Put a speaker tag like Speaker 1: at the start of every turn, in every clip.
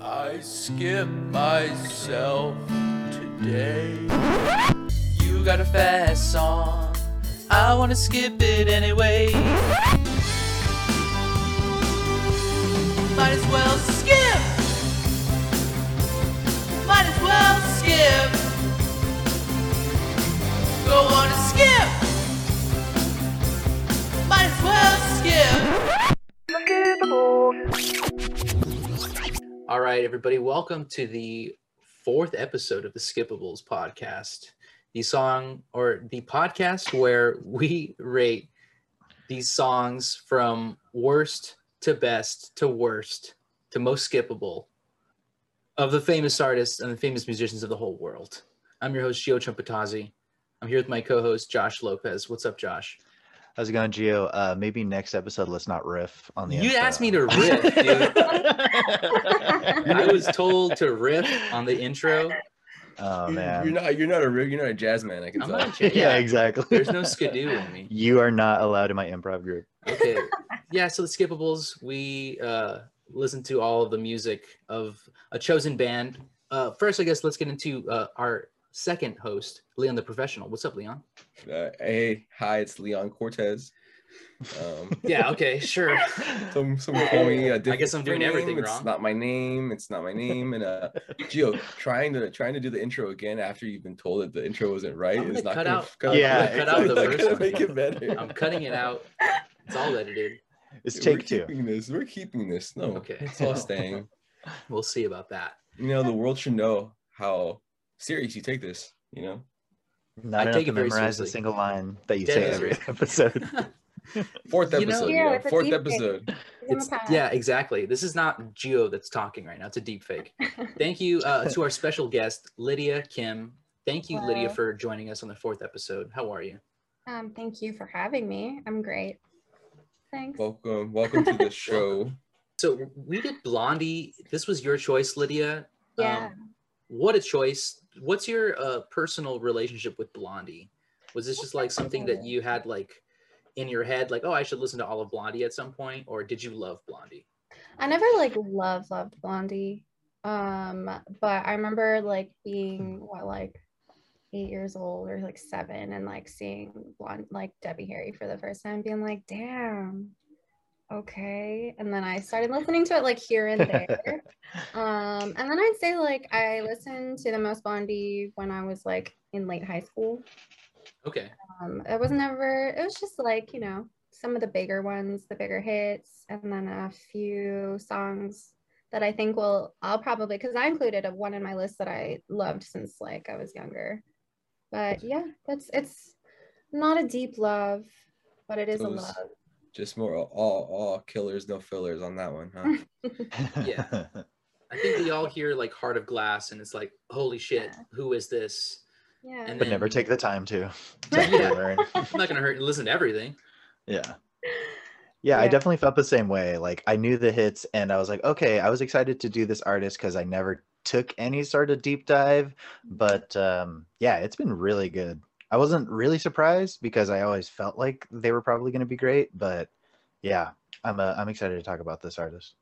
Speaker 1: I skip myself today. You got a fast song. I wanna skip it anyway. Might as well skip. Might as well skip. Go on and skip. Might as well skip.
Speaker 2: All right, everybody, welcome to the fourth episode of the Skippables podcast, the song or the podcast where we rate these songs from worst to best to worst to most skippable of the famous artists and the famous musicians of the whole world. I'm your host, Gio Chumpatazzi. I'm here with my co host, Josh Lopez. What's up, Josh?
Speaker 3: How's it going, Gio? Uh, maybe next episode, let's not riff on the.
Speaker 2: You
Speaker 3: intro.
Speaker 2: asked me to riff, dude. I was told to riff on the intro.
Speaker 3: oh
Speaker 4: You-
Speaker 3: man.
Speaker 4: You're not you're not a real you're not a jazz man, I can
Speaker 2: I'm
Speaker 4: tell.
Speaker 2: not a jazz-
Speaker 3: yeah,
Speaker 2: yeah.
Speaker 3: exactly.
Speaker 2: There's no skidoo in me.
Speaker 3: You are not allowed in my improv group.
Speaker 2: okay yeah so the skippables we uh listen to all of the music of a chosen band uh first i guess let's get into uh, our second host leon the professional what's up leon
Speaker 4: Uh, hey, hi, it's Leon Cortez. Um
Speaker 2: yeah okay sure
Speaker 4: some some call me a different
Speaker 2: guess I'm doing
Speaker 4: name,
Speaker 2: everything
Speaker 4: it's
Speaker 2: wrong.
Speaker 4: not my name, it's not my name. And uh Gio, trying to trying to do the intro again after you've been told that the intro wasn't right
Speaker 2: I'm
Speaker 4: is
Speaker 2: gonna
Speaker 4: not
Speaker 2: cut
Speaker 4: gonna
Speaker 2: out-
Speaker 4: cut
Speaker 3: Yeah,
Speaker 4: it's
Speaker 3: cut
Speaker 4: not
Speaker 3: out the
Speaker 4: gonna
Speaker 2: first one.
Speaker 4: make it better.
Speaker 2: i'm cutting it out it's all edited
Speaker 3: It's take
Speaker 4: We're
Speaker 3: two.
Speaker 4: keeping this. We're keeping this. No,
Speaker 2: Okay.
Speaker 4: it's all staying.
Speaker 2: we'll see about that
Speaker 4: You know, the world should know how serious you take this. You know,
Speaker 3: Not
Speaker 2: I
Speaker 3: enough
Speaker 2: take
Speaker 3: to
Speaker 2: it very
Speaker 3: memorize a
Speaker 2: seriously.
Speaker 3: single line that you
Speaker 2: Dead
Speaker 3: say
Speaker 2: is
Speaker 3: every
Speaker 2: real.
Speaker 3: episode.
Speaker 4: fourth
Speaker 2: You know-
Speaker 4: episode.
Speaker 5: Yeah,
Speaker 4: you know,
Speaker 5: it's a
Speaker 4: fourth
Speaker 5: deep dive.
Speaker 4: episode.
Speaker 2: it's, yeah exactly this is not geo that's talking right now it's a deep fake thank you uh, to our special guest lydia kim thank you lydia
Speaker 5: Hello.
Speaker 2: for joining us on the fourth episode how are you
Speaker 5: Um, thank you for having me. I'm great. Thanks.
Speaker 4: Welcome, welcome to the show.
Speaker 2: So we did Blondie. This was your choice, Lydia.
Speaker 5: yeah.
Speaker 2: um, what a choice. What's your uh, personal relationship with Blondie? Was this just like something that you had like in your head, like, oh, I should listen to all of Blondie at some point? Or did you love Blondie?
Speaker 5: I never like loved loved Blondie. Um, but I remember like being what like eight years old or like seven and like seeing blonde like Debbie Harry for the first time, being like, damn, okay. And then I started listening to it like here and there. um, and then I'd say like I listened to the most Blondie when I was like in late high school.
Speaker 2: Okay.
Speaker 5: um, it was never it was just like you know some of the bigger ones the bigger hits and then a few songs that i think will i'll probably because i included a one in my list that i loved since like i was younger but yeah that's it's not a deep love but it is a
Speaker 4: Those-
Speaker 5: love
Speaker 4: Just more all all killers, no fillers on that one, huh?
Speaker 2: Yeah. I think we all hear like Heart of Glass and it's like, holy shit,
Speaker 5: Yeah.
Speaker 2: who is this?
Speaker 5: yeah
Speaker 2: And
Speaker 3: But never
Speaker 2: then-
Speaker 3: take the time to. to
Speaker 2: Yeah.
Speaker 3: actually learn.
Speaker 2: I'm not going to hurt and listen to everything.
Speaker 3: Yeah. Yeah, I
Speaker 5: Yeah.
Speaker 3: definitely felt the same way. Like I knew the hits and I was like, okay, I was excited to do this artist because I never took any sort of deep dive. But um yeah, it's been really good. I wasn't really surprised because I always felt like they were probably gonna be great, but yeah, I'm uh, I'm excited to talk about this artist.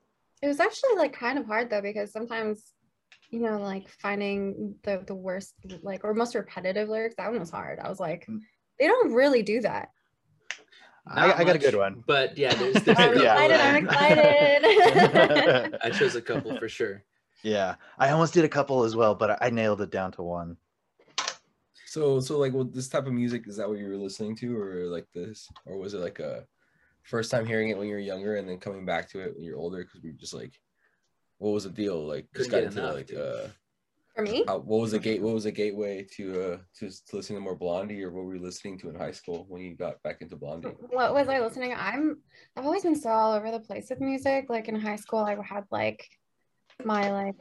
Speaker 5: It was actually like kind of hard though because sometimes you know like finding the the worst like or most repetitive lyrics that one was hard. I was like
Speaker 3: Mm.
Speaker 5: they don't really do that.
Speaker 3: I,
Speaker 2: Not
Speaker 3: I got a
Speaker 2: much,
Speaker 3: good one.
Speaker 2: But yeah, there's, there's a
Speaker 5: I'm
Speaker 2: couple
Speaker 3: Yeah.
Speaker 5: excited.
Speaker 2: that-
Speaker 5: I'm excited.
Speaker 2: I chose a couple for sure.
Speaker 3: yeah. I almost did a couple as well, but I, I nailed it down to one.
Speaker 4: So so like, well, this type of music is that what you were listening to, or like this, or was it like a first time hearing it when you were younger and then coming back to it when you're older? Because we were just like, what was the deal? Like,
Speaker 2: Couldn't
Speaker 4: just got
Speaker 2: get
Speaker 4: into
Speaker 2: enough,
Speaker 4: like,
Speaker 2: dude.
Speaker 4: uh,
Speaker 5: For me?
Speaker 4: how, Uh, what was the gate? What was the gateway to uh to, to listening to more Blondie, or what were you listening to in high school when you got back into Blondie?
Speaker 5: What was I listening? I'm I've always been so all over the place with music. Like in high school I had like my like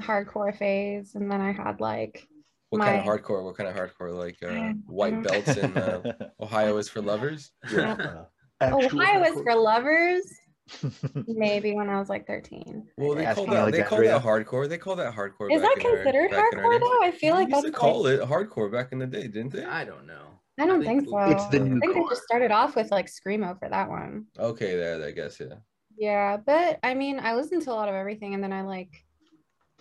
Speaker 5: hardcore phase and then I had like
Speaker 4: What kind of
Speaker 5: My- Mm,
Speaker 4: hardcore? What kind of hardcore? Like uh,
Speaker 5: I- I
Speaker 4: white
Speaker 5: don't-
Speaker 4: belts and uh, Ohio is for lovers.
Speaker 2: uh,
Speaker 3: Actual
Speaker 5: Ohio is
Speaker 3: hardcore.
Speaker 5: oh, for lovers maybe when I was like 13.
Speaker 4: Well, they
Speaker 3: Asking
Speaker 4: call that they call
Speaker 3: Alexandria.
Speaker 4: that hardcore. They call that hardcore.
Speaker 5: Is
Speaker 4: back
Speaker 5: that
Speaker 4: in our-
Speaker 5: considered
Speaker 4: back in our
Speaker 5: hardcore
Speaker 4: day.
Speaker 5: though? I feel like
Speaker 4: they used
Speaker 5: that's
Speaker 4: to
Speaker 5: like,
Speaker 4: call it hardcore back in the day, didn't they?
Speaker 2: I don't know.
Speaker 5: I don't
Speaker 2: I think
Speaker 5: think so.
Speaker 3: It's the
Speaker 4: I
Speaker 3: new
Speaker 5: I think they
Speaker 3: core.
Speaker 5: just started off with like screamo for that one.
Speaker 4: Okay, that I guess yeah.
Speaker 5: Yeah, but I mean, I listened to a lot of everything, and then I like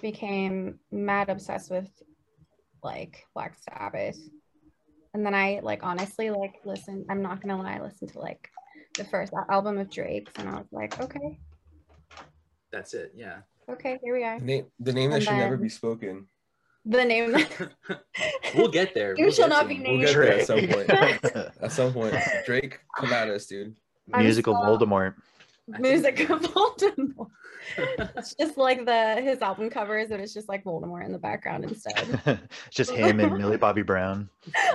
Speaker 5: became mad obsessed with like Black Sabbath. And then I like honestly like listen, I'm not gonna lie, I listened to like the first al- album of Drake's and I was like, okay,
Speaker 2: That's it. Yeah.
Speaker 5: okay, here we are.
Speaker 4: The name, the name that
Speaker 5: And
Speaker 4: should never
Speaker 5: then-
Speaker 4: be spoken.
Speaker 5: The name
Speaker 2: We'll get there.
Speaker 5: You
Speaker 2: We'll
Speaker 5: shall
Speaker 2: get
Speaker 5: not
Speaker 2: to
Speaker 5: be
Speaker 2: it.
Speaker 5: named.
Speaker 4: We'll get there at some point.
Speaker 3: Drake.
Speaker 4: At some point, Drake, come at us, dude.
Speaker 5: I'm
Speaker 3: Musical
Speaker 5: so-
Speaker 3: Voldemort.
Speaker 2: I think-
Speaker 5: music of Voldemort. it's just like the his album covers, and it's just like Voldemort in the background instead.
Speaker 3: Just him and Millie Bobby Brown.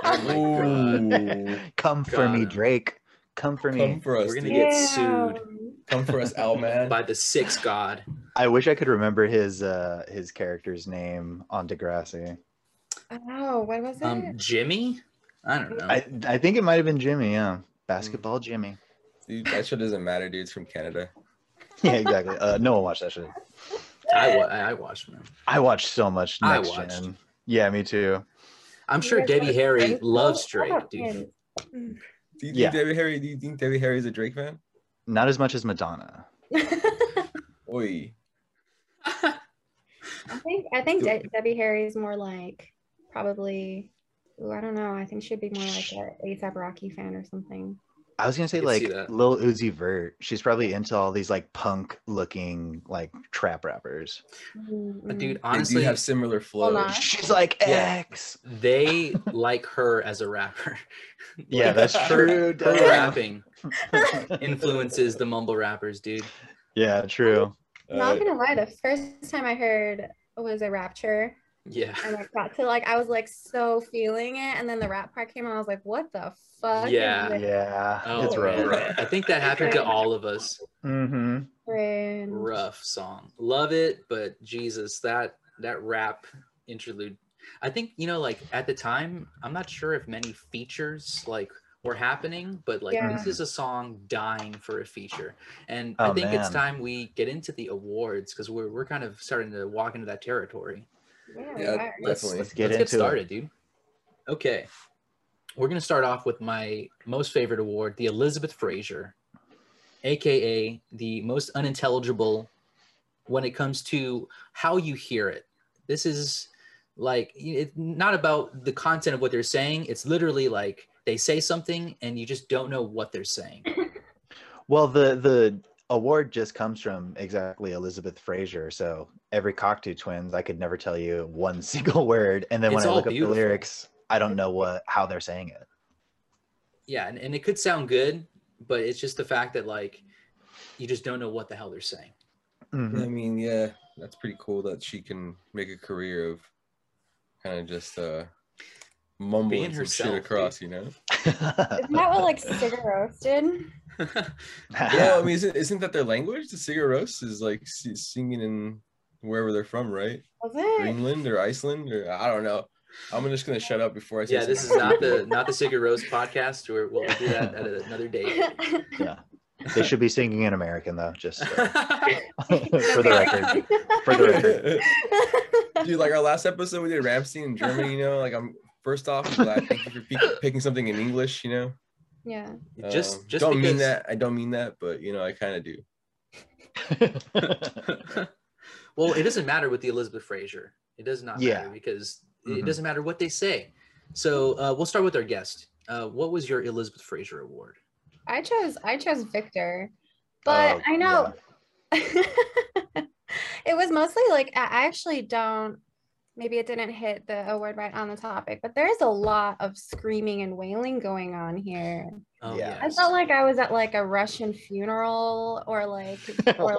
Speaker 2: Oh my God.
Speaker 4: Ooh.
Speaker 3: Come for me,
Speaker 2: Got him.
Speaker 3: Drake. Come for me.
Speaker 4: Come for us,
Speaker 2: We're gonna
Speaker 4: dude.
Speaker 2: get sued.
Speaker 5: Damn.
Speaker 4: Come for us, Al man.
Speaker 2: By the sixth god.
Speaker 3: I wish I could remember his uh his character's name on Degrassi.
Speaker 5: Oh, what was it?
Speaker 2: Um, Jimmy? I don't know.
Speaker 3: I I think it might have been Jimmy, yeah. Basketball Jimmy.
Speaker 4: Dude, that shit doesn't matter, dude. It's from Canada.
Speaker 3: Yeah, exactly. Uh, no one watched that shit.
Speaker 2: I, wa- I watched them.
Speaker 3: I watched so much
Speaker 2: I
Speaker 3: next
Speaker 2: watched.
Speaker 3: gen. Yeah, me too.
Speaker 2: I'm
Speaker 5: You
Speaker 2: sure
Speaker 5: guys
Speaker 2: Debbie
Speaker 5: are
Speaker 2: Harry
Speaker 5: friends?
Speaker 2: loves
Speaker 5: Oh, I
Speaker 2: Drake,
Speaker 5: have
Speaker 2: dude.
Speaker 5: friends.
Speaker 4: Do you
Speaker 3: Yeah.
Speaker 4: think Debbie Harry? Do you think Debbie Harry is a Drake fan?
Speaker 3: Not as much as Madonna.
Speaker 4: Oi,
Speaker 5: I think I think
Speaker 4: Do
Speaker 5: De- Debbie Harry is more like probably. Ooh, I don't know. I think she'd be more like a ASAP Rocky fan or something.
Speaker 3: I was gonna say
Speaker 2: I can see
Speaker 3: like
Speaker 2: that.
Speaker 3: Lil Uzi Vert. She's probably into all these like punk looking like trap rappers.
Speaker 5: Mm-mm.
Speaker 2: But dude,
Speaker 4: they
Speaker 2: honestly,
Speaker 4: do have similar flows.
Speaker 5: Hold on.
Speaker 3: She's like
Speaker 2: Yeah.
Speaker 3: X.
Speaker 2: they like her as a rapper.
Speaker 3: Yeah, that's true.
Speaker 2: Her
Speaker 3: damn.
Speaker 2: rapping influences the mumble rappers, dude.
Speaker 3: yeah, true.
Speaker 5: Not
Speaker 4: Uh,
Speaker 5: gonna lie, the first time I heard was a Rapture,
Speaker 2: Yeah.
Speaker 5: and I got to like I was like so feeling it, and then the rap part came, and I was like, "What the fuck?"
Speaker 2: Yeah.
Speaker 5: is
Speaker 3: Yeah,
Speaker 2: Oh,
Speaker 3: it's
Speaker 2: man.
Speaker 3: rough.
Speaker 2: I think that happened to all of us.
Speaker 3: Mm-hmm.
Speaker 5: this?"
Speaker 2: Rough song. Love it, but Jesus, that that rap interlude. I think, you know, like at the time, I'm not sure if many features like were happening, but like
Speaker 5: Yeah.
Speaker 2: this is a song dying for a feature. And I
Speaker 3: Oh,
Speaker 2: think it's
Speaker 3: man.
Speaker 2: time we get into the awards because we're we're kind of starting to walk into that territory.
Speaker 5: Yeah,
Speaker 4: Yeah,
Speaker 5: we are.
Speaker 2: let's
Speaker 4: Definitely.
Speaker 2: let's,
Speaker 3: Let's get
Speaker 2: let's
Speaker 3: into it.
Speaker 2: started, dude. Okay, we're gonna start off with my most favorite award, the Elizabeth Fraser, aka the most unintelligible when it comes to how you hear it. This is like it's not about the content of what they're saying. It's literally like they say something and you just don't know what they're saying.
Speaker 3: Well, the the award just comes from exactly Elizabeth Fraser. So every Cocteau Twins, I could never tell you one single word, and then when
Speaker 2: It's
Speaker 3: I
Speaker 2: all
Speaker 3: look up
Speaker 2: beautiful.
Speaker 3: the lyrics, I don't know what how they're saying it.
Speaker 2: Yeah, and, and it could sound good, but it's just the fact that like you just don't know what the hell they're saying.
Speaker 3: Mhm.
Speaker 4: I mean, yeah, that's pretty cool that she can make a career of kind of just uh mumbling
Speaker 2: Being
Speaker 4: some
Speaker 2: herself,
Speaker 4: shit across, you know?
Speaker 5: Isn't that what like cigarette roast did?
Speaker 4: Yeah, I mean, isn't, isn't that their language? The cigarette roast is like s- singing in wherever they're from, right?
Speaker 5: Was it?
Speaker 4: Greenland or Iceland or I don't know. I'm just gonna shut up before I say.
Speaker 2: Yeah, this is
Speaker 4: something
Speaker 2: not the
Speaker 4: stupid.
Speaker 2: not the Sigur Rose podcast. Or we'll do that at another date.
Speaker 3: yeah. They should be singing in American though, just uh, for the record. For the record.
Speaker 4: Dude, like our last episode, we did Ramstein in Germany. You know, like I'm first off, I'm glad thank you for pick- picking something in English. You know,
Speaker 5: yeah.
Speaker 4: Um,
Speaker 2: just just
Speaker 4: don't
Speaker 2: because,
Speaker 4: mean that. I don't mean that, but you know, I kind of do.
Speaker 2: well, it doesn't matter with the Elizabeth Fraser. It does not
Speaker 3: Yeah.
Speaker 2: matter because it
Speaker 3: Mhm.
Speaker 2: doesn't matter what they say. So uh, we'll start with our guest. Uh, what was your Elizabeth Fraser award?
Speaker 5: I chose I chose Victor, but
Speaker 3: Oh,
Speaker 5: I know it was mostly like I I actually don't. Maybe it didn't hit the award right on the topic, but there is a lot of screaming and wailing going on here.
Speaker 2: Oh,
Speaker 3: Yeah.
Speaker 5: I felt like I was at like a Russian funeral or like or,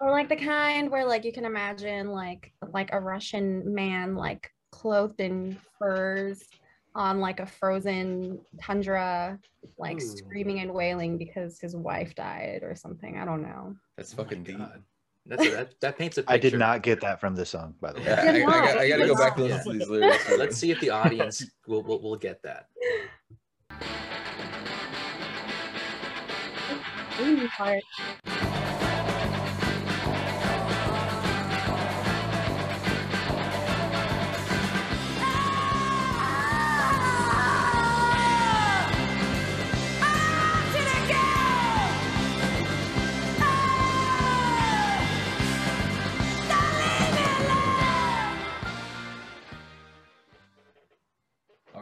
Speaker 5: or like the kind where like you can imagine like like a Russian man like clothed in furs on like a frozen tundra like
Speaker 2: Ooh.
Speaker 5: screaming and wailing because his wife died or something. I don't know.
Speaker 4: That's
Speaker 2: Oh my
Speaker 4: fucking deep.
Speaker 2: God. That's that, that paints a picture.
Speaker 3: I did not get that from this song, by the way.
Speaker 4: Yeah, I,
Speaker 5: Good
Speaker 4: I
Speaker 5: luck.
Speaker 4: got- I gotta go
Speaker 5: Good
Speaker 4: back and
Speaker 2: luck.
Speaker 4: listen to these lyrics.
Speaker 2: Let's see if the audience will will, will get that.
Speaker 5: Screaming part.
Speaker 6: Don't leave me!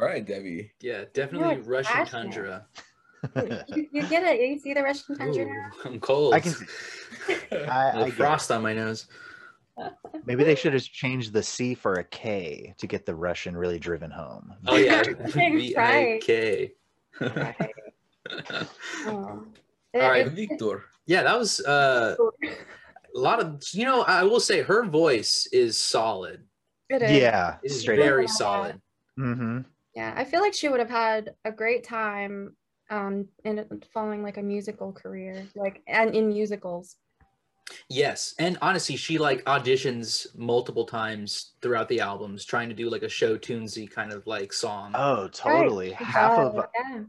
Speaker 4: right, Debbie.
Speaker 2: Yeah, definitely
Speaker 5: You're
Speaker 2: Russian
Speaker 5: passionate.
Speaker 2: tundra.
Speaker 5: you, you get it. You see the Russian tundra
Speaker 2: Ooh,
Speaker 5: now.
Speaker 2: I'm cold.
Speaker 3: I can- I, I
Speaker 2: Like
Speaker 3: get
Speaker 2: frost on my nose.
Speaker 3: it. Maybe they should have changed the C for a K to get the Russian really driven home.
Speaker 2: Oh yeah,
Speaker 5: Thanks, right.
Speaker 2: V-I-K.
Speaker 5: Right. Oh.
Speaker 2: All right.
Speaker 4: Victor.
Speaker 2: Yeah, that was uh,
Speaker 5: Sure.
Speaker 2: a lot of. You know, I will say her voice is solid.
Speaker 5: It is.
Speaker 3: Yeah,
Speaker 2: It is
Speaker 3: straight up.
Speaker 2: very
Speaker 5: Yeah.
Speaker 2: solid.
Speaker 3: Mm-hmm.
Speaker 5: Yeah, I feel like she would have had a great time um in following like a musical career, like and in musicals.
Speaker 2: Yes, and honestly, she like auditions multiple times throughout the albums, trying to do like a show tunesy kind of like song.
Speaker 3: Oh, totally.
Speaker 5: Right.
Speaker 3: Half
Speaker 5: Uh,
Speaker 3: of
Speaker 5: yeah.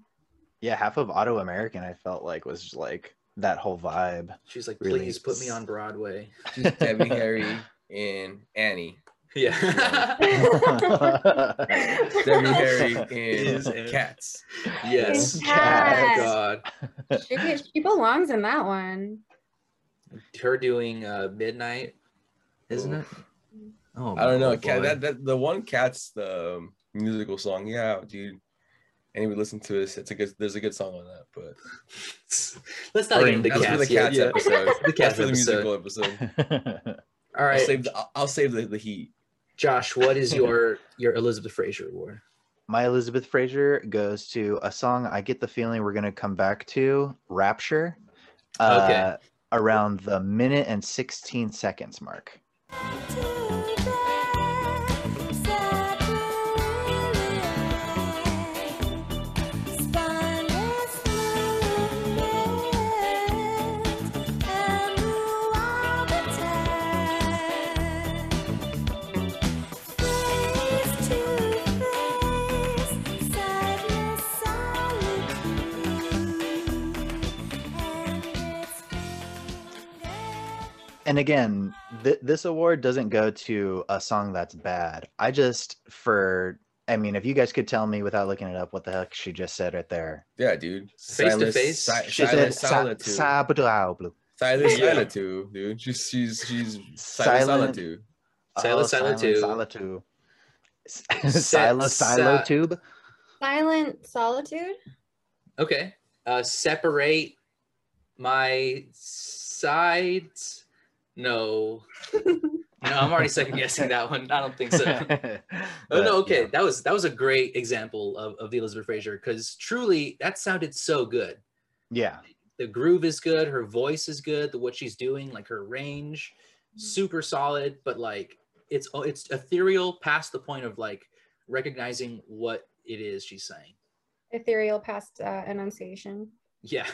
Speaker 3: yeah, half of Auto American, I felt like was just like that whole vibe.
Speaker 2: She's like,
Speaker 3: really
Speaker 2: please put me
Speaker 3: s-
Speaker 2: on Broadway.
Speaker 4: Just Debbie, Harry, and Annie.
Speaker 2: Yeah.
Speaker 4: Debbie, Harry,
Speaker 3: Is
Speaker 4: and
Speaker 2: Annie.
Speaker 4: cats.
Speaker 2: yes. Oh
Speaker 5: Yes.
Speaker 2: God,
Speaker 5: she, be- she belongs in that one.
Speaker 2: her doing uh, midnight, isn't it? Oh,
Speaker 4: I don't know.
Speaker 2: boy.
Speaker 4: Cat, that, that the one cat's the um, musical song. Yeah, dude. Anybody listen to this? It's a good. There's a good song on that, but
Speaker 2: Let's not get into
Speaker 4: that's for the
Speaker 2: cats. yet.
Speaker 4: cats
Speaker 2: Yeah.
Speaker 4: episode.
Speaker 2: The
Speaker 4: That's
Speaker 2: cats
Speaker 4: for the
Speaker 2: episode.
Speaker 4: musical episode.
Speaker 2: All
Speaker 4: I'll
Speaker 2: right,
Speaker 4: save the. I'll- I'll save the, the heat.
Speaker 2: Josh, what is your your Elizabeth Fraser award?
Speaker 3: My Elizabeth Fraser goes to a song I get the feeling we're gonna come back to, Rapture. Uh, around the minute and 16 seconds mark. and again, th- this award doesn't go to a song that's bad. I just for I mean, if you guys could tell me without looking it up what the heck she just said right there.
Speaker 4: Yeah, dude.
Speaker 2: Face to face?
Speaker 4: Si-
Speaker 3: She
Speaker 4: silent
Speaker 3: said "Sa-
Speaker 4: solitude.
Speaker 3: Sabotablo."
Speaker 4: Silent
Speaker 2: Yeah.
Speaker 4: solitude, dude. She's she's she's
Speaker 3: Silent-
Speaker 4: silent solitude.
Speaker 2: Silo
Speaker 3: Oh,
Speaker 2: Silo
Speaker 3: silent
Speaker 2: Tube.
Speaker 3: Solitude. S-
Speaker 2: Sa-
Speaker 3: Silo
Speaker 2: sa-
Speaker 3: Silo Tube.
Speaker 5: Silent Solitude?
Speaker 2: Okay. Uh, separate my sides. No. No, I'm already second guessing that one. I don't think so. Oh
Speaker 3: But,
Speaker 2: no, okay.
Speaker 3: yeah.
Speaker 2: That was that was a great example of, of the Elizabeth Fraser because truly that sounded so good.
Speaker 3: Yeah.
Speaker 2: The groove is good, her voice is good, the what she's doing, like her range, super solid, but like it's oh, it's ethereal past the point of like recognizing what it is she's saying.
Speaker 5: Ethereal past uh, enunciation.
Speaker 2: Yeah.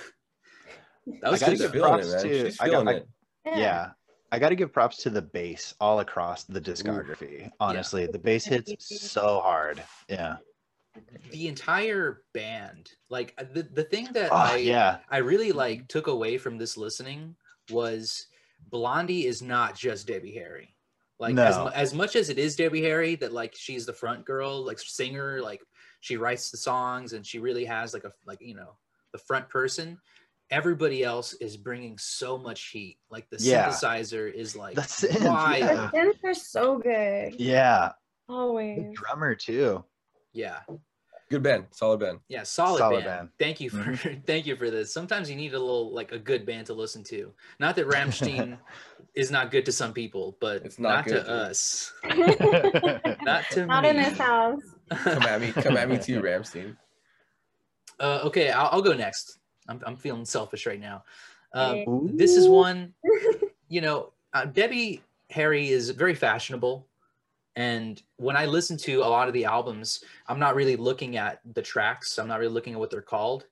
Speaker 2: That was
Speaker 3: I gotta
Speaker 2: good.
Speaker 4: she's
Speaker 2: though.
Speaker 3: give
Speaker 4: feeling it,
Speaker 3: props
Speaker 4: man.
Speaker 3: to-
Speaker 4: She's
Speaker 3: I got-
Speaker 4: feeling
Speaker 3: I-
Speaker 4: it.
Speaker 3: yeah. I got to give props to the bass all across the discography. Honestly, the bass hits so hard. Yeah.
Speaker 2: The entire band. Like uh, the, the thing that
Speaker 3: Oh,
Speaker 2: I
Speaker 3: yeah.
Speaker 2: I really like took away from this listening was Blondie is not just Debbie Harry. Like as,
Speaker 3: No.
Speaker 2: mu- as much as it is Debbie Harry that like she's the front girl, like singer, like she writes the songs and she really has like a like you know the front person. Everybody else is bringing so much heat. Like the
Speaker 3: Yeah.
Speaker 2: synthesizer is like
Speaker 3: That's it.
Speaker 2: why-
Speaker 5: The
Speaker 3: Yeah.
Speaker 5: synths are so good.
Speaker 3: Yeah. The
Speaker 5: Always.
Speaker 3: drummer too.
Speaker 2: yeah.
Speaker 4: Good band, solid band.
Speaker 2: Yeah, solid,
Speaker 3: Solid
Speaker 2: band.
Speaker 3: band.
Speaker 2: Thank you
Speaker 4: Mm-hmm.
Speaker 2: for thank you for this. Sometimes you need a little like a good band to listen to. Not that Ramstein is not good to some people, but
Speaker 4: It's
Speaker 2: it's
Speaker 4: not
Speaker 2: not,
Speaker 4: good,
Speaker 2: to
Speaker 4: dude.
Speaker 2: us.
Speaker 3: Not
Speaker 2: Not to
Speaker 5: Not
Speaker 2: me.
Speaker 5: in this house.
Speaker 4: Come at me, come at me too, Ramstein.
Speaker 2: uh, okay, I'll, I'll go next. I'm I'm feeling selfish right now. Um,
Speaker 3: Ooh.
Speaker 2: this is one, you know, uh, Debbie Harry is very fashionable. And when I listen to a lot of the albums, I'm not really looking at the tracks. I'm not really looking at what they're called.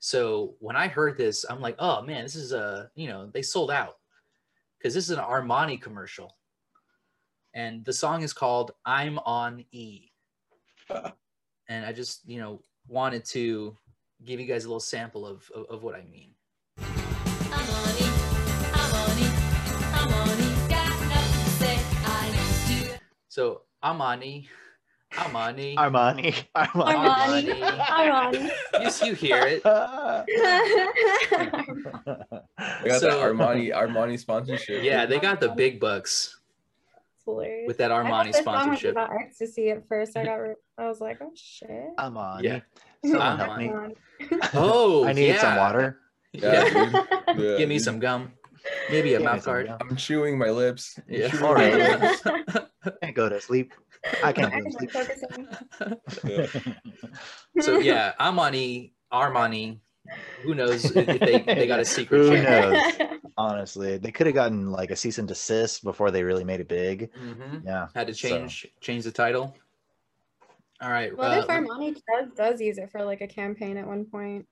Speaker 2: So when I heard this, I'm like, oh man, this is a, you know, they sold out because this is an Armani commercial. And the song is called I'm on E. and I just, you know, wanted to give you guys a little sample of, of, of what I mean.
Speaker 6: I'm on it. I'm on it. I'm on it. Got nothing to say. I used to.
Speaker 2: So Amani, Amani,
Speaker 3: Armani. Armani.
Speaker 5: Armani. I'm
Speaker 2: yes, you hear it.
Speaker 5: on.
Speaker 4: We got
Speaker 2: So-
Speaker 4: that Armani Armani sponsorship.
Speaker 2: Yeah, they got the big bucks.
Speaker 5: hilarious.
Speaker 2: with that
Speaker 5: I thought
Speaker 2: Armani
Speaker 5: this song was
Speaker 2: sponsorship.
Speaker 5: about ecstasy at first. I got, re- I was like, oh shit.
Speaker 3: I'm on.
Speaker 2: Yeah.
Speaker 3: Someone
Speaker 2: I'm
Speaker 3: help
Speaker 2: on.
Speaker 3: me.
Speaker 2: Oh,
Speaker 3: I need some
Speaker 2: yeah.
Speaker 3: water.
Speaker 2: Yeah.
Speaker 4: dude. Yeah,
Speaker 2: Give me
Speaker 4: dude.
Speaker 2: some gum. Maybe a
Speaker 3: Give me
Speaker 2: mouth
Speaker 3: some
Speaker 2: guard.
Speaker 3: gum.
Speaker 4: I'm chewing my lips. I'm
Speaker 2: Yeah.
Speaker 4: chewing
Speaker 3: All
Speaker 4: my
Speaker 3: right.
Speaker 4: lips.
Speaker 3: Can't go to sleep. I can't
Speaker 5: I'm
Speaker 3: go to
Speaker 5: like
Speaker 3: sleep.
Speaker 5: focusing.
Speaker 4: Yeah.
Speaker 2: So yeah, Armani, Armani. Who knows if they, they got a secret?
Speaker 3: Who
Speaker 2: channel.
Speaker 3: knows? Honestly, they could have gotten like a cease and desist before they really made it big.
Speaker 2: Mhm.
Speaker 3: Yeah.
Speaker 2: Had to
Speaker 3: So-
Speaker 2: change change the title. All right.
Speaker 5: well,
Speaker 2: uh,
Speaker 5: if Armani does, does use it for like a campaign at one point.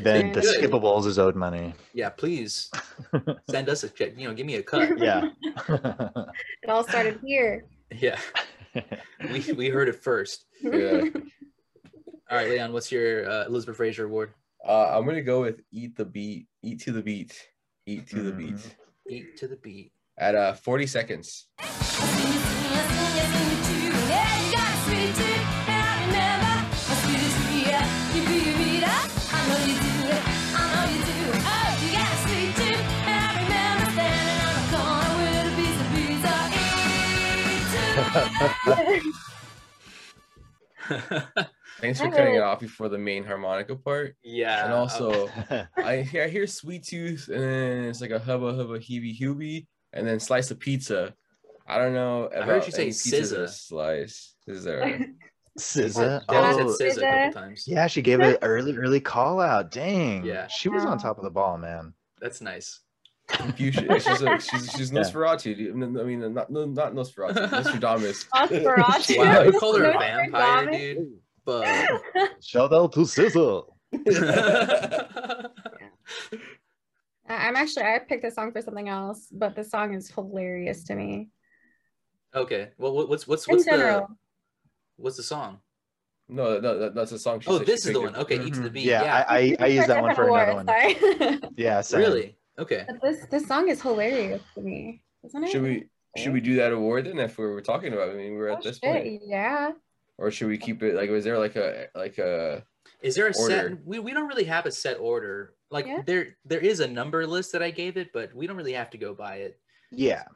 Speaker 3: Then the
Speaker 5: Good.
Speaker 3: skippables is owed money.
Speaker 2: yeah, please send us a check. You know, give me a cut.
Speaker 3: Yeah.
Speaker 5: It all started here.
Speaker 2: Yeah, we, we heard it first.
Speaker 4: Yeah.
Speaker 2: All right, Leon, what's your uh, Elizabeth Fraser award?
Speaker 4: Uh, I'm gonna go with eat the beat, eat to the beat, eat to the
Speaker 3: Mhm.
Speaker 4: beat
Speaker 2: Beat to the beat.
Speaker 4: at uh 40 seconds.
Speaker 6: Oh,
Speaker 4: Thanks for cutting it off before the main harmonica part.
Speaker 2: yeah.
Speaker 4: And also, I hear, I hear sweet tooth, and then it's like a hubba hubba heebie hubie, and then slice of pizza. I don't know.
Speaker 2: heard
Speaker 4: about
Speaker 2: you say
Speaker 4: any pizza
Speaker 2: SZA.
Speaker 4: that slice. Scissor.
Speaker 3: SZA.
Speaker 2: Dennis
Speaker 3: Oh,
Speaker 2: said SZA a
Speaker 5: SZA.
Speaker 2: couple times.
Speaker 3: yeah, she gave an early, early call out. Dang.
Speaker 2: Yeah.
Speaker 3: She was on
Speaker 5: Wow.
Speaker 3: top of the ball, man.
Speaker 2: That's nice.
Speaker 4: Confucius. She's like she's she's
Speaker 3: Yeah.
Speaker 4: Nosferatu. dude. No, no, I mean, not no, not Nosferatu. Nostradamus.
Speaker 5: Nosferatu.
Speaker 2: Wow, you called her a
Speaker 5: Nosferatu.
Speaker 2: vampire, dude. But
Speaker 3: Shout out to SZA.
Speaker 5: I- I'm actually I picked a song for something else, but the song is hilarious to me.
Speaker 2: okay. Well, what- what's what's
Speaker 5: In
Speaker 2: what's the
Speaker 5: general,
Speaker 2: what's the song?
Speaker 4: No, no, that, that's a song. she
Speaker 2: Oh,
Speaker 4: said she
Speaker 2: this is the
Speaker 4: picked
Speaker 2: one.
Speaker 4: up.
Speaker 2: Okay, eat to the
Speaker 4: Mhm.
Speaker 2: beat.
Speaker 3: Mm-hmm. Yeah,
Speaker 2: Yeah.
Speaker 3: I, I, I use that one for another one.
Speaker 5: Sorry.
Speaker 3: Yeah, same.
Speaker 2: really? Okay.
Speaker 5: but this this song is hilarious to me, isn't it?
Speaker 4: Should we should we do that award then if we were talking about? It? I mean, we're
Speaker 5: Oh,
Speaker 4: at this
Speaker 5: shit,
Speaker 4: point,
Speaker 5: Yeah.
Speaker 4: or should we keep it? Like, was there like a like a?
Speaker 2: Is there a
Speaker 4: Order.
Speaker 2: set? We, we don't really have a set order. Like
Speaker 5: Yeah.
Speaker 2: there there is a number list that I gave it, but we don't really have to go by it.
Speaker 3: Yeah.
Speaker 5: I'm,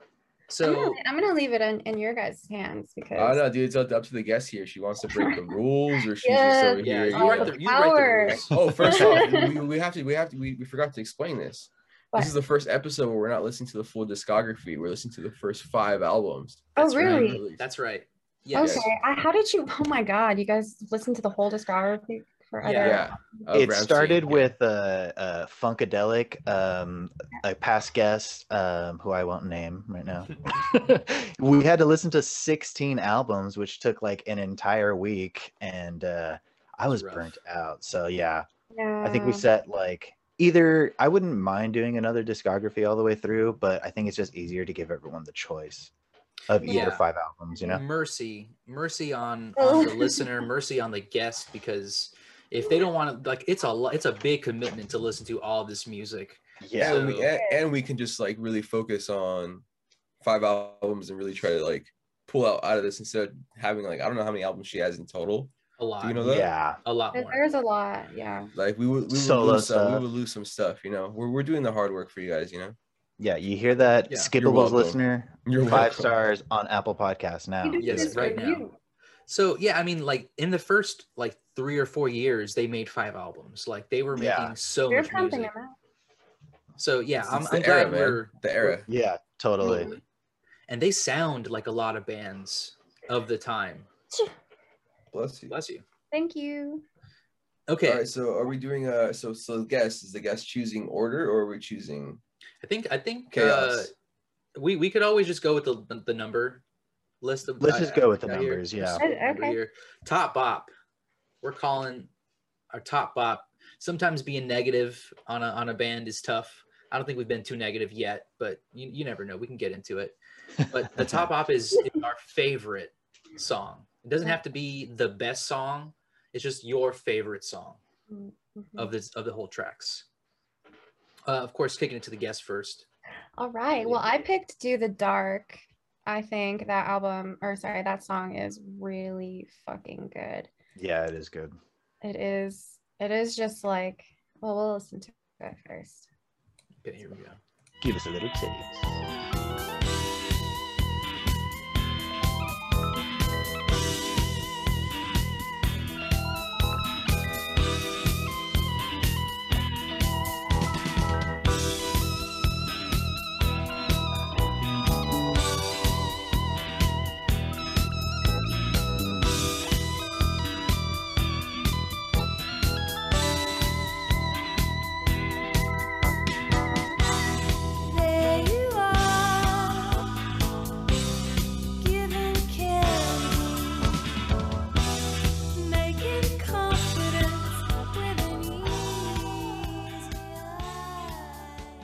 Speaker 5: gonna,
Speaker 2: So
Speaker 5: I'm gonna leave it in, in your guys' hands because
Speaker 4: I don't know, dude. It's up up to the guest here. She wants to break the rules, or she's
Speaker 5: Yes.
Speaker 4: just over
Speaker 2: yeah,
Speaker 4: here.
Speaker 2: you
Speaker 5: all
Speaker 2: write
Speaker 4: know.
Speaker 2: the you write
Speaker 5: power.
Speaker 2: the rules.
Speaker 4: Oh, first off, we, we have to we have to we, we forgot to explain this.
Speaker 5: What?
Speaker 4: This is the first episode where we're not listening to the full discography. We're listening to the first five albums.
Speaker 5: Oh,
Speaker 2: That's right.
Speaker 5: really?
Speaker 4: Released.
Speaker 2: That's right.
Speaker 5: Okay.
Speaker 2: Yes.
Speaker 5: I, how did you? Oh my God! You guys listened to the whole discography for other.
Speaker 4: yeah. of
Speaker 2: Oh,
Speaker 3: it
Speaker 4: Ramstein,
Speaker 3: started
Speaker 4: yeah.
Speaker 3: with uh, uh, Funkadelic, um, a past guest um, who I won't name right now. we had to listen to 16 albums, which took like an entire week, and uh, I was
Speaker 2: rough.
Speaker 3: burnt out. So yeah, I think we
Speaker 5: Yeah.
Speaker 3: set like either I wouldn't mind doing another discography all the way through, but I think it's just easier to give everyone the choice of either
Speaker 2: Yeah.
Speaker 3: five albums. You know?
Speaker 2: mercy mercy on,
Speaker 5: Oh.
Speaker 2: on the listener mercy on the guest because if they don't want to like it's a lo- it's a big commitment to listen to all this music
Speaker 4: Yeah,
Speaker 3: Yeah.
Speaker 4: and, we, and, and we can just like really focus on five albums and really try to like pull out out of this instead of having like I don't know how many albums she has in total.
Speaker 2: a lot
Speaker 4: Do you know that?
Speaker 3: Yeah.
Speaker 2: a lot
Speaker 5: There-
Speaker 2: more
Speaker 5: There's a lot. Yeah.
Speaker 4: Like we would, we would
Speaker 3: Solo
Speaker 4: lose some,
Speaker 3: stuff.
Speaker 4: we would lose some stuff. You know, we're we're doing the hard work for you guys. You know,
Speaker 3: Yeah, you hear that,
Speaker 2: Yeah.
Speaker 3: Skippables
Speaker 4: You're welcome.
Speaker 3: listener?
Speaker 4: You're
Speaker 3: five
Speaker 4: welcome.
Speaker 3: stars on Apple Podcasts now.
Speaker 5: You did
Speaker 2: yes,
Speaker 5: this
Speaker 2: right
Speaker 5: for
Speaker 2: now.
Speaker 5: you.
Speaker 2: so yeah i mean like in the first like three or four years they made five albums like they were making
Speaker 3: Yeah.
Speaker 2: so
Speaker 5: You're
Speaker 2: much
Speaker 5: pumping
Speaker 2: music
Speaker 5: them out.
Speaker 2: so yeah
Speaker 4: It's-
Speaker 2: i'm,
Speaker 4: it's
Speaker 2: I'm
Speaker 4: the
Speaker 2: glad
Speaker 4: era, man.
Speaker 2: we're
Speaker 4: the era.
Speaker 3: Yeah, totally.
Speaker 2: and they sound like a lot of bands of the time
Speaker 4: Bless you.
Speaker 2: bless you
Speaker 5: Thank you.
Speaker 2: okay
Speaker 4: All right, so are we doing uh so so guess is the guest choosing order or are we choosing
Speaker 2: i think i think
Speaker 4: chaos?
Speaker 2: uh we we could always just go with the the, the number list of
Speaker 3: Let's
Speaker 2: I-
Speaker 3: just go with the
Speaker 2: I hear-
Speaker 3: numbers, yeah.
Speaker 2: let's go with the number
Speaker 5: Okay.
Speaker 2: here. top bop we're calling our top bop sometimes being negative on a on a band is tough i don't think we've been too negative yet but you, you never know we can get into it but the top bop is, is our favorite song it doesn't have to be the best song it's just your favorite song
Speaker 5: Mhm.
Speaker 2: of this of the whole tracks uh, of course kicking it to the guest first
Speaker 5: All right. Well, I picked Do the Dark. I think that album, or sorry, that song is really fucking good.
Speaker 3: Yeah, it is good.
Speaker 5: It is, it is just like, well, we'll listen to it first.
Speaker 2: okay here we go
Speaker 3: Give us a little taste.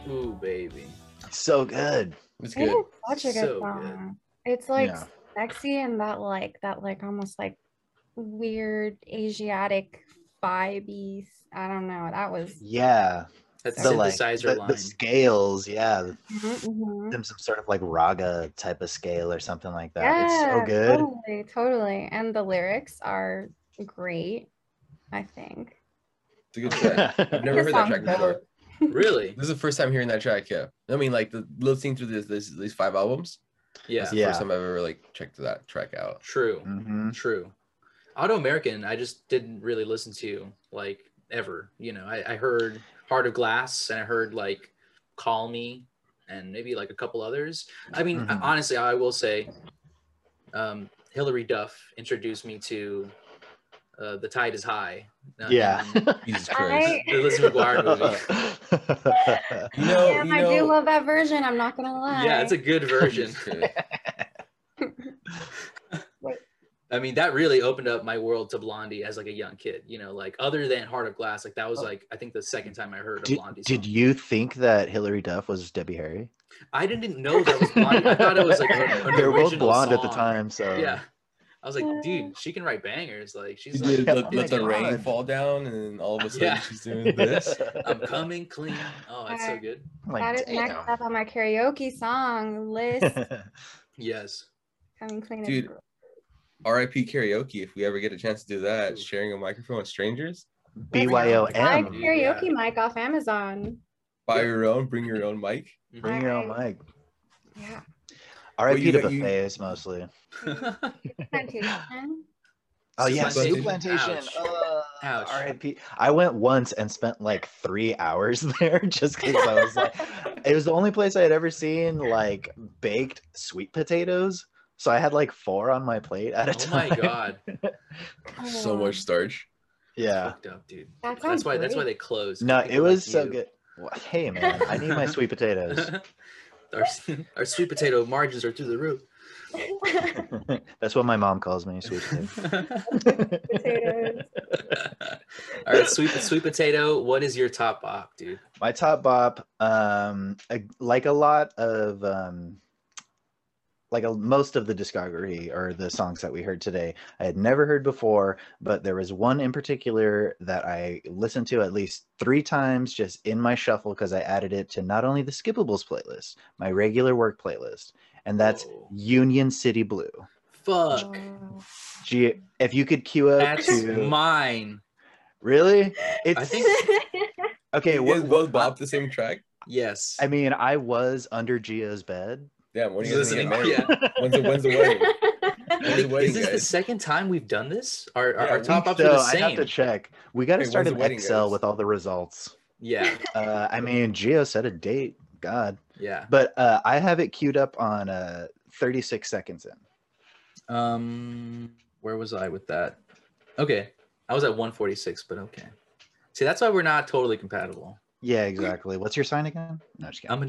Speaker 2: Ooh, baby.
Speaker 3: So good.
Speaker 4: It's
Speaker 5: It
Speaker 4: good.
Speaker 5: is such a good
Speaker 2: So
Speaker 5: song. It's like
Speaker 3: Yeah.
Speaker 5: sexy and that like that like almost like weird Asiatic vibey. I don't know. That was
Speaker 3: Yeah.
Speaker 2: That
Speaker 3: The, like,
Speaker 2: synthesizer
Speaker 3: the-
Speaker 2: line.
Speaker 3: the scales. Yeah. the-
Speaker 5: Mhm.
Speaker 3: Them some sort of like raga type of scale or something like that.
Speaker 5: Yeah,
Speaker 3: it's so good.
Speaker 5: Totally, totally. And the lyrics are great. I think.
Speaker 4: It's a good track. I've never heard that track before.
Speaker 2: really?
Speaker 4: This is the first time hearing that track. Yeah, I mean, like the listening through this, this these five albums.
Speaker 2: Yeah.
Speaker 4: That's the
Speaker 3: Yeah.
Speaker 4: first time I've ever like checked that track out.
Speaker 2: True.
Speaker 3: Mhm.
Speaker 2: True. Auto American, I just didn't really listen to like ever. You know, I, I heard Heart of Glass and I heard like Call Me and maybe like a couple others. I mean,
Speaker 3: Mhm.
Speaker 2: honestly, I will say um, Hillary Duff introduced me to uh, The Tide is High. Uh,
Speaker 3: Yeah.
Speaker 2: and
Speaker 4: Jesus Christ.
Speaker 5: I,
Speaker 2: The Lizzie McGuire movie.
Speaker 4: You know,
Speaker 5: Damn,
Speaker 4: you
Speaker 5: I do
Speaker 4: know-
Speaker 5: love that version. I'm not gonna lie.
Speaker 2: Yeah, it's a good version.
Speaker 4: Jesus Christ.
Speaker 2: I mean, that really opened up my world to Blondie as like a young kid. You know, like other than Heart of Glass, like that was like I think the second time I heard a
Speaker 3: Oh. did,
Speaker 2: Blondie.
Speaker 3: did
Speaker 2: song.
Speaker 3: you think that Hillary Duff was Debbie Harry?
Speaker 2: I didn't know that was Blondie. I thought it was like an, an
Speaker 3: they were both
Speaker 2: original
Speaker 3: blonde at the
Speaker 2: song.
Speaker 3: time, so
Speaker 2: Yeah, I was
Speaker 5: Yeah.
Speaker 2: like, dude, she can write bangers. Like she's
Speaker 4: She
Speaker 2: like,
Speaker 4: did
Speaker 3: Yeah,
Speaker 4: let,
Speaker 3: oh
Speaker 4: let
Speaker 3: my
Speaker 4: the rain
Speaker 3: God.
Speaker 4: fall down, and then all of a sudden
Speaker 2: Yeah.
Speaker 4: she's doing this.
Speaker 2: I'm coming clean. Oh, it's so good.
Speaker 3: I'm
Speaker 5: that
Speaker 3: like,
Speaker 5: is next up on my karaoke song list.
Speaker 3: damn.
Speaker 2: Yes.
Speaker 5: Coming clean. is
Speaker 4: Dude,
Speaker 5: great.
Speaker 4: R.I.P. karaoke. If we ever get a chance to do that,
Speaker 2: Ooh.
Speaker 4: sharing a microphone with strangers,
Speaker 5: Buy
Speaker 3: BYOM.
Speaker 5: karaoke mic off Amazon.
Speaker 4: buy your own, bring your own mic.
Speaker 3: Bring your own mic.
Speaker 5: Yeah.
Speaker 3: RIP
Speaker 4: you
Speaker 3: to
Speaker 4: got- you-
Speaker 3: buffets mostly.
Speaker 2: Oh
Speaker 5: Plantation.
Speaker 3: Oh yeah,
Speaker 4: Plantation.
Speaker 3: Soup Plantation.
Speaker 2: Ouch.
Speaker 3: Uh,
Speaker 2: Ouch.
Speaker 3: RIP. I went once and spent like three hours there just because I was like, it was the only place I had ever seen like baked sweet potatoes. So I had like four on my plate at a
Speaker 2: oh my
Speaker 3: time.
Speaker 2: god.
Speaker 4: So
Speaker 5: Oh,
Speaker 4: much starch.
Speaker 3: Yeah.
Speaker 2: Fucked up, dude.
Speaker 5: That sounds
Speaker 2: That's why. That's why
Speaker 5: great.
Speaker 2: they closed.
Speaker 3: No, it
Speaker 2: People
Speaker 3: was
Speaker 2: like
Speaker 3: so
Speaker 2: you.
Speaker 3: good. Wha- Hey man, I need my sweet potatoes.
Speaker 2: our, our sweet potato margins are through the roof.
Speaker 3: That's what my mom calls me, sweet potato.
Speaker 5: Potatoes.
Speaker 2: All right, sweet sweet potato. What is your top op, dude?
Speaker 3: my top bop um a, like a lot of um like a, most of the discography or the songs that we heard today i had never heard before but there was one in particular that i listened to at least three times just in my shuffle because i added it to not only the skippables playlist my regular work playlist and that's
Speaker 2: Whoa.
Speaker 3: union city blue
Speaker 2: Fuck.
Speaker 5: Oh.
Speaker 3: Gee, if you could cue up
Speaker 2: That's
Speaker 3: to
Speaker 2: mine.
Speaker 3: really it's
Speaker 2: I think
Speaker 3: okay
Speaker 4: You
Speaker 3: what,
Speaker 4: guys both bop the same track.
Speaker 2: yes.
Speaker 3: i mean i was under Gio's bed
Speaker 4: Damn, when are you guys gonna
Speaker 2: listening.
Speaker 4: get married?
Speaker 2: Yeah.
Speaker 4: When's the when's the wedding?
Speaker 2: I
Speaker 4: When's the
Speaker 2: think-
Speaker 4: wedding,
Speaker 2: is this the
Speaker 4: guys?
Speaker 2: second time we've done this? Our, our,
Speaker 4: Yeah,
Speaker 2: our
Speaker 4: I
Speaker 2: top ups
Speaker 3: So
Speaker 2: are the
Speaker 3: I have
Speaker 2: same.
Speaker 3: to check. We got to
Speaker 4: Wait, when's
Speaker 3: start
Speaker 4: the
Speaker 3: an
Speaker 4: wedding,
Speaker 3: Excel
Speaker 4: guys?
Speaker 3: with all the results.
Speaker 2: yeah,
Speaker 3: Uh, I mean, Geo set a date. God,
Speaker 2: yeah.
Speaker 3: but uh, I have it queued up on uh, 36 seconds in.
Speaker 2: Um, where was I with that? Okay, I was at 146, but okay. See, that's why we're not totally compatible.
Speaker 3: Yeah, exactly. What's your sign again? No, just kidding.
Speaker 2: I'm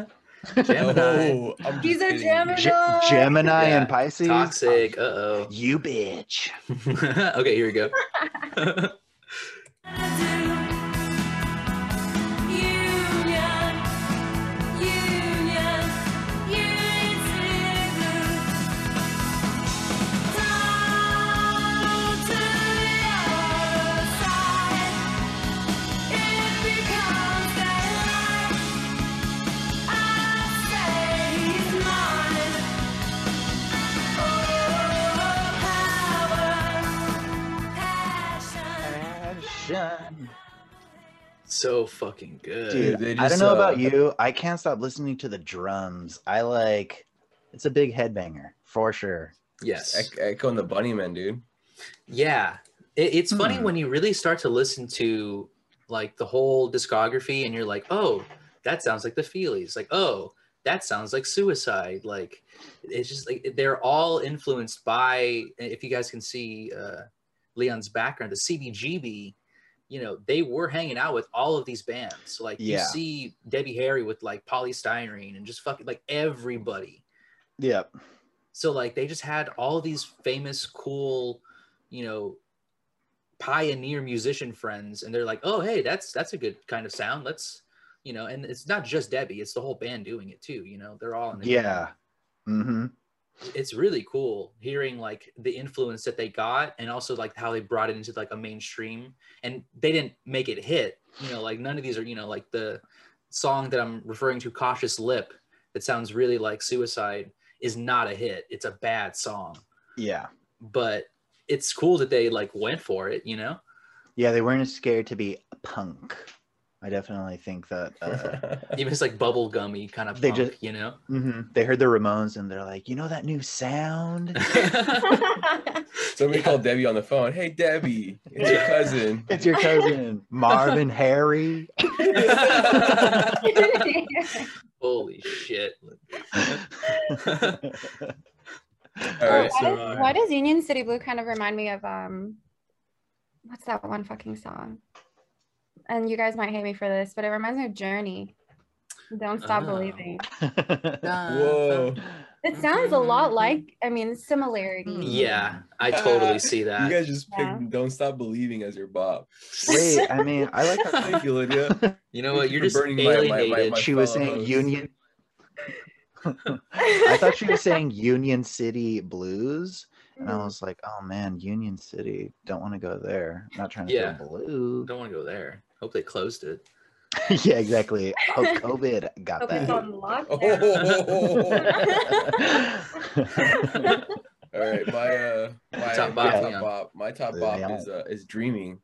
Speaker 2: a Gemini,
Speaker 4: Oh, I'm
Speaker 5: He's
Speaker 4: just
Speaker 5: a
Speaker 4: kidding.
Speaker 5: Gemini.
Speaker 3: Ge- Gemini
Speaker 2: Yeah.
Speaker 3: and Pisces.
Speaker 2: toxic. Uh oh.
Speaker 3: You bitch.
Speaker 2: okay, here we go.
Speaker 6: Union, union, union city blue. Down to the other side, it becomes daylight. I say he's mine. Oh, power, passion.
Speaker 2: So fucking good.
Speaker 3: Dude,
Speaker 4: they
Speaker 3: I don't
Speaker 4: just,
Speaker 3: know
Speaker 4: uh,
Speaker 3: about you. I can't stop listening to the drums. I like. It's a big headbanger for sure.
Speaker 2: yes.
Speaker 4: Ec- Echo and the Bunnymen, dude.
Speaker 2: Yeah. It, it's funny
Speaker 3: Hmm.
Speaker 2: when you really start to listen to like the whole discography and you're like, oh, that sounds like the Feelies. Like, oh, that sounds like Suicide. Like, it's just like they're all influenced by, if you guys can see uh, Leon's background, the CBGB, you know, they were hanging out with all of these bands. Like, you
Speaker 3: Yeah.
Speaker 2: see Debbie Harry with like polystyrene and just fucking like everybody.
Speaker 3: Yep.
Speaker 2: So like they just had all these famous, cool, you know, pioneer musician friends, and they're like, oh hey, that's that's a good kind of sound. Let's you know, and it's not just Debbie, it's the whole band doing it too, you know. They're all in the
Speaker 3: Yeah. Mm-hmm.
Speaker 2: it's really cool hearing like the influence that they got and also like how they brought it into like a mainstream and they didn't make it hit you know like none of these are you know like the song that i'm referring to cautious lip that sounds really like suicide is not a hit it's a bad song
Speaker 3: Yeah.
Speaker 2: but it's cool that they like went for it you know
Speaker 3: Yeah, they weren't scared to be punk. I definitely think that uh,
Speaker 2: even it's like bubblegummy kind of
Speaker 3: They
Speaker 2: punk,
Speaker 3: just-
Speaker 2: you know
Speaker 3: mhm, they heard the Ramones and they're like, you know that new sound?
Speaker 4: Somebody called Debbie on the phone. Hey Debbie, it's your cousin.
Speaker 3: It's your cousin Marvin Harry.
Speaker 2: holy shit
Speaker 4: All right,
Speaker 5: why,
Speaker 2: uh,
Speaker 4: so
Speaker 5: does, why does Union City Blue kind of remind me of um, what's that one fucking song? And you guys might hate me for this, but it reminds me of Journey. Don't stop
Speaker 2: Oh.
Speaker 5: believing.
Speaker 4: whoa,
Speaker 2: Mm-hmm,
Speaker 5: It sounds a lot like. I mean,
Speaker 2: Mm,
Speaker 5: similarities.
Speaker 2: yeah i totally see that
Speaker 4: you guys just picked
Speaker 5: Yeah.
Speaker 4: "Don't Stop Believing" as your bop.
Speaker 3: Wait, I mean, I like how
Speaker 4: Thank you, Lydia.
Speaker 2: You know what?
Speaker 4: Thank you
Speaker 2: You're
Speaker 4: for
Speaker 2: just
Speaker 4: burning my- my- my-
Speaker 2: alienated.
Speaker 4: my-
Speaker 3: she was
Speaker 4: fellow
Speaker 3: saying
Speaker 4: host.
Speaker 3: Union. I thought she was saying Union City Blues, and I was like, oh man, Union City. Don't want to go there. Not trying to
Speaker 2: Yeah.
Speaker 3: feel blue.
Speaker 2: Don't want to go there. Hope they closed it.
Speaker 3: yeah, exactly. Hope COVID got
Speaker 5: Hope it's on
Speaker 2: Oh.
Speaker 5: lockdown.
Speaker 4: Oh.
Speaker 3: that.
Speaker 4: All right, my uh, my
Speaker 2: Top bop,
Speaker 4: top bop, my
Speaker 2: Leon.
Speaker 4: top bop, my top bop
Speaker 3: Leon.
Speaker 4: is uh, is dreaming.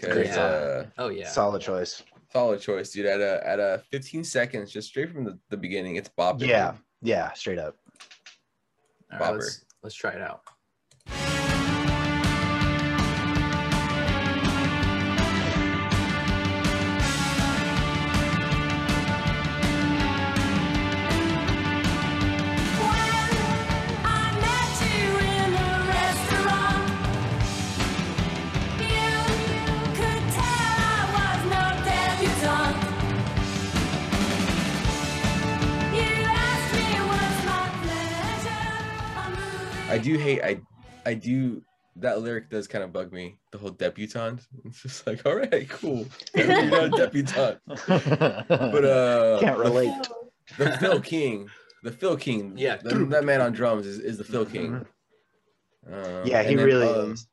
Speaker 3: great
Speaker 4: Because
Speaker 2: song.
Speaker 4: uh,
Speaker 2: Oh yeah.
Speaker 3: Solid choice.
Speaker 4: solid choice, dude. At a at a 15 seconds, just straight from the, the beginning, it's bopping.
Speaker 3: Yeah, yeah, straight up.
Speaker 2: All right,
Speaker 4: Bopper.
Speaker 2: let's, let's try it out.
Speaker 4: I do hate I I do that lyric does kind of bug me. The whole debutante. It's just like, all right, cool. You know, debutante. But
Speaker 3: but
Speaker 4: uh
Speaker 3: can't relate.
Speaker 4: The, the Phil King. The Phil King.
Speaker 2: Yeah.
Speaker 4: the- that man on drums is, is the Phil King. Um,
Speaker 3: Mm-hmm. Yeah,
Speaker 4: and
Speaker 3: he
Speaker 4: then,
Speaker 3: really
Speaker 4: um,
Speaker 3: is.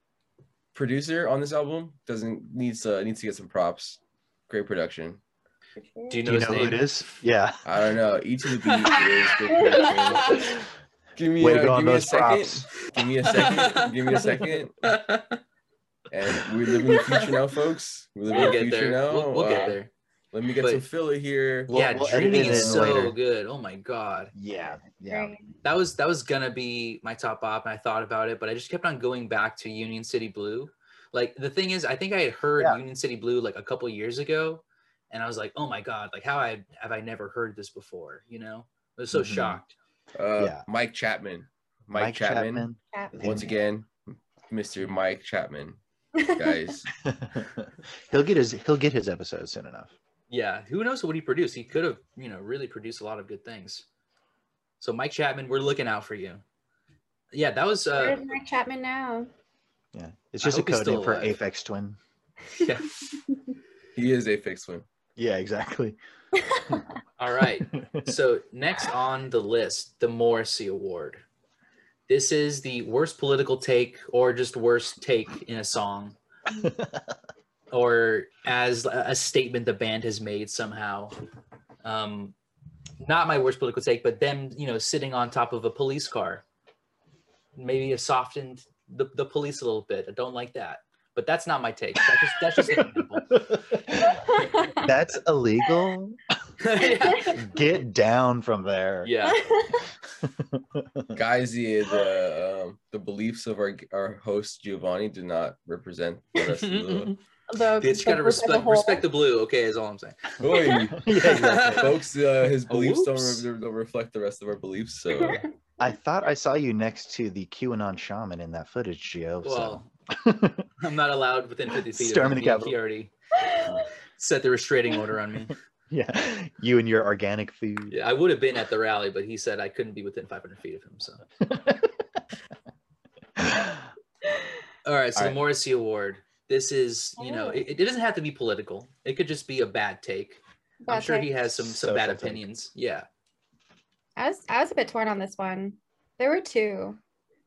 Speaker 4: producer on this album doesn't needs uh, needs to get some props. Great production.
Speaker 2: Do you know,
Speaker 3: Do you
Speaker 2: his
Speaker 3: know
Speaker 2: name?
Speaker 3: who it is? Yeah.
Speaker 4: I don't know. Each of the beat is good production. Give me,
Speaker 3: Way to
Speaker 4: uh,
Speaker 3: go on
Speaker 4: give me a
Speaker 3: those
Speaker 4: second.
Speaker 3: props.
Speaker 4: Give me a second. give me a second. And we live in the future now, folks. We live
Speaker 2: We'll
Speaker 4: in the
Speaker 2: get
Speaker 4: future
Speaker 2: there.
Speaker 4: now.
Speaker 2: We'll, we'll
Speaker 4: Uh,
Speaker 2: get there.
Speaker 4: Let me get
Speaker 2: But-
Speaker 4: some filler here.
Speaker 3: We'll-
Speaker 2: yeah,
Speaker 3: we'll edit
Speaker 2: dreaming
Speaker 3: it
Speaker 2: is
Speaker 3: in
Speaker 2: so
Speaker 3: later.
Speaker 2: good. Oh my god.
Speaker 3: Yeah. Yeah.
Speaker 5: Right.
Speaker 2: That was that was gonna be my top op, and I thought about it, but I just kept on going back to Union City Blue. Like the thing is, I think I had heard
Speaker 3: Yeah.
Speaker 2: Union City Blue like a couple years ago, and I was like, oh my god, like how I have I never heard this before? You know, I was so
Speaker 3: Mhm.
Speaker 2: shocked.
Speaker 4: Uh,
Speaker 3: Yeah.
Speaker 4: Mike Chapman. Mike, Chapman.
Speaker 5: Chapman.
Speaker 4: Once again, Mr. Mike Chapman. Guys,
Speaker 3: he'll get his he'll get his episode soon enough.
Speaker 2: Yeah, who knows what he produced? He could have, you know, really produced a lot of good things. So Mike Chapman, we're looking out for you. Yeah, that was uh
Speaker 5: Where's Mike Chapman now?
Speaker 3: Yeah. It's
Speaker 2: I
Speaker 3: just a
Speaker 2: hope he's
Speaker 3: code
Speaker 2: still
Speaker 3: name for
Speaker 2: alive.
Speaker 3: Aphex Twin.
Speaker 2: yeah.
Speaker 4: he is a fixed one.
Speaker 3: Yeah, exactly.
Speaker 2: All right. So next on the list, the Morrissey Award. This is the worst political take or just worst take in a song or as a a statement the band has made somehow. Um not my worst political take, but them, you know, sitting on top of a police car. Maybe it softened the, the police a little bit. I don't like that. But that's not my take. That's just that's just an example.
Speaker 3: That's illegal.
Speaker 2: yeah.
Speaker 3: Get down from there.
Speaker 2: yeah.
Speaker 4: Guys, the the, um, the beliefs of our our host Giovanni do not represent the rest of the.
Speaker 5: The-
Speaker 2: Bitch,
Speaker 5: the
Speaker 2: gotta
Speaker 5: group as a
Speaker 2: respect
Speaker 5: whole.
Speaker 2: respect the blue. Okay, is all I'm saying.
Speaker 4: Oi,
Speaker 3: Yeah, exactly.
Speaker 4: folks, uh, his beliefs don't,
Speaker 2: Whoops.
Speaker 4: re- don't reflect the rest of our beliefs. So
Speaker 3: I thought I saw you next to the QAnon shaman in that footage, Gio.
Speaker 2: Well,
Speaker 3: So.
Speaker 2: I'm not allowed within 50 feet.
Speaker 3: Storm
Speaker 2: of
Speaker 3: in the
Speaker 2: him.
Speaker 3: Capitol.
Speaker 2: He already set the restraining order on me.
Speaker 3: yeah, you and your organic food.
Speaker 2: Yeah, I would have been at the rally, but he said I couldn't be within 500 feet of him. So, all right. So
Speaker 3: All
Speaker 2: the
Speaker 3: right.
Speaker 2: Morrissey Award. This is, you know,
Speaker 5: Oh.
Speaker 2: it, it doesn't have to be political. It could just be a bad take. I'm sure
Speaker 5: Gotcha.
Speaker 2: he has some some
Speaker 3: Social
Speaker 2: bad
Speaker 3: take.
Speaker 2: opinions. Yeah.
Speaker 5: I was I was a bit torn on this one. There were two.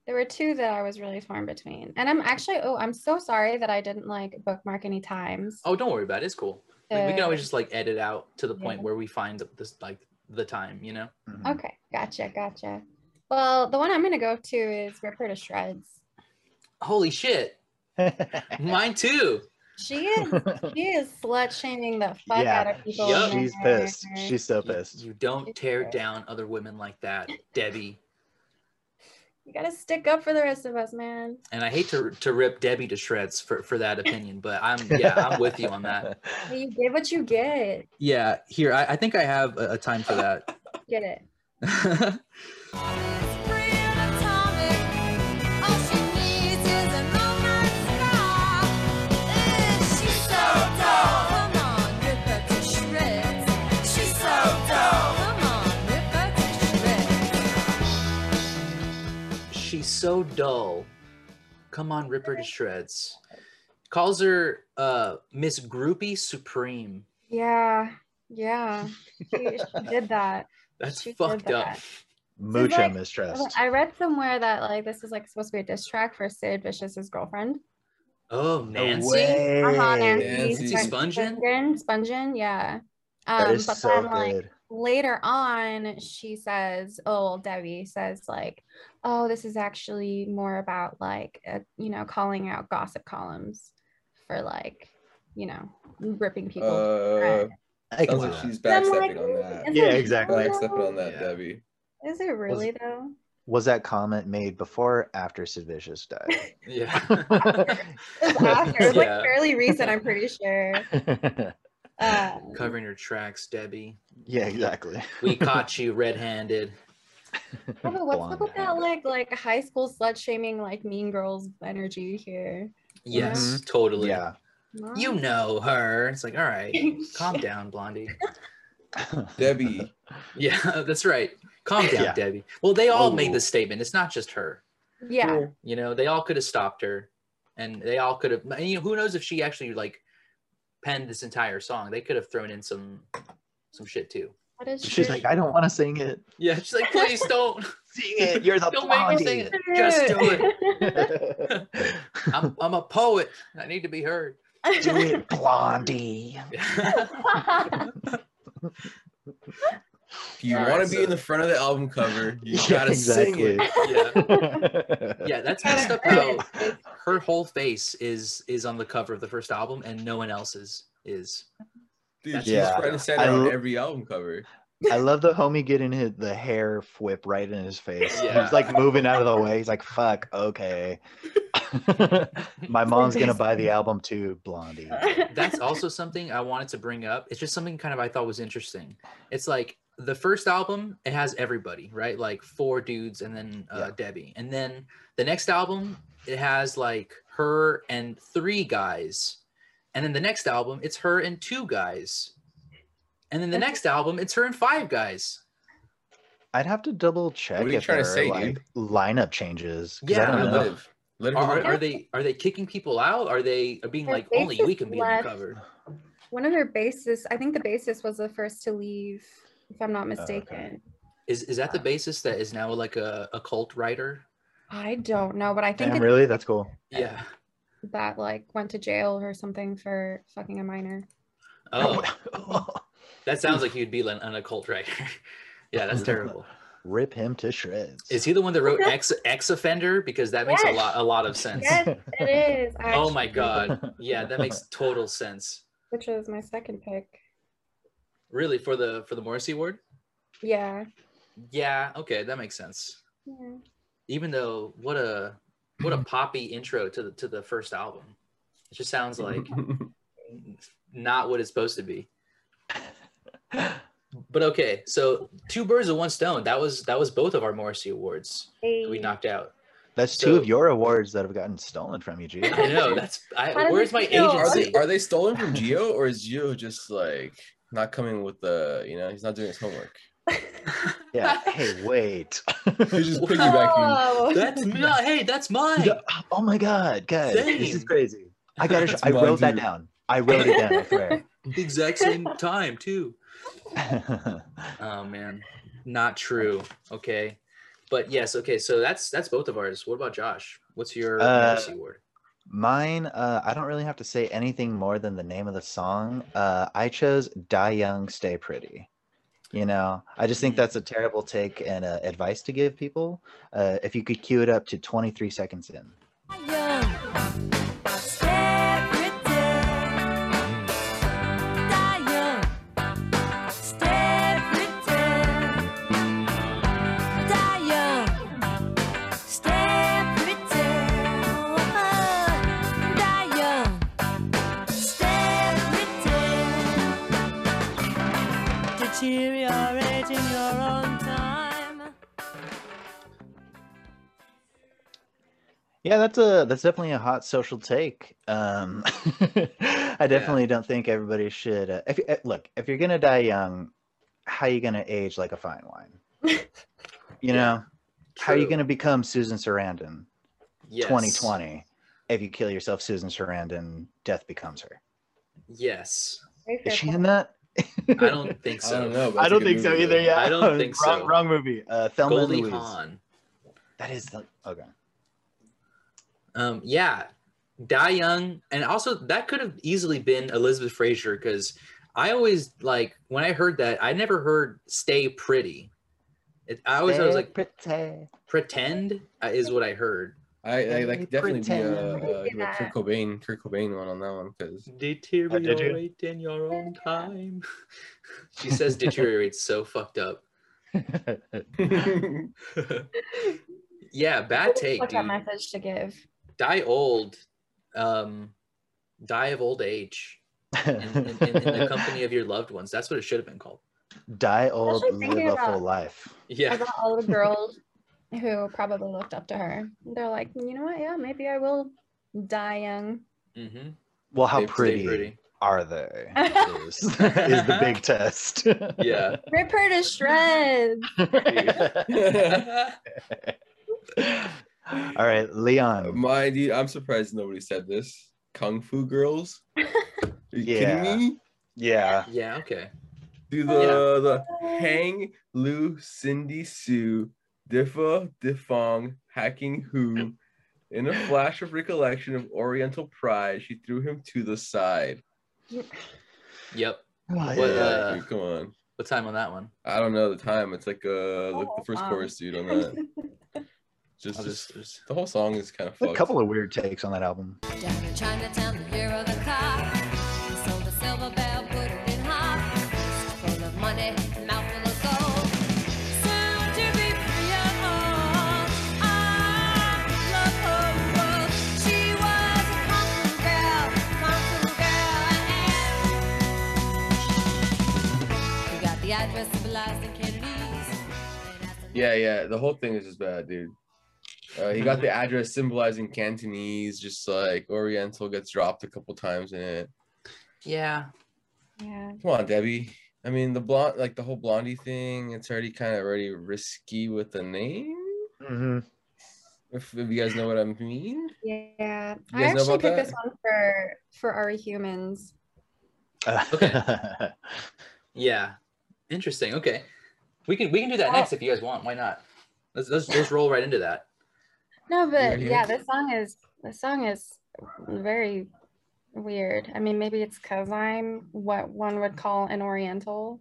Speaker 5: There were two that I was really torn between. And I'm actually oh, I'm so sorry that I didn't like bookmark any times.
Speaker 2: Oh, don't worry about it. It's cool. I mean, we can
Speaker 5: Uh,
Speaker 2: always just like edit out to the point
Speaker 5: Yeah.
Speaker 2: where we find the- this like the time, you know.
Speaker 3: Mhm.
Speaker 5: Okay, gotcha, gotcha. Well, the one I'm gonna go to is Rip Her to Shreds.
Speaker 2: Holy shit, mine too.
Speaker 5: She is she is slut shaming the fuck out
Speaker 3: yeah,
Speaker 5: of people.
Speaker 2: Yup.
Speaker 5: in
Speaker 3: she's
Speaker 5: there.
Speaker 3: pissed. She's so
Speaker 2: You-
Speaker 3: pissed.
Speaker 2: You don't tear down other women like that, Debbie.
Speaker 5: you gotta stick up for the rest of us, man.
Speaker 2: And I hate to to rip Debbie to shreds for for that opinion, but I'm yeah, I'm with you on that.
Speaker 5: You get what you get.
Speaker 2: Yeah, here I, I think I have a, a time for that.
Speaker 5: Get it.
Speaker 2: She's so dull. Come on, rip her to shreds. Calls her uh Miss Groupie Supreme.
Speaker 5: Yeah, yeah. She, she did that.
Speaker 2: That's
Speaker 5: She did
Speaker 2: fucked up.
Speaker 5: that.
Speaker 3: Mucha
Speaker 5: like-
Speaker 3: mistrust.
Speaker 5: I read somewhere that like this was like supposed to be a diss track for Sid Vicious's girlfriend.
Speaker 2: Oh, Nancy.
Speaker 3: No way.
Speaker 5: Uh-huh,
Speaker 4: Nancy
Speaker 5: Nancy
Speaker 2: Spungen?
Speaker 5: Spungen, Spungen, yeah. Um,
Speaker 3: That is
Speaker 5: but
Speaker 3: so
Speaker 5: then like
Speaker 3: good.
Speaker 5: later on, she says, "Oh, Debbie says like, oh, this is actually more about like, uh, you know, calling out gossip columns for like, you know, ripping people."
Speaker 4: Uh,
Speaker 3: I can
Speaker 4: sounds
Speaker 3: see
Speaker 4: like
Speaker 3: that.
Speaker 4: she's
Speaker 5: And I'm like,
Speaker 4: backstepping on that.
Speaker 5: "Is
Speaker 3: Yeah,
Speaker 5: it
Speaker 3: exactly.
Speaker 5: really
Speaker 4: Backstepping on that,
Speaker 2: Yeah.
Speaker 4: Debbie.
Speaker 5: though? Is it really though?
Speaker 3: Was that comment made before or after Sid Vicious died?
Speaker 2: Yeah.
Speaker 5: It was after. It was like
Speaker 2: Yeah.
Speaker 5: fairly recent, I'm pretty sure. Um,
Speaker 2: Covering your tracks, Debbie.
Speaker 3: yeah, exactly.
Speaker 2: We caught you red-handed.
Speaker 3: Mm-hmm.
Speaker 5: Yeah, but what's up
Speaker 3: Blonde
Speaker 5: with that
Speaker 3: hair.
Speaker 5: like like high school slut shaming like mean girls energy here?
Speaker 2: Yes, totally.
Speaker 3: Yeah.
Speaker 2: You know her. It's like, all right, calm down, Blondie.
Speaker 4: Debbie.
Speaker 2: Yeah, that's right. Calm down,
Speaker 3: Yeah.
Speaker 2: Debbie. Well, they all made
Speaker 4: Ooh.
Speaker 2: this statement. It's not just her.
Speaker 5: yeah,
Speaker 2: You know, they all could have stopped her, and they all could have. And you know, who knows if she actually like penned this entire song? They could have thrown in some some shit too.
Speaker 5: that is
Speaker 3: She's
Speaker 5: true.
Speaker 3: like, I don't want to sing it.
Speaker 2: Yeah, she's like, please don't,
Speaker 3: Sing it. You're the
Speaker 2: don't make me sing
Speaker 3: blondie.
Speaker 2: it. Just do it.
Speaker 3: it.
Speaker 2: I'm, I'm a poet. I need to be heard.
Speaker 3: do it, blondie.
Speaker 4: If you
Speaker 2: Alright,
Speaker 4: want to be
Speaker 2: so-
Speaker 4: in the front of the album cover, you
Speaker 3: Yeah,
Speaker 4: gotta sing it.
Speaker 2: yeah,
Speaker 3: yeah.
Speaker 2: yeah, that's messed up. How her whole face is is on the cover of the first album, and no one else's is.
Speaker 4: Dude,
Speaker 2: That's
Speaker 4: she's
Speaker 3: Yeah.
Speaker 4: front and center
Speaker 3: I
Speaker 4: on
Speaker 3: lo-
Speaker 4: every album cover.
Speaker 3: I love the homie getting his, the hair whip right in his face.
Speaker 2: Yeah.
Speaker 3: He's like moving out of the way. He's like, fuck, okay. My mom's going to buy the album too, Blondie.
Speaker 2: That's also something I wanted to bring up. It's just something kind of I thought was interesting. It's like the first album, it has everybody, right? Like four dudes and then uh,
Speaker 3: Yeah.
Speaker 2: Debbie, and then the next album, it has like her and three guys, and then the next album, it's her and two guys, and then the next album, it's her and five guys.
Speaker 3: I'd have to double check
Speaker 4: What are you
Speaker 3: if
Speaker 4: trying
Speaker 3: there
Speaker 4: to
Speaker 3: are
Speaker 4: say,
Speaker 3: like lineup changes. 'cause
Speaker 2: Yeah,
Speaker 3: I
Speaker 4: Let
Speaker 3: don't
Speaker 4: her
Speaker 2: no.
Speaker 3: know.
Speaker 4: live. Let her
Speaker 2: Are, are,
Speaker 4: live.
Speaker 2: are they are they kicking people out? Are they being
Speaker 5: Her
Speaker 2: like
Speaker 5: face
Speaker 2: only we
Speaker 5: is
Speaker 2: can be on
Speaker 5: left.
Speaker 2: the cover?
Speaker 5: One of their bases, I think the basis was the first to leave, if I'm not
Speaker 3: okay.
Speaker 5: mistaken.
Speaker 2: Is is that the basis that is now like a, a cult writer?
Speaker 5: I don't know, but I think
Speaker 3: Damn,
Speaker 5: it's
Speaker 3: really? That's cool.
Speaker 2: Yeah.
Speaker 5: that like went to jail or something for fucking a minor.
Speaker 2: Oh, that sounds like he'd be an, an occult writer. yeah, that's terrible.
Speaker 3: Rip him to shreds.
Speaker 2: Is he the one that wrote ex ex offender? Because that makes
Speaker 5: Yes.
Speaker 2: a lot a lot of sense.
Speaker 5: Yes, it is.
Speaker 2: Oh my
Speaker 5: actually,
Speaker 2: god. Yeah, that makes total sense.
Speaker 5: Which was my second pick.
Speaker 2: Really, for the for the Morrissey Award?
Speaker 5: Yeah.
Speaker 2: Yeah, okay, that makes sense.
Speaker 5: yeah.
Speaker 2: Even though what a what a poppy intro to the to the first album. It just sounds like not what it's supposed to be. But okay, so two birds with one stone. That was that was both of our Morrissey awards that we
Speaker 5: Hey.
Speaker 2: knocked out.
Speaker 3: That's two
Speaker 2: So-
Speaker 3: of your awards that have gotten stolen from you, G.
Speaker 2: I know that's.
Speaker 5: How
Speaker 2: I,
Speaker 5: does
Speaker 2: where's
Speaker 5: it
Speaker 2: my
Speaker 5: feel?
Speaker 4: are
Speaker 2: agency?
Speaker 4: they are they stolen from Geo or is Geo just like not coming with the you know he's not doing his homework?
Speaker 3: Yeah. Hey, wait.
Speaker 4: He's just piggybacking.
Speaker 5: Oh,
Speaker 2: That's not. Hey, that's mine.
Speaker 3: Yeah, Oh my god, guys, this is
Speaker 2: Same.
Speaker 3: crazy. I gotta. Sh-
Speaker 4: That's
Speaker 3: I wrote that
Speaker 4: mine, too.
Speaker 3: down. I wrote it down. I swear.
Speaker 2: the exact same time too. Oh man, not true. Okay, but yes. Okay, so that's that's both of ours. What about Josh? What's your
Speaker 3: Uh,
Speaker 2: fantasy word?
Speaker 3: Mine, uh, I don't really have to say anything more than the name of the song. Uh, I chose Die Young, Stay Pretty. You know, I just think
Speaker 2: Mm.
Speaker 3: that's a terrible take and uh, advice to give people. Uh, if you could cue it up to 23 seconds in.
Speaker 6: Deteriorating your own time.
Speaker 3: Yeah, that's a that's definitely a hot social take. Um, I definitely don't think everybody should. Uh, if uh, look, if you're gonna die young, how you gonna age like a fine wine? You know, how you
Speaker 2: True.
Speaker 3: gonna become Susan Sarandon?
Speaker 2: Yes.
Speaker 3: 2020. If you kill yourself, Susan Sarandon, death becomes her.
Speaker 2: Yes.
Speaker 5: Very fair
Speaker 3: Is she
Speaker 5: point.
Speaker 3: in that?
Speaker 2: I don't think
Speaker 4: I
Speaker 2: so.
Speaker 4: don't know. but
Speaker 3: I
Speaker 4: it's a
Speaker 3: don't
Speaker 4: good
Speaker 3: think so
Speaker 4: movie,
Speaker 3: either.
Speaker 4: though.
Speaker 3: Yeah,
Speaker 2: I don't think
Speaker 3: wrong,
Speaker 2: so.
Speaker 3: Wrong movie. Uh, Thelma and
Speaker 2: Goldie
Speaker 3: Louise.
Speaker 2: Hawn.
Speaker 3: That is the okay.
Speaker 2: Um, yeah, Die Young, and also that could have easily been Elizabeth Fraser because I always like when I heard that I never heard Stay Pretty. It, I always I was like
Speaker 3: pretty.
Speaker 2: Pretend uh, is what I heard.
Speaker 4: I, I like definitely be
Speaker 3: Pretend.
Speaker 4: uh, uh, give a
Speaker 5: Yeah.
Speaker 4: Kurt Cobain, Kurt Cobain one on that one because
Speaker 2: Deteriorate in your own time. she says deteriorate so fucked up. yeah, bad take,
Speaker 5: What a
Speaker 2: dude.
Speaker 5: message to give.
Speaker 2: Die old, um, die of old age in, in, in, in the company of your loved ones. That's what it should have been called.
Speaker 3: Die old,
Speaker 5: Especially
Speaker 3: live
Speaker 5: thinking
Speaker 3: a
Speaker 5: about-
Speaker 3: full life.
Speaker 2: Yeah.
Speaker 5: About all the girls who probably looked up to her. They're like, you know what? Yeah, maybe I will die young.
Speaker 2: Mm-hmm.
Speaker 3: Well, how
Speaker 4: They- they
Speaker 3: pretty, are they? Is, is the big test.
Speaker 2: Yeah.
Speaker 5: Rip her to shreds.
Speaker 3: All right,
Speaker 2: Um,
Speaker 3: Leon.
Speaker 4: my dude, I'm surprised nobody said this. Kung Fu Girls. Are you
Speaker 3: Yeah.
Speaker 4: kidding me?
Speaker 3: Yeah.
Speaker 2: yeah. Okay.
Speaker 4: Do the
Speaker 5: Oh.
Speaker 4: the Hang Lu Cindy Sue Diffa Diffong Hacking Who. In a flash of recollection of Oriental pride, she threw him to the side.
Speaker 2: Yep.
Speaker 3: Oh,
Speaker 2: What,
Speaker 3: yeah.
Speaker 2: uh,
Speaker 4: Dude, come on.
Speaker 2: What time on that one?
Speaker 4: I don't know the time. It's like uh like the
Speaker 5: Oh,
Speaker 4: first
Speaker 5: wow.
Speaker 4: chorus, dude, on that. Just,
Speaker 2: I'll
Speaker 4: just
Speaker 2: just, just-
Speaker 4: the whole song is kind of
Speaker 3: a
Speaker 4: fucked.
Speaker 3: couple of weird takes on that album.
Speaker 6: Down in Chinatown, the hero of the cop. Sold a silver bell, put it in hop. Full of money, mouthful of gold. Soon to be free of all. I love her world. She was a kung fu girl, kung fu girl. And we got the address of Eliza Kennedy's.
Speaker 4: Yeah, yeah. The whole thing is just bad, dude. Uh, he got the address symbolizing Cantonese, just like Oriental gets dropped a couple times in it.
Speaker 2: yeah.
Speaker 5: Yeah.
Speaker 4: Come on, Debbie. I mean, the blonde, like the whole blondie thing, it's already kind of already risky with the name.
Speaker 3: Mm-hmm.
Speaker 4: If, if you guys know what I mean.
Speaker 5: Yeah.
Speaker 4: You
Speaker 5: I
Speaker 4: guys know
Speaker 5: actually
Speaker 4: about
Speaker 5: picked
Speaker 4: that?
Speaker 5: this one for for our humans.
Speaker 2: Okay. Yeah. Interesting. Okay. We can we can do that next if you guys want. Why not? Let's let's, let's roll right into that.
Speaker 5: No, but
Speaker 4: Weird.
Speaker 5: yeah, this song is this song is very weird. I mean, maybe it's because I'm what one would call an Oriental.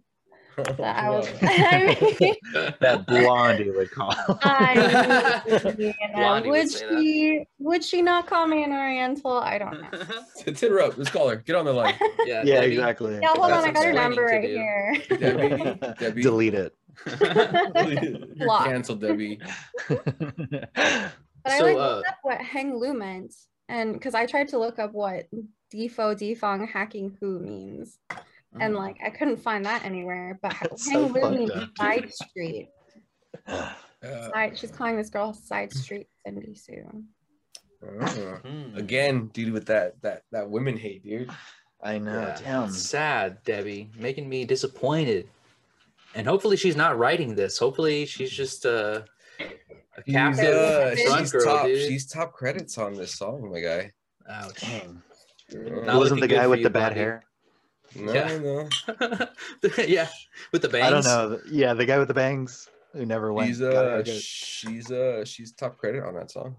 Speaker 5: That I was. I mean,
Speaker 3: that blondie would call.
Speaker 5: I and, uh,
Speaker 2: Blondie would
Speaker 5: would
Speaker 2: say that.
Speaker 5: she would she not call me an Oriental? I don't know.
Speaker 4: It's hit her up. Let's call her. Get on the line.
Speaker 2: yeah.
Speaker 3: yeah,
Speaker 2: Debbie.
Speaker 3: exactly.
Speaker 5: Yeah, hold
Speaker 4: That's
Speaker 5: on, I got her
Speaker 2: explaining
Speaker 5: number
Speaker 2: to
Speaker 5: right
Speaker 2: do.
Speaker 5: here.
Speaker 4: Debbie. Debbie.
Speaker 3: Delete it.
Speaker 4: You're
Speaker 5: Block.
Speaker 4: canceled, Debbie.
Speaker 5: But I
Speaker 2: So,
Speaker 5: like
Speaker 2: uh,
Speaker 5: looked up what Hang Lu meant, and because I tried to look up what Defo Defong hacking who means,
Speaker 2: Mm.
Speaker 5: and like I couldn't find that anywhere. But Hang
Speaker 3: That's so
Speaker 5: Lu
Speaker 3: fucked
Speaker 5: means
Speaker 3: up.
Speaker 5: side street.
Speaker 4: Uh,
Speaker 5: Side, she's calling this girl side street Cindy Sue.
Speaker 4: I don't know.
Speaker 2: Hmm.
Speaker 4: Uh, Again, dude, with that that that women hate, dude.
Speaker 3: I know.
Speaker 2: Yeah.
Speaker 3: Damn.
Speaker 2: Sad, Debbie. Making me disappointed. And hopefully she's not writing this. Hopefully she's just uh, a
Speaker 4: She's,
Speaker 2: captive
Speaker 4: uh,
Speaker 5: She's
Speaker 2: front
Speaker 4: she's
Speaker 2: girl,
Speaker 4: top.
Speaker 2: dude.
Speaker 4: She's top credits on this song, my guy.
Speaker 2: Ouch.
Speaker 3: Dang.
Speaker 2: Not looking
Speaker 3: Wasn't the
Speaker 2: good
Speaker 3: guy
Speaker 2: for
Speaker 3: with
Speaker 2: you,
Speaker 3: the bad
Speaker 2: Blondie.
Speaker 3: hair?
Speaker 4: No,
Speaker 2: Yeah.
Speaker 4: no.
Speaker 2: yeah, with the bangs.
Speaker 3: I don't know. Yeah, the guy with the bangs who never went.
Speaker 4: She's
Speaker 3: got a
Speaker 4: uh,
Speaker 3: haircut.
Speaker 4: she's uh, she's top credit on that song.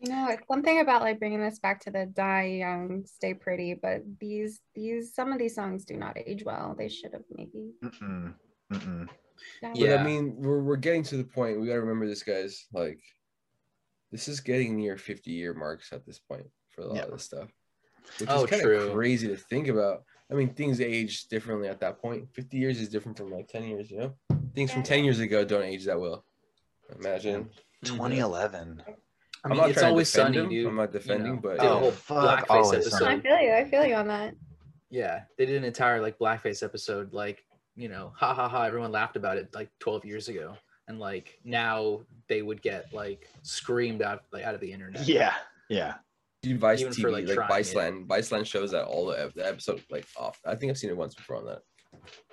Speaker 5: You know, it's something about like bringing this back to the die young, stay pretty, but these these some of these songs do not age well. They should have maybe.
Speaker 3: Mm-mm, mm-mm.
Speaker 5: done
Speaker 2: Yeah.
Speaker 4: But I mean, we're, we're getting to the point. We got to remember this, guys. Like, this is getting near 50 year marks at this point for a lot
Speaker 3: Yeah.
Speaker 4: of this stuff, which
Speaker 2: Oh,
Speaker 4: is kind
Speaker 2: true.
Speaker 4: of crazy to think about. I mean, things age differently at that point. 50 years is different from like 10 years, you know? Things from
Speaker 5: Yeah.
Speaker 4: 10 years ago don't age that well. Imagine.
Speaker 2: Mm-hmm.
Speaker 3: 2011.
Speaker 2: I
Speaker 4: I'm
Speaker 2: mean,
Speaker 4: not
Speaker 2: it's
Speaker 4: trying to
Speaker 2: always
Speaker 4: defend
Speaker 2: sunny,
Speaker 4: him.
Speaker 2: dude.
Speaker 4: I'm not
Speaker 2: You
Speaker 4: defending,
Speaker 2: know,
Speaker 4: but
Speaker 2: did a
Speaker 3: Oh,
Speaker 2: whole
Speaker 3: fuck,
Speaker 2: blackface
Speaker 3: always
Speaker 2: episode.
Speaker 3: sunny.
Speaker 5: I feel you. I feel you on that.
Speaker 2: Yeah, they did an entire like blackface episode, like you know, ha ha ha. Everyone laughed about it like 12 years ago, and like now they would get like screamed out like out of the internet.
Speaker 3: Yeah, yeah.
Speaker 4: Dude, Vice
Speaker 2: Even for,
Speaker 4: TV,
Speaker 2: like,
Speaker 4: like,
Speaker 2: trying
Speaker 4: Vice
Speaker 2: it.
Speaker 4: Land, Vice Land shows that all the, ep- the episode like off. I think I've seen it once before on that.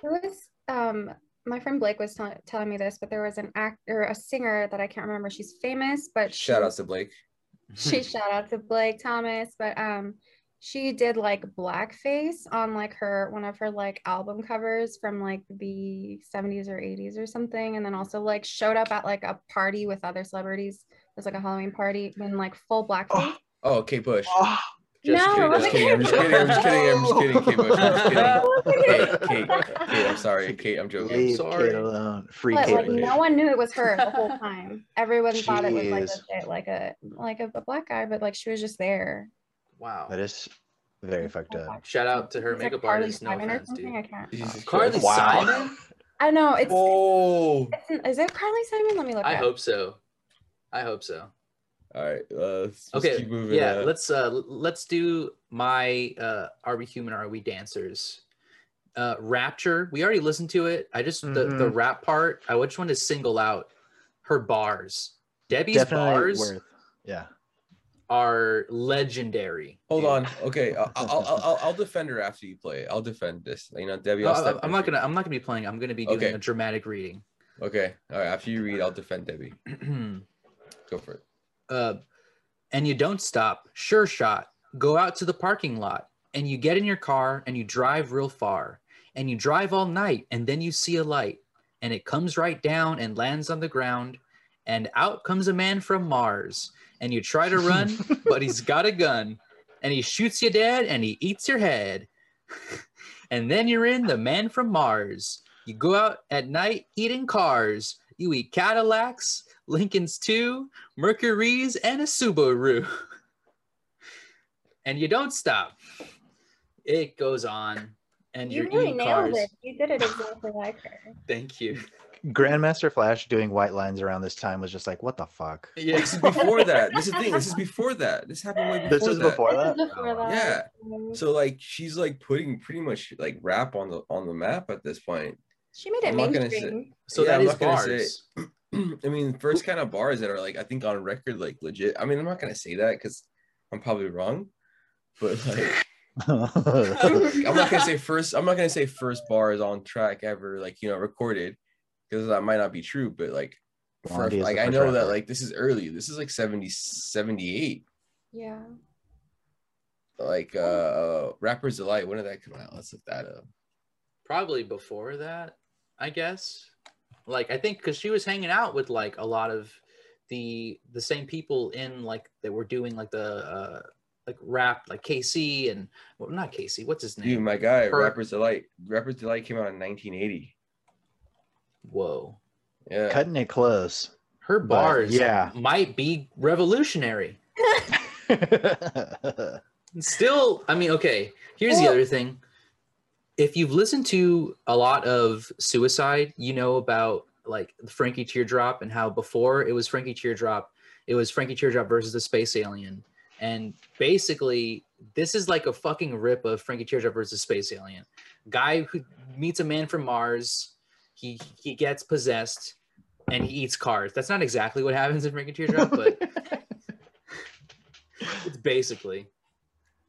Speaker 5: It was um my friend Blake was tell telling me this, but there was an actor, a singer that I can't remember. She's famous, but she-
Speaker 4: Shout outs to Blake.
Speaker 5: she shout out to Blake Thomas, but um she did like blackface on like her one of her like album covers from like the 70s or 80s or something and then also like showed up at like a party with other celebrities. It was like a Halloween party in like full blackface.
Speaker 3: Oh,
Speaker 4: Oh, Kate Bush.
Speaker 3: Oh,
Speaker 2: Just
Speaker 5: No,
Speaker 2: kidding,
Speaker 5: it
Speaker 4: I'm
Speaker 2: just
Speaker 4: just
Speaker 2: kidding.
Speaker 5: wasn't
Speaker 4: kidding. I'm just kidding. I'm just kidding. I'm just kidding. Kate Bush. I'm just kidding. Kate, Kate, Kate, I'm sorry. Kate, I'm joking.
Speaker 3: leave
Speaker 2: sorry.
Speaker 3: Kate alone. Free
Speaker 5: But
Speaker 3: Kate.
Speaker 5: like no one knew it was her the whole time. Everyone thought it was like
Speaker 3: Jeez.
Speaker 5: legit, like a like a, a black guy, but like she was just there.
Speaker 2: Wow.
Speaker 3: That is very fucked up.
Speaker 2: Shout out to her
Speaker 5: It's, like,
Speaker 2: makeup
Speaker 5: Carly
Speaker 2: artist. No
Speaker 5: Simon or
Speaker 2: offense,
Speaker 5: something,
Speaker 2: dude.
Speaker 5: I can't.
Speaker 4: Jesus
Speaker 2: Carly
Speaker 4: Christ.
Speaker 3: Wow.
Speaker 2: Simon?
Speaker 5: I know it's.
Speaker 4: Whoa.
Speaker 5: it's- Is it Carly Simon? Let me look.
Speaker 2: I
Speaker 5: it up.
Speaker 2: hope so. I hope so.
Speaker 4: All right. Uh, let's just
Speaker 2: Okay.
Speaker 4: Keep moving.
Speaker 2: Yeah.
Speaker 4: uh,
Speaker 2: Let's uh l- let's do my uh are we human? Are we dancers? Uh, Rapture. We already listened to it. I just the, the
Speaker 4: Mm-hmm.
Speaker 3: Mhm.
Speaker 2: rap part. I just want to single out her bars. Debbie's
Speaker 3: Definitely
Speaker 2: bars
Speaker 3: worth. Yeah.
Speaker 2: are legendary.
Speaker 4: Hold
Speaker 2: dude.
Speaker 4: on. Okay. I'll, I'll, I'll- I'll, I'll defend her after you play. I'll defend this. You know, Debbie.
Speaker 2: No,
Speaker 4: I'll
Speaker 2: I-
Speaker 4: step
Speaker 2: I'm
Speaker 4: in
Speaker 2: not
Speaker 4: for you.
Speaker 2: gonna. I'm not gonna be playing. I'm gonna be doing
Speaker 4: Okay.
Speaker 2: a dramatic reading.
Speaker 4: Okay. All right. After you read, I'll defend Debbie. Go for it.
Speaker 2: uh, and you don't stop, sure shot, go out to the parking lot and you get in your car and you drive real far and you drive all night and then you see a light and it comes right down and lands on the ground and out comes a man from Mars and you try to run, but he's got a gun and he shoots you dead and he eats your head. and then you're in the man from Mars. You go out at night eating cars. You eat Cadillacs, Lincolns too, Mercury's, and a Subaru. and you don't stop. It goes on, and are
Speaker 5: You really
Speaker 2: eating
Speaker 5: nailed
Speaker 2: cars.
Speaker 5: it. You did it exactly like her.
Speaker 2: Thank you.
Speaker 3: Grandmaster Flash doing white lines around this time was just like, what the fuck?
Speaker 2: Yeah.
Speaker 4: This is before that. This is the thing. This is before that. This happened way before
Speaker 3: This is
Speaker 4: that. Oh,
Speaker 3: before that?
Speaker 5: This is before that.
Speaker 4: Yeah.
Speaker 5: Mhm.
Speaker 4: So like she's like putting pretty much like rap on the on the map at this point.
Speaker 5: she made it
Speaker 4: I'm not gonna say-
Speaker 5: mainstream.
Speaker 2: So
Speaker 4: Yeah,
Speaker 2: that
Speaker 4: I'm
Speaker 2: is
Speaker 4: not gonna say-
Speaker 2: bars.
Speaker 4: I mean, first kind of bars that are like I think on record like legit. I mean, I'm not gonna say that because I'm probably wrong, but like I'm not gonna say first. I'm not gonna say first bar is on track ever like you know recorded because that might not be true. But like, for,
Speaker 3: Blondie is
Speaker 4: like
Speaker 3: the
Speaker 4: I
Speaker 3: first
Speaker 4: know that
Speaker 3: rapper.
Speaker 4: like this is early. This is like 70, 78.
Speaker 5: Yeah.
Speaker 4: Like uh, rappers delight. When did that come out? Let's look that up.
Speaker 2: Probably before that, I guess. Like I think because she was hanging out with like a lot of the the same people in like that were doing like the uh like rap like KC and well not KC what's his name
Speaker 4: Dude, my guy,
Speaker 2: Per-
Speaker 4: rappers delight. Rappers delight came out in 1980.
Speaker 2: whoa
Speaker 4: Yeah.
Speaker 3: Cutting it close.
Speaker 2: her
Speaker 3: But,
Speaker 2: bars
Speaker 3: yeah.
Speaker 2: might be revolutionary
Speaker 3: yeah.
Speaker 2: still i mean okay here's the
Speaker 5: Well-
Speaker 2: other thing if you've listened to a lot of suicide you know about like frankie teardrop and how before it was frankie teardrop it was frankie teardrop versus the space alien and basically this is like a fucking rip of frankie teardrop versus space alien guy who meets a man from mars he he gets possessed and he eats cars that's not exactly what happens in frankie teardrop but it's basically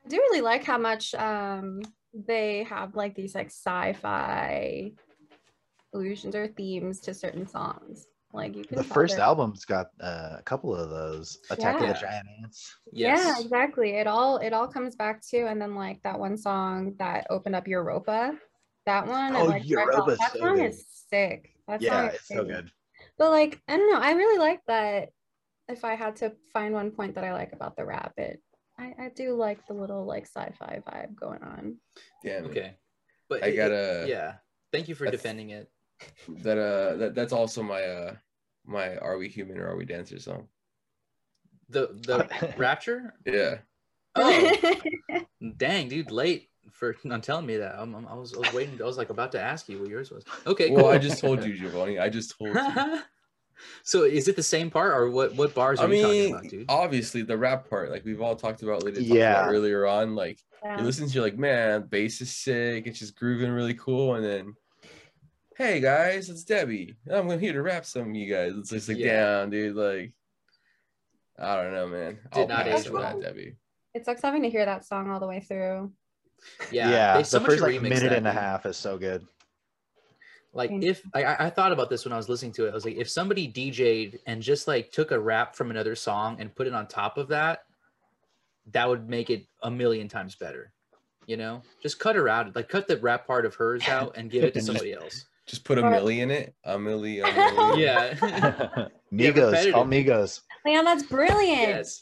Speaker 5: I do really like how much um they have like these like sci-fi illusions or themes to certain songs. Like you can
Speaker 3: The
Speaker 5: solve
Speaker 3: first
Speaker 5: it.
Speaker 3: album's got uh, a couple of those. Attack of
Speaker 5: Yeah.
Speaker 3: the Giant Ants.
Speaker 5: Yeah, exactly. It all it all comes back to and then like that one song that opened up Europa. That one.
Speaker 3: Oh,
Speaker 5: and, like, Red
Speaker 3: Europa's
Speaker 5: Velvet- That
Speaker 3: so
Speaker 5: song
Speaker 3: good.
Speaker 5: is sick. That
Speaker 3: Yeah,
Speaker 5: song is
Speaker 3: it's so
Speaker 5: sick.
Speaker 3: good.
Speaker 5: But like I don't know, I really like that. If I had to find one point that I like about the rap, it I, I do like the little like sci-fi vibe going on.
Speaker 4: Damn. it.
Speaker 2: Okay. But
Speaker 4: I
Speaker 2: it-
Speaker 4: got
Speaker 2: it-
Speaker 4: a
Speaker 2: yeah. Thank you for
Speaker 4: That's-
Speaker 2: defending it.
Speaker 4: that uh that, that's also my uh my Are We Human or Are We Dancer song.
Speaker 2: The the rapture?
Speaker 4: Yeah.
Speaker 2: Oh dang, dude, late for on telling me that. I'm, I'm- i was, I was waiting. I was like about to ask you what yours was. Okay, cool.
Speaker 4: Well, I just told you, Giovanni. I just told you.
Speaker 2: so is it the same part or what? What bars are
Speaker 4: I
Speaker 2: we talking about,
Speaker 4: mean,
Speaker 2: dude?
Speaker 4: obviously the rap part, like we've all talked about, Lydia talked
Speaker 3: Yeah.
Speaker 4: about earlier on, like
Speaker 5: Yeah.
Speaker 4: you listen to you're like man bass is sick it's just grooving really cool and then hey guys it's debbie i'm gonna here to rap some of you guys it's just like
Speaker 2: Yeah.
Speaker 4: down dude like i don't know man i'll
Speaker 2: not
Speaker 4: pass
Speaker 5: age
Speaker 4: on
Speaker 5: well.
Speaker 4: that debbie
Speaker 5: It sucks having to hear that song all the way through.
Speaker 2: Yeah, they so
Speaker 3: the
Speaker 2: much
Speaker 3: first like
Speaker 2: remixed
Speaker 3: minute
Speaker 2: that,
Speaker 3: and a
Speaker 2: dude.
Speaker 3: half is so good.
Speaker 2: Like
Speaker 5: Thank
Speaker 2: if I- I, I thought about this when I was listening to it, I was like, if somebody DJ'd and just like took a rap from another song and put it on top of that, that would make it a million times better. You know, just cut her out, like cut the rap part of hers out and give it to
Speaker 3: Just-
Speaker 2: somebody else.
Speaker 4: just put a
Speaker 5: Or-
Speaker 4: millie in it a millie, a millie.
Speaker 2: Yeah.
Speaker 3: Migos, call Migos.
Speaker 5: Leon, that's brilliant.
Speaker 2: yes.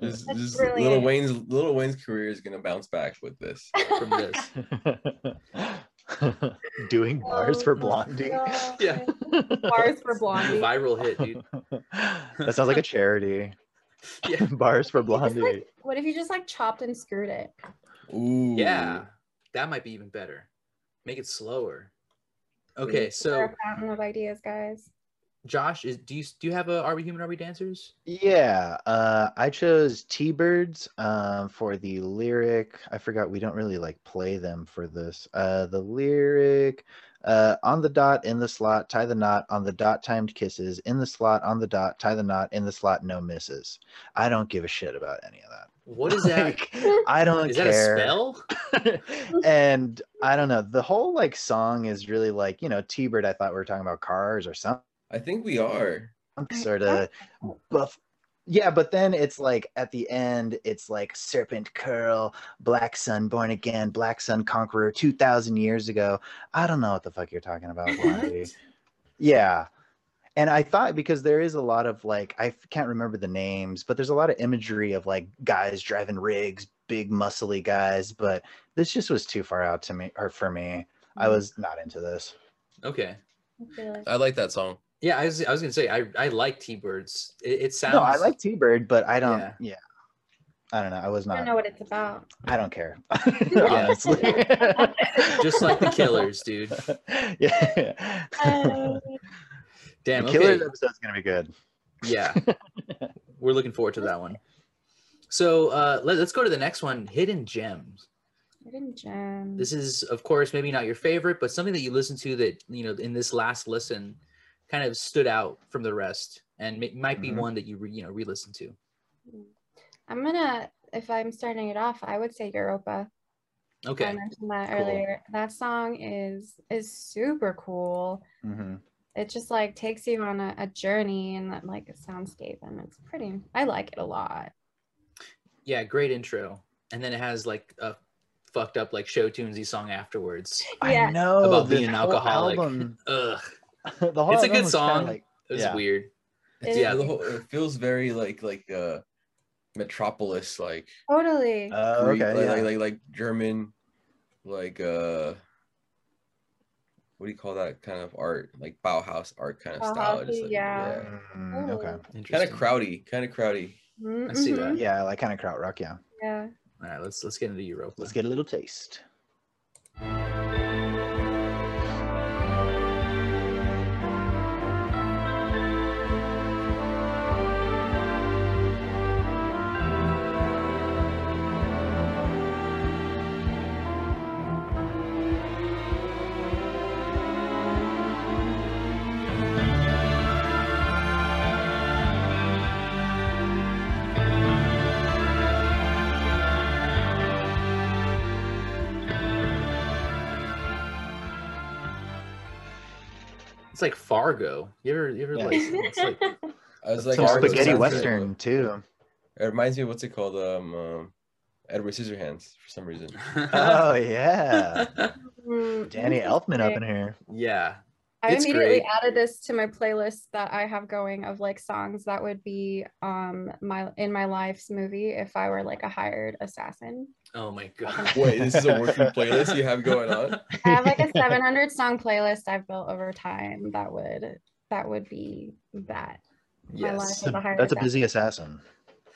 Speaker 4: just,
Speaker 5: That's
Speaker 4: just little
Speaker 5: brilliant.
Speaker 4: wayne's little wayne's career is gonna bounce back with this
Speaker 2: From this.
Speaker 3: Doing bars
Speaker 5: Oh,
Speaker 3: for Blondie.
Speaker 2: Yeah.
Speaker 5: Bars for Blondie.
Speaker 2: Viral hit, dude.
Speaker 3: that sounds like a charity.
Speaker 2: Yeah.
Speaker 3: Bars for
Speaker 5: What if you just,
Speaker 3: Blondie.
Speaker 5: like- what if you just like chopped and screwed it?
Speaker 4: Ooh.
Speaker 2: Yeah. That might be even better. Make it slower. Okay,
Speaker 5: We're
Speaker 2: so
Speaker 5: a fountain of ideas, guys.
Speaker 2: Josh, is do you do you have a Are We Human Are We Dancers?
Speaker 3: Yeah, uh, I chose T Birds um, for the lyric. I forgot we don't really like play them for this. Uh, the lyric uh, on the dot, in the slot, tie the knot, on the dot, timed kisses, in the slot, on the dot, tie the knot, in the slot, no misses. I don't give a shit about any of that.
Speaker 2: What is that?
Speaker 3: Like, I don't
Speaker 2: Is that a
Speaker 3: care.
Speaker 2: spell?
Speaker 3: and I don't know. The whole like song is really like you know T Bird. I thought we were talking about cars or something
Speaker 4: i think we are
Speaker 3: sort of buff. Yeah, but then it's like at the end, it's like serpent curl, black sun born again, black sun conqueror, two thousand years ago. I don't know what the fuck you're talking about. Blondie. yeah, and I thought because there is a lot of like I f- can't remember the names, but there's a lot of imagery of like guys driving rigs, big muscly guys. But this just was too far out to me or for me. I was not into this.
Speaker 2: Okay.
Speaker 5: I feel
Speaker 2: Uh,
Speaker 5: it.
Speaker 4: i like that song
Speaker 2: Yeah, I was I was gonna say I I like T birds. It, it sounds
Speaker 3: No, I like T Bird, but I don't.
Speaker 2: Yeah.
Speaker 3: Yeah. I don't know. I was
Speaker 5: I
Speaker 3: not.
Speaker 5: don't know what it's about.
Speaker 3: I don't care. Honestly.
Speaker 2: just like the killers, dude.
Speaker 3: yeah.
Speaker 5: Uh,
Speaker 2: Damn,
Speaker 3: the
Speaker 2: okay.
Speaker 3: Killers episode's gonna be good.
Speaker 2: Yeah. We're looking forward to that one. So uh let, let's go to the next one, hidden gems.
Speaker 5: I didn't jam.
Speaker 2: This is, of course, maybe not your favorite, but something that you listened to that you know in this last listen kind of stood out from the rest, and m- might be
Speaker 3: Mhm.
Speaker 2: one that you re, you know re-listen to.
Speaker 5: Hmm. I'm gonna, if I'm starting it off, I would say Europa. I
Speaker 2: Okay,
Speaker 5: mentioned that
Speaker 3: Cool.
Speaker 5: earlier. That song is is super cool.
Speaker 3: hmm
Speaker 5: It just like takes you on a, a journey and that like a soundscape, and it's pretty. I like it a lot.
Speaker 2: yeah, great intro, and then it has like a fucked up like show tunesy song afterwards.
Speaker 5: Yeah.
Speaker 3: I know
Speaker 2: About
Speaker 3: this
Speaker 2: being an
Speaker 3: whole
Speaker 2: alcoholic.
Speaker 3: album-
Speaker 2: Ugh,
Speaker 3: the whole
Speaker 2: It's a
Speaker 3: album
Speaker 2: good
Speaker 3: was kinda
Speaker 2: song.
Speaker 3: like-
Speaker 2: it's
Speaker 3: Yeah.
Speaker 2: weird.
Speaker 4: It's-
Speaker 5: Yeah.
Speaker 4: the whole, it feels very like like uh metropolis like
Speaker 5: Totally.
Speaker 3: Oh,
Speaker 4: Greek,
Speaker 3: okay.
Speaker 4: like,
Speaker 3: yeah.
Speaker 4: like, like like German, like uh, what do you call that kind of art? Like Bauhaus art kind of style.
Speaker 5: Bauhaus-y,
Speaker 4: Just like,
Speaker 5: yeah.
Speaker 3: Mm, okay.
Speaker 4: kind
Speaker 2: Interesting.
Speaker 4: of crowdy, kind of crowdy.
Speaker 2: I see that.
Speaker 5: Mhm.
Speaker 3: Yeah, like kind of kraut rock. Yeah.
Speaker 5: Yeah.
Speaker 2: All right, let's let's get into Europa.
Speaker 3: Let's get a little taste.
Speaker 2: It's like Fargo. You ever, you ever
Speaker 3: Yeah.
Speaker 2: like? It's like
Speaker 4: I was like
Speaker 3: Some
Speaker 2: Fargo
Speaker 3: spaghetti
Speaker 2: sounds good.
Speaker 3: western too.
Speaker 4: It reminds me of what's it called? Um, um, Edward Scissorhands for some reason.
Speaker 3: Oh yeah,
Speaker 5: Mm,
Speaker 3: Danny Elfman up in here.
Speaker 2: yeah.
Speaker 5: I
Speaker 2: It's
Speaker 5: immediately
Speaker 2: great.
Speaker 5: added this to my playlist that I have going of like songs that would be um my in my life's movie if I were like a hired assassin.
Speaker 2: Oh my god.
Speaker 4: Wait, this is a working playlist you have going on.
Speaker 5: I have like a 700 song playlist I've built over time that would that would be that. My
Speaker 4: Yes.
Speaker 5: life. Behind
Speaker 3: That's a
Speaker 5: that.
Speaker 3: busy assassin.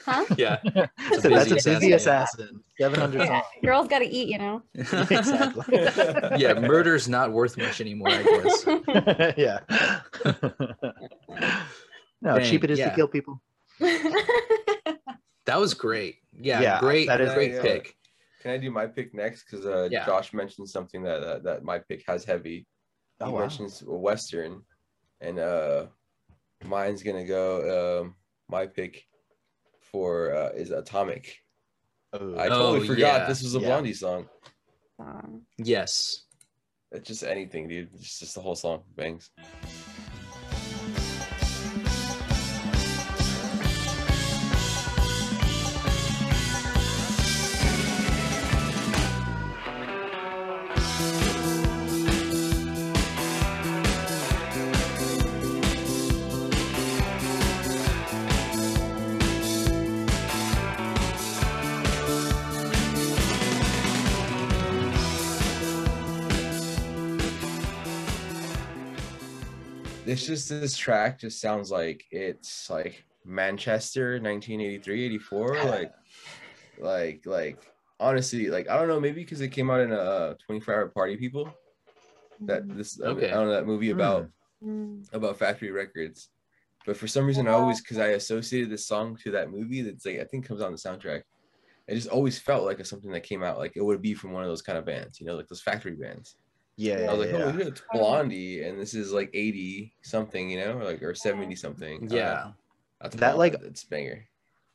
Speaker 5: Huh?
Speaker 2: Yeah.
Speaker 3: That's
Speaker 2: a
Speaker 3: a, that's a
Speaker 2: busy
Speaker 3: busy
Speaker 2: assassin.
Speaker 3: assassin. Seven hundred.
Speaker 5: Yeah, girls gotta eat, you know.
Speaker 3: exactly.
Speaker 2: yeah, murder's not worth much anymore, I guess.
Speaker 3: yeah. no,
Speaker 2: Dang,
Speaker 3: cheap it is
Speaker 2: yeah.
Speaker 3: to kill people.
Speaker 2: That was great. Yeah,
Speaker 3: Yeah,
Speaker 2: great,
Speaker 3: that
Speaker 4: is-
Speaker 2: great
Speaker 4: Yeah, yeah.
Speaker 2: pick.
Speaker 4: Can I do my pick next? Because uh,
Speaker 2: Yeah.
Speaker 4: Josh mentioned something that uh, that my pick has heavy. He
Speaker 3: Oh, wow.
Speaker 4: mentions a Western, and uh, mine's gonna go. Um, my pick for uh, is Atomic.
Speaker 3: Oh,
Speaker 4: I
Speaker 2: Oh,
Speaker 4: totally forgot
Speaker 2: yeah.
Speaker 4: this was a
Speaker 3: Yeah.
Speaker 4: Blondie song.
Speaker 5: Song.
Speaker 2: Yes.
Speaker 4: It's just anything, dude. It's just the whole song bangs. It's just this track just sounds like it's like Manchester 1983 84 like like like honestly like I don't know maybe because it came out in a 24 hour party people that this
Speaker 2: Okay.
Speaker 4: I don't know that movie
Speaker 3: Hmm.
Speaker 4: about
Speaker 5: Mm.
Speaker 4: about factory records but for some reason I always because I associated this song to that movie that's like I think comes on the soundtrack it just always felt like it's something that came out like it would be from one of those kind of bands you know like those factory bands
Speaker 3: yeah,
Speaker 4: I
Speaker 3: yeah,
Speaker 4: was like,
Speaker 3: yeah.
Speaker 4: oh, look, it's Blondie, and this is like 80 something, you know, or like or 70 something. Uh,
Speaker 2: Yeah.
Speaker 3: That, like-
Speaker 4: it's banger.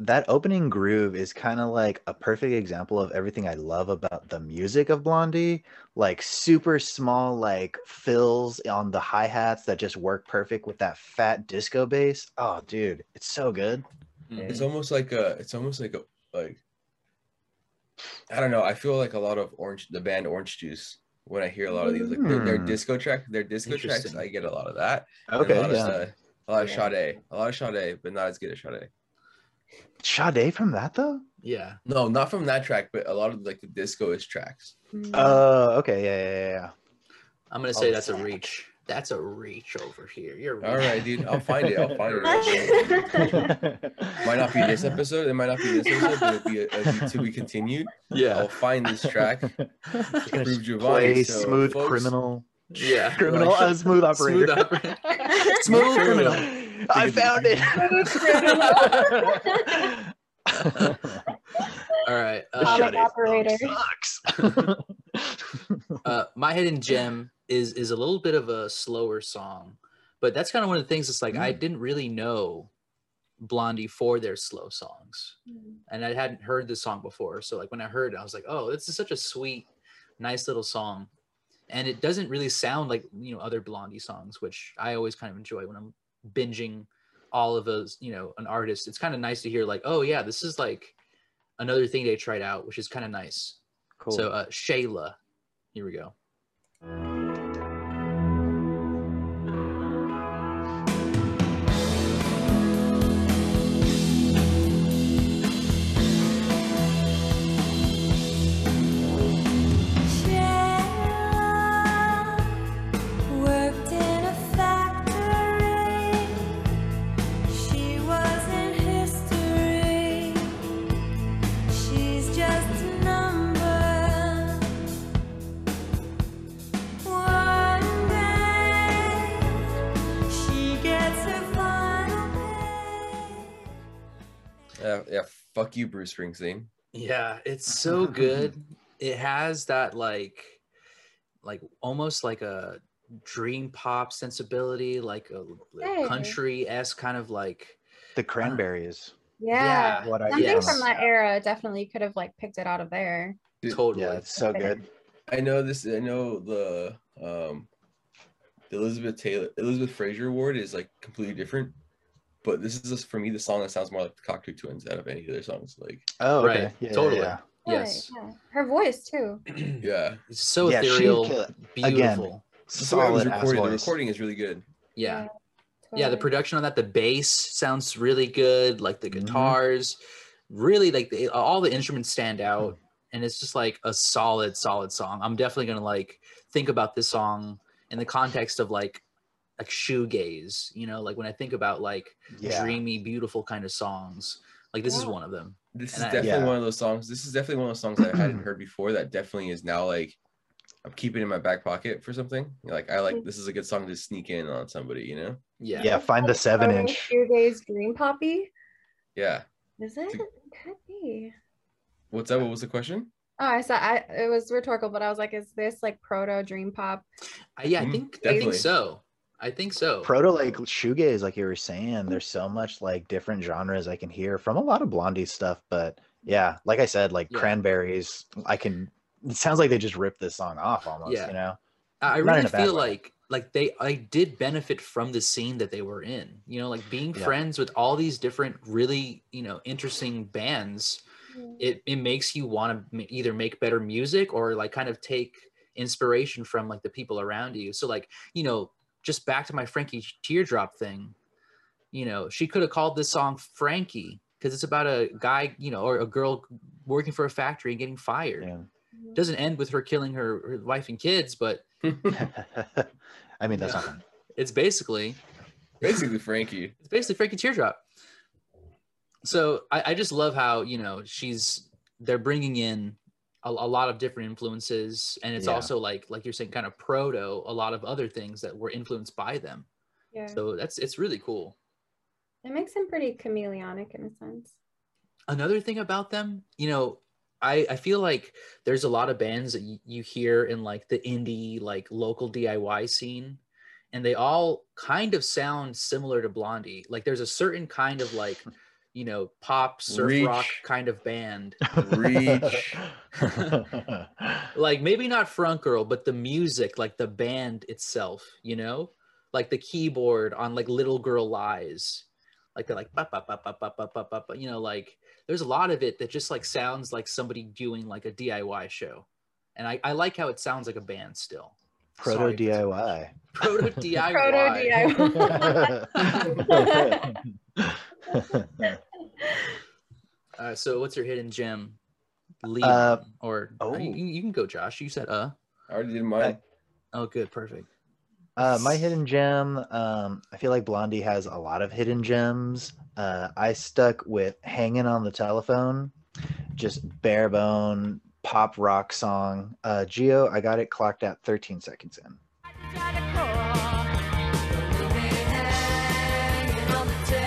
Speaker 3: that opening groove is kind of like a perfect example of everything I love about the music of Blondie. Like super small, like fills on the hi hats that just work perfect with that fat disco bass. Oh, dude, it's so good.
Speaker 2: Mm.
Speaker 4: It's almost like a, it's almost like a, like, I don't know. I feel like a lot of orange, the band Orange Juice. When I hear a lot of these, like their, their
Speaker 3: Hmm.
Speaker 4: disco track, their disco tracks,
Speaker 2: Interesting.
Speaker 4: I get a lot of that. and
Speaker 3: Okay,
Speaker 4: a lot
Speaker 3: yeah.
Speaker 4: of uh, a lot of
Speaker 5: Yeah.
Speaker 4: Sade, a lot of Sade, but not as good as Sade.
Speaker 3: Sade from that though?
Speaker 2: Yeah.
Speaker 4: No, not from that track, but a lot of like the disco is tracks.
Speaker 5: Mm.
Speaker 3: Oh, okay, yeah, yeah, yeah.
Speaker 2: I'm gonna say
Speaker 4: Oh.
Speaker 2: that's a reach. That's a reach over here. You're
Speaker 4: All right, dude, I'll find it. I'll find it. might not be this episode. It might not be this episode, but it'll be a, a, to be continued. I'll
Speaker 2: Yeah.
Speaker 4: find this track.
Speaker 3: It's gonna
Speaker 4: Prove Giovanni,
Speaker 3: play
Speaker 4: so,
Speaker 3: smooth
Speaker 4: folks-
Speaker 3: criminal,
Speaker 2: Yeah.
Speaker 3: criminal,
Speaker 4: like-
Speaker 3: uh, smooth operator,
Speaker 2: Smooth operator.
Speaker 3: smooth
Speaker 2: criminal.
Speaker 3: criminal. I
Speaker 4: Take it
Speaker 3: found
Speaker 4: easy.
Speaker 3: it.
Speaker 2: All right.
Speaker 3: The
Speaker 2: Uh,
Speaker 5: Comic
Speaker 3: shut it Oh,
Speaker 5: operator.
Speaker 3: sucks.
Speaker 2: uh, my hidden gem is is a little bit of a slower song, but that's kind of one of the things. It's like I didn't really know Blondie for their slow songs. and I hadn't heard this song before. So like when I heard it, I was like, oh, this is such a sweet, nice little song. And it doesn't really sound like, you know, other Blondie songs, which I always kind of enjoy when I'm binging all of those, you know, an artist. It's kind of nice to hear like, oh yeah, this is like another thing they tried out, which is kind of nice.
Speaker 3: cool.
Speaker 2: So uh Shayla. Here we go.
Speaker 6: worked in a factory. She was in history. She's just a number. One day she gets her final pay.
Speaker 4: Yeah, yeah. Fuck you, Bruce Springsteen.
Speaker 2: Yeah, it's so good. It has that like like almost like a dream pop sensibility, like a
Speaker 5: Hey.
Speaker 2: country s kind of like
Speaker 3: the cranberries.
Speaker 5: yeah.
Speaker 3: What I
Speaker 5: Something
Speaker 2: yes.
Speaker 5: from that era definitely could have like picked it out of there.
Speaker 4: Dude,
Speaker 2: totally.
Speaker 3: Yeah, it's so good.
Speaker 4: I know this. I know the um, the Elizabeth Taylor Elizabeth Fraser Award is like completely different. But this is just, for me the song that sounds more like the Cockatoo Twins out of any of their songs. Like
Speaker 3: Oh, okay.
Speaker 2: Right,
Speaker 3: Yeah, yeah,
Speaker 2: totally.
Speaker 3: yeah.
Speaker 2: Yes.
Speaker 5: Yeah, yeah. Her voice too.
Speaker 4: yeah,
Speaker 2: It's so
Speaker 3: Yeah, she
Speaker 2: ethereal,
Speaker 3: kill it.
Speaker 2: beautiful.
Speaker 4: Just the way it was
Speaker 3: Solid ass
Speaker 4: recorded. The
Speaker 3: voice.
Speaker 4: recording is really good.
Speaker 2: Yeah. Yeah, the
Speaker 5: totally.
Speaker 2: production on that, the bass sounds really good. Like the
Speaker 3: Mhm.
Speaker 2: guitars, really like the, all the instruments stand out, and it's just like a solid, solid song. I'm definitely gonna like think about this song in the context of like like shoegaze. You know, like when I think about like
Speaker 3: Yeah.
Speaker 2: dreamy, beautiful kind of songs, like this is
Speaker 5: Yeah.
Speaker 2: one of them.
Speaker 4: This is
Speaker 2: And I-
Speaker 4: definitely
Speaker 3: Yeah.
Speaker 4: one of those songs. This is definitely one of those songs that I hadn't heard before. That definitely is now like I'm keeping in my back pocket for something. Like I like this is a good song to sneak in on somebody. You know?
Speaker 2: Yeah.
Speaker 3: Yeah, find the seven inch.
Speaker 5: Shoegaze Dream Poppy.
Speaker 4: Yeah.
Speaker 5: Is it? Could be.
Speaker 4: What's up? What was the question?
Speaker 5: Oh, I saw. I it was rhetorical, but I was like, "Is this like proto dream pop?"
Speaker 2: I- yeah, I
Speaker 4: Mm,
Speaker 2: think I think
Speaker 4: definitely.
Speaker 2: so. I think so.
Speaker 3: Proto like shoegaze, like you were saying, there's so much like different genres I can hear from a lot of Blondie stuff, but yeah, like I said, like
Speaker 2: Yeah.
Speaker 3: cranberries, I can. It sounds like they just ripped this song off almost.
Speaker 2: Yeah.
Speaker 3: You know,
Speaker 2: I I
Speaker 3: Not in
Speaker 2: really
Speaker 3: a bad
Speaker 2: feel
Speaker 3: way.
Speaker 2: like like they I did benefit from the scene that they were in. You know, like being
Speaker 3: Yeah.
Speaker 2: friends with all these different really, you know, interesting bands, it it makes you want to either make better music or like kind of take inspiration from like the people around you. So like, you know, just back to my Frankie teardrop thing, you know, she could have called this song Frankie because it's about a guy, you know, or a girl working for a factory and getting fired.
Speaker 3: Yeah.
Speaker 2: Doesn't end with her killing her, her wife and kids, but
Speaker 3: I mean, that's
Speaker 2: Yeah.
Speaker 3: not bad.
Speaker 2: it's basically
Speaker 4: Basically, Frankie.
Speaker 2: it's basically Frankie Teardrop. So I, I just love how you know she's they're bringing in a, a lot of different influences, and it's
Speaker 3: Yeah.
Speaker 2: also like like you're saying, kind of proto a lot of other things that were influenced by them.
Speaker 5: Yeah,
Speaker 2: So that's it's really cool.
Speaker 5: it makes him pretty chameleonic in a sense.
Speaker 2: another thing about them you know i i feel like there's a lot of bands that y- you hear in like the indie like local diy scene and they all kind of sound similar to blondie like there's a certain kind of like you know pop surf
Speaker 4: Reach.
Speaker 2: rock kind of band
Speaker 4: Reach.
Speaker 2: like maybe not front girl but the music like the band itself you know like the keyboard on like little girl lies like they're like ba ba ba ba ba ba ba ba ba you know like there's a lot of it that just like sounds like somebody doing like a diy show and i, I like how it sounds like a band still
Speaker 3: Proto DIY.
Speaker 2: proto diy
Speaker 5: Proto DIY.
Speaker 2: uh, so what's your hidden gem Leon,
Speaker 3: Uh,
Speaker 2: or
Speaker 3: oh.
Speaker 2: you, you you can go josh you said uh
Speaker 4: I already did mine.
Speaker 2: oh good perfect
Speaker 3: Uh, my hidden gem. Um, I feel like Blondie has a lot of hidden gems. Uh, I stuck with "Hanging on the Telephone," just bare bone pop rock song. Uh, Geo, I got it clocked at 13 seconds in.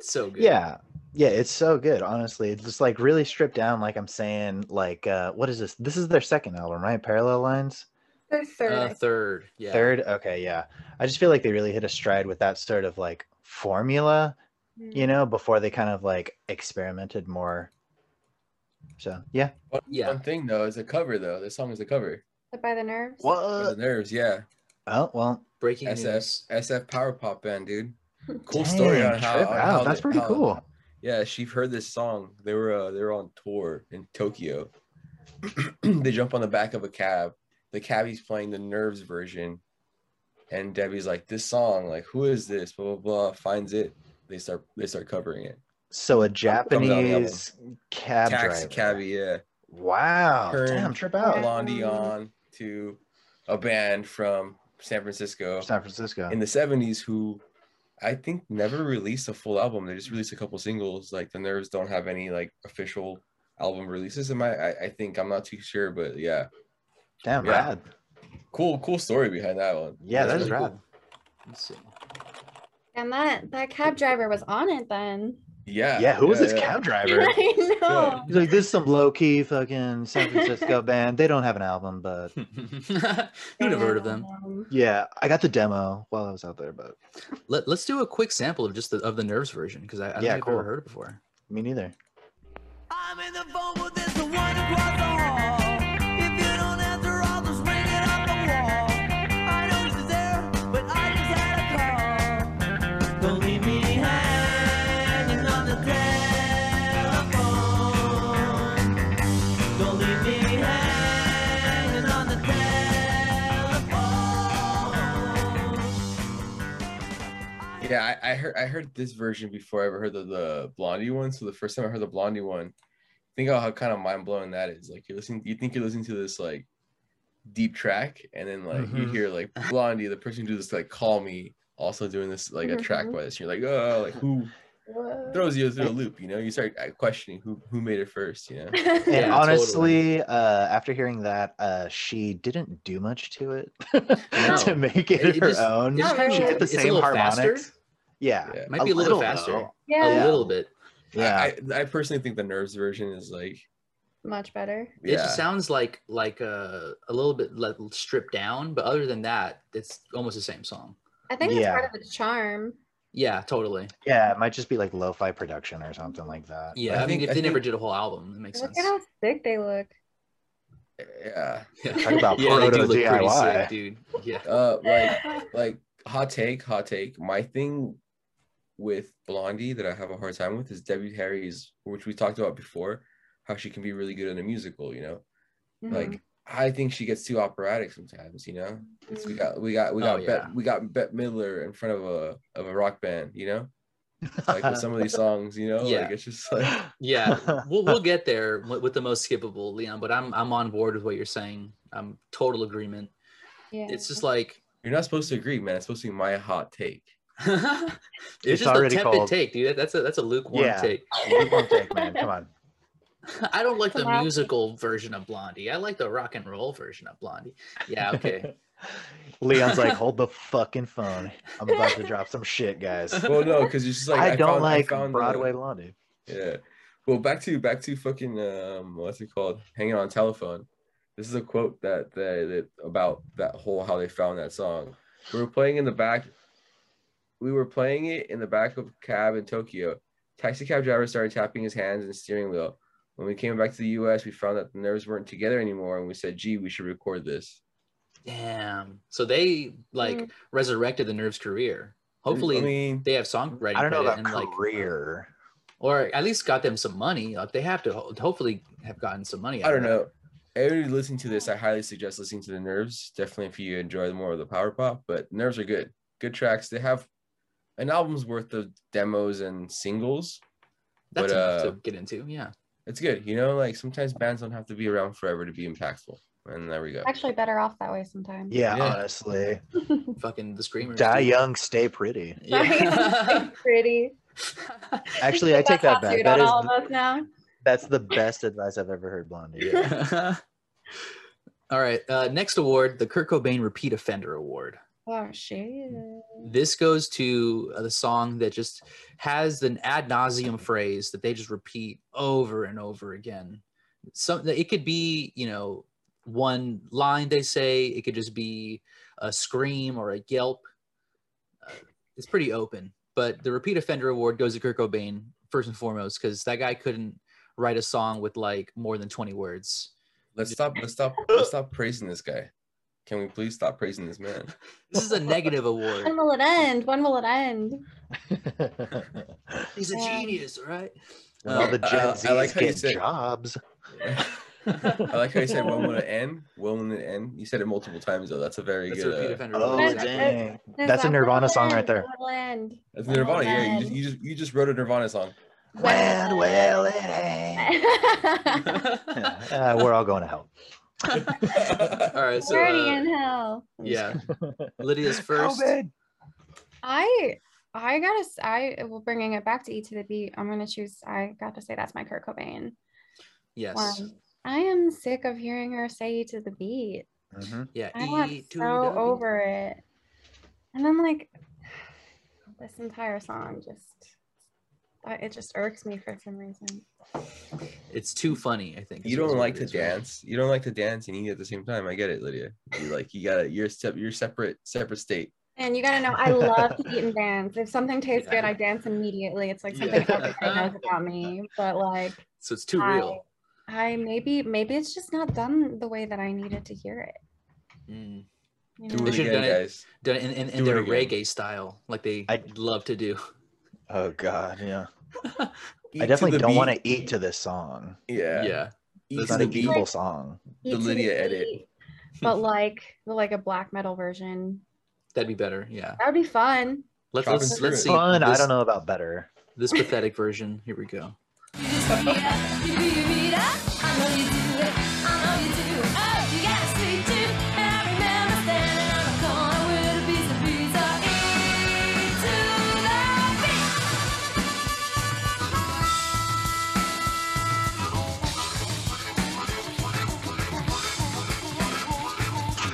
Speaker 2: so good
Speaker 3: yeah, yeah, it's so good. Honestly, it's just like really stripped down. Like I'm saying, like uh, what is this? This is their second album, right? Parallel Lines.
Speaker 5: The third,
Speaker 2: uh,
Speaker 5: I-
Speaker 2: third yeah
Speaker 3: Third. Okay, yeah. I just feel like they really hit a stride with that sort of like formula.
Speaker 5: Mm.
Speaker 4: Mm-hmm.
Speaker 3: you know, before they kind of like experimented more. So yeah.
Speaker 4: One,
Speaker 2: Yeah.
Speaker 4: one thing though is a cover though. This song is a cover.
Speaker 5: Hit by the nerves.
Speaker 4: For
Speaker 3: What?
Speaker 4: the nerves, yeah.
Speaker 3: Oh well.
Speaker 2: breaking
Speaker 4: SF
Speaker 2: news
Speaker 4: SF Power Pop band, dude. Cool
Speaker 3: Dang,
Speaker 4: story on how,
Speaker 3: trip
Speaker 4: on
Speaker 3: out.
Speaker 4: how
Speaker 3: That's
Speaker 4: they-
Speaker 3: pretty
Speaker 4: how-
Speaker 3: cool.
Speaker 4: Yeah, she heard this song. They were uh, they were on tour in Tokyo. they jump on the back of a cab. The cabbie's playing the Nerves version, and Debbie's like, "This song, like, who is this?" Blah blah blah. Finds it. They start they start covering it.
Speaker 3: So a
Speaker 4: on the album.
Speaker 3: Japanese cab
Speaker 4: Taxi
Speaker 3: driver.
Speaker 4: cabbie, yeah.
Speaker 3: Wow.
Speaker 4: Turn
Speaker 3: Damn, trip out.
Speaker 4: Blondie on to a band from San Francisco
Speaker 3: San Francisco.
Speaker 4: in the 70s who I think never released a full album. They just released a couple singles. Like the Nerves don't have any like official album releases. Am I? I, I think I'm not too sure, but yeah,
Speaker 3: Damn
Speaker 4: yeah.
Speaker 3: rad.
Speaker 4: cool, cool story behind that one.
Speaker 3: Yeah, that
Speaker 2: That's
Speaker 3: is
Speaker 2: really
Speaker 3: rad.
Speaker 2: cool. Let's see.
Speaker 5: And that that cab driver was on it then.
Speaker 4: Yeah.
Speaker 3: yeah, who was
Speaker 4: yeah,
Speaker 3: this
Speaker 4: yeah.
Speaker 3: cab driver?
Speaker 5: I know.
Speaker 3: He's like, this is some low key fucking San Francisco band. They don't have an album, but
Speaker 2: you never heard of them.
Speaker 5: Um,
Speaker 3: yeah, I got the demo while I was out there, but
Speaker 2: Let, let's do a quick sample of just the, of the Nerves version because I, I don't
Speaker 3: Yeah,
Speaker 2: think I've
Speaker 3: cool.
Speaker 2: ever heard it before.
Speaker 3: me neither.
Speaker 7: I'm in the phone booth, it's the one across the hall. If you don't answer, I'll just ring it up the wall. I know she's there, but I just had a call. Don't leave me hanging on the telephone. Don't leave me hanging on the telephone.
Speaker 4: Yeah, I, I heard I heard this version before I ever heard the, the Blondie one. So the first time I heard the Blondie one, think about how kind of mind blowing that is. Like you're listening, you think you're listening to this like deep track, and then like you
Speaker 2: Mhm.
Speaker 4: hear like Blondie, the person who do this like Call Me, also doing this like a
Speaker 3: Mm-hmm.
Speaker 4: track
Speaker 5: Mhm.
Speaker 4: by this. You're like, oh, like who
Speaker 5: whoa.
Speaker 4: throws you through a loop? You know, you start uh, questioning who who made it first. You know,
Speaker 3: And
Speaker 2: Yeah,
Speaker 3: honestly, uh, after hearing that, uh, she didn't do much to it to make it,
Speaker 2: It- it
Speaker 3: her
Speaker 2: just-
Speaker 3: own.
Speaker 5: just kinda-
Speaker 3: she hit the
Speaker 2: it's a
Speaker 3: same
Speaker 2: little faster?
Speaker 3: harmonics. Yeah,
Speaker 4: Yeah.
Speaker 2: Might be a little, faster.
Speaker 3: though.
Speaker 5: yeah,
Speaker 2: A little bit.
Speaker 3: Yeah,
Speaker 4: I, I I personally think the Nerves version is like
Speaker 5: much better.
Speaker 2: It
Speaker 4: yeah.
Speaker 2: just sounds like like uh, a little bit like, stripped down, but other than that, it's almost the same song.
Speaker 5: I think it's
Speaker 3: Yeah.
Speaker 5: part of its charm.
Speaker 2: Yeah, totally.
Speaker 3: yeah, it might just be like lo-fi production or something like that.
Speaker 2: Yeah, I,
Speaker 4: I
Speaker 2: mean,
Speaker 4: think-
Speaker 2: if
Speaker 4: I
Speaker 2: they never
Speaker 4: think-
Speaker 2: did a whole album, it makes
Speaker 5: Look
Speaker 2: sense.
Speaker 5: at how sick they look.
Speaker 4: yeah.
Speaker 2: Yeah.
Speaker 3: Talk about
Speaker 2: Yeah, they do
Speaker 3: proto
Speaker 2: look pretty
Speaker 3: DIY.
Speaker 2: sick, dude. Yeah.
Speaker 4: Uh, like like hot take, hot take. My thing with Blondie that I have a hard time with is Debbie Harry's, which we talked about before, how she can be really good in a musical. You know,
Speaker 3: Mm-hmm.
Speaker 5: Mhm.
Speaker 4: like I think she gets too operatic sometimes. You know, it's,
Speaker 5: Mm-hmm.
Speaker 4: we got we got we
Speaker 2: Oh,
Speaker 4: got Bet,
Speaker 2: yeah.
Speaker 4: we got Bette Midler in front of a of a rock band. You know, like with some of these songs. You know,
Speaker 2: Yeah.
Speaker 4: like it's just like
Speaker 2: Yeah, we'll, we'll get there with, with the most skippable, Leon. But I'm I'm on board with what you're saying. I'm total agreement.
Speaker 5: yeah.
Speaker 2: It's just like
Speaker 4: you're not supposed to agree, man. It's supposed to be my hot take.
Speaker 2: it's,
Speaker 3: It's
Speaker 2: just a
Speaker 3: already
Speaker 2: tepid
Speaker 3: called-
Speaker 2: take, dude. That's a that's a lukewarm
Speaker 3: Yeah.
Speaker 2: take.
Speaker 3: Come on, Jake, man, come on.
Speaker 2: I don't like the
Speaker 5: Classic.
Speaker 2: musical version of Blondie. I like the rock and roll version of Blondie. Yeah, okay.
Speaker 3: Leon's like, hold the fucking phone. I'm about to drop some shit, guys.
Speaker 4: Well, no, because it's just like
Speaker 3: I, don't
Speaker 4: found- I
Speaker 3: like
Speaker 4: found the-
Speaker 3: Broadway Blondie.
Speaker 4: Yeah. Well, back to back to fucking um, what's it called? Hanging on telephone. This is a quote that that, that about that whole how they found that song. We were playing in the back. We were playing it in the back of a cab in Tokyo. Taxi cab driver started tapping his hands and steering wheel. When we came back to the U.S., we found that the nerves weren't together anymore, and we said, "Gee, we should record this."
Speaker 2: Damn. So they like
Speaker 5: Mm.
Speaker 2: resurrected the Nerves' career. Hopefully,
Speaker 4: I mean,
Speaker 2: they have songwriting.
Speaker 3: I don't know
Speaker 2: credit
Speaker 3: about career.
Speaker 2: or at least got them some money. Like they have to ho- hopefully have gotten some money.
Speaker 4: I
Speaker 2: out of
Speaker 4: don't know. Everybody listening to this, I highly suggest listening to the Nerves. Definitely, if you enjoy more of the power pop, but Nerves are good, good tracks. They have an album's worth of demos and singles.
Speaker 2: that. That's
Speaker 4: But,
Speaker 2: enough
Speaker 4: uh,
Speaker 2: to get into. Yeah.
Speaker 4: It's good, you know. Like sometimes bands don't have to be around forever to be impactful, and there we go.
Speaker 5: actually better off that way sometimes.
Speaker 3: Yeah,
Speaker 2: Yeah.
Speaker 3: honestly.
Speaker 2: Fucking the screamers.
Speaker 3: Die
Speaker 2: dude.
Speaker 3: young, stay pretty.
Speaker 2: Yeah.
Speaker 5: pretty.
Speaker 3: Actually, I take that back.
Speaker 5: tattooed
Speaker 3: That
Speaker 5: on
Speaker 3: is
Speaker 5: all of us now.
Speaker 3: that's the best advice I've ever heard, Blondie.
Speaker 2: All right. Uh, next award, the Kurt Cobain Repeat Offender Award.
Speaker 5: Oh shit.
Speaker 2: This goes to uh, the song that just has an ad nauseum phrase that they just repeat over and over again. Some it could be, you know, one line they say. It could just be a scream or a yelp. Uh, it's pretty open. But the repeat offender award goes to Kurt Cobain first and foremost because that guy couldn't write a song with like more than twenty words.
Speaker 4: Let's stop. Let's stop. Let's stop praising this guy. Can we please stop praising this man?
Speaker 2: This is a negative award.
Speaker 5: When will it end? When will it end?
Speaker 2: He's a
Speaker 5: Yeah.
Speaker 2: genius, all right?
Speaker 3: When all the
Speaker 4: Uh, I-
Speaker 3: Gen
Speaker 4: I
Speaker 3: Zs
Speaker 4: like how you
Speaker 3: get
Speaker 4: said-
Speaker 3: jobs.
Speaker 4: I like how you said when will it end? When will it end? You said it multiple times though. That's a very
Speaker 2: That's a
Speaker 4: good.
Speaker 2: repeat
Speaker 4: uh,
Speaker 2: offender.
Speaker 3: Oh
Speaker 2: award.
Speaker 5: Exactly.
Speaker 3: dang. That's a
Speaker 5: When
Speaker 3: Nirvana
Speaker 5: will it
Speaker 3: song
Speaker 5: end?
Speaker 3: right there.
Speaker 5: When will it end?
Speaker 4: That's Nirvana. Yeah, you
Speaker 5: Amen.
Speaker 4: just, you just you just wrote a Nirvana song.
Speaker 3: When will it end? Uh, we're all going to hell.
Speaker 2: all right, so
Speaker 5: We're already
Speaker 2: uh,
Speaker 5: in hell.
Speaker 2: yeah, Lydia's
Speaker 5: Oh,
Speaker 2: first.
Speaker 3: COVID.
Speaker 5: I I gotta s- I well bringing it back to E to the beat. I'm gonna choose. I got to say that's my Kurt Cobain.
Speaker 2: Yes,
Speaker 5: one. I am sick of hearing her say E to the beat.
Speaker 3: Mhm.
Speaker 2: yeah.
Speaker 5: I got
Speaker 2: E to
Speaker 5: so
Speaker 2: W.
Speaker 5: over it. And I'm like, this entire song just I- It just irks me for some reason.
Speaker 2: It's too funny, I think.
Speaker 4: You
Speaker 2: is
Speaker 4: don't
Speaker 2: what
Speaker 4: like
Speaker 2: it
Speaker 4: to
Speaker 2: is, right?
Speaker 4: dance. You don't like to dance and eat at the same time. I get it, Lydia. You like you gotta you're step you're separate separate state.
Speaker 5: And you gotta know, I love to eat and dance. If something tastes good, I dance immediately. It's like something
Speaker 2: Yeah.
Speaker 5: everybody knows about me. But like,
Speaker 2: So it's too
Speaker 5: I-
Speaker 2: real.
Speaker 5: I maybe maybe it's just not done the way that I needed to hear it.
Speaker 2: Mm.
Speaker 5: you
Speaker 4: Do
Speaker 5: know?
Speaker 4: it
Speaker 2: They should've
Speaker 4: again,
Speaker 2: done it.
Speaker 4: guys.
Speaker 2: Done in, in, in
Speaker 4: Do it
Speaker 2: their
Speaker 4: again.
Speaker 2: reggae style, like they
Speaker 3: I-
Speaker 2: love to do.
Speaker 3: Oh god, yeah.
Speaker 4: Eat
Speaker 3: I
Speaker 4: to
Speaker 3: definitely
Speaker 4: the
Speaker 3: don't
Speaker 4: beat.
Speaker 3: want to eat to this song.
Speaker 4: Yeah.
Speaker 2: Yeah.
Speaker 4: Eat
Speaker 3: It's
Speaker 4: to
Speaker 3: not a
Speaker 4: the beat.
Speaker 3: people song.
Speaker 5: Eat to
Speaker 4: Lydia edit.
Speaker 5: beat, But like like a black metal version.
Speaker 2: That'd be better. Yeah.
Speaker 5: That would be fun.
Speaker 2: Let's
Speaker 4: Chop
Speaker 2: let's,
Speaker 4: and screw
Speaker 2: let's
Speaker 4: it.
Speaker 2: see
Speaker 3: Fun. I
Speaker 2: this-
Speaker 3: don't know about better.
Speaker 2: this pathetic version. Here we go.
Speaker 6: You just give me up, you do you read up. I know you do it, I know you do. Oh, you got a sweet tooth, and I remember standing on the corner with a piece of pizza. Eat to the beat.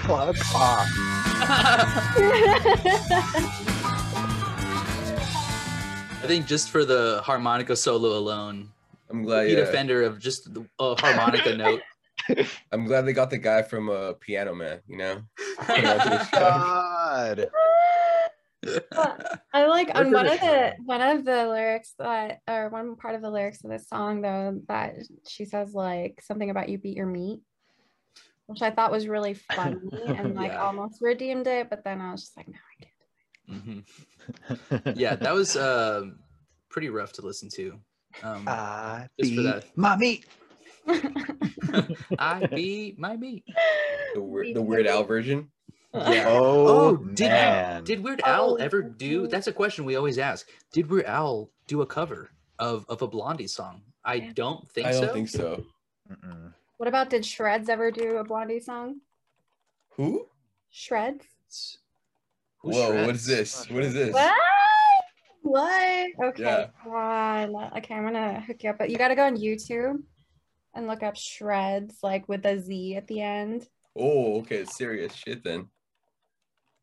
Speaker 3: Fuck off.
Speaker 2: I think just for the harmonica solo alone,
Speaker 4: I'm
Speaker 2: Pete
Speaker 4: glad. uh, Yeah.
Speaker 2: offender of just the- a harmonica note.
Speaker 4: I'm glad they got the guy from uh, Piano Man. You know.
Speaker 3: God.
Speaker 5: I like on
Speaker 4: We're
Speaker 5: one of the
Speaker 4: British.
Speaker 5: one of the lyrics that or one part of the lyrics of this song though that she says like something about you beat your meat, which I thought was really funny and like
Speaker 2: Yeah.
Speaker 5: almost redeemed it, but then I was just like, no, I can't.
Speaker 2: Mhm. Yeah, that was um pretty rough to listen to. Um,
Speaker 3: Ah. I
Speaker 2: Just for
Speaker 3: beat
Speaker 2: that.
Speaker 3: my meat.
Speaker 2: I beat my meat.
Speaker 4: The weird the Weird Al version.
Speaker 2: Yeah.
Speaker 3: Oh,
Speaker 2: did
Speaker 3: man.
Speaker 2: did Weird Al
Speaker 5: Oh,
Speaker 2: ever do?
Speaker 5: okay.
Speaker 2: That's a question we always ask. Did Weird Al do a cover of of a Blondie song? I
Speaker 5: Yeah.
Speaker 2: don't think
Speaker 4: I don't
Speaker 2: so.
Speaker 4: think so.
Speaker 3: Mm-mm.
Speaker 5: What about did Shreds ever do a Blondie song?
Speaker 4: Who?
Speaker 5: Shreds?
Speaker 2: It's- who
Speaker 4: Whoa!
Speaker 2: shreds?
Speaker 4: What is this? What is this?
Speaker 5: What? What? Okay,
Speaker 4: Yeah.
Speaker 5: come on. Okay, I'm gonna hook you up, but you gotta go on YouTube and look up Shreds, like with a Z at the end.
Speaker 4: Oh, okay. It's serious shit then.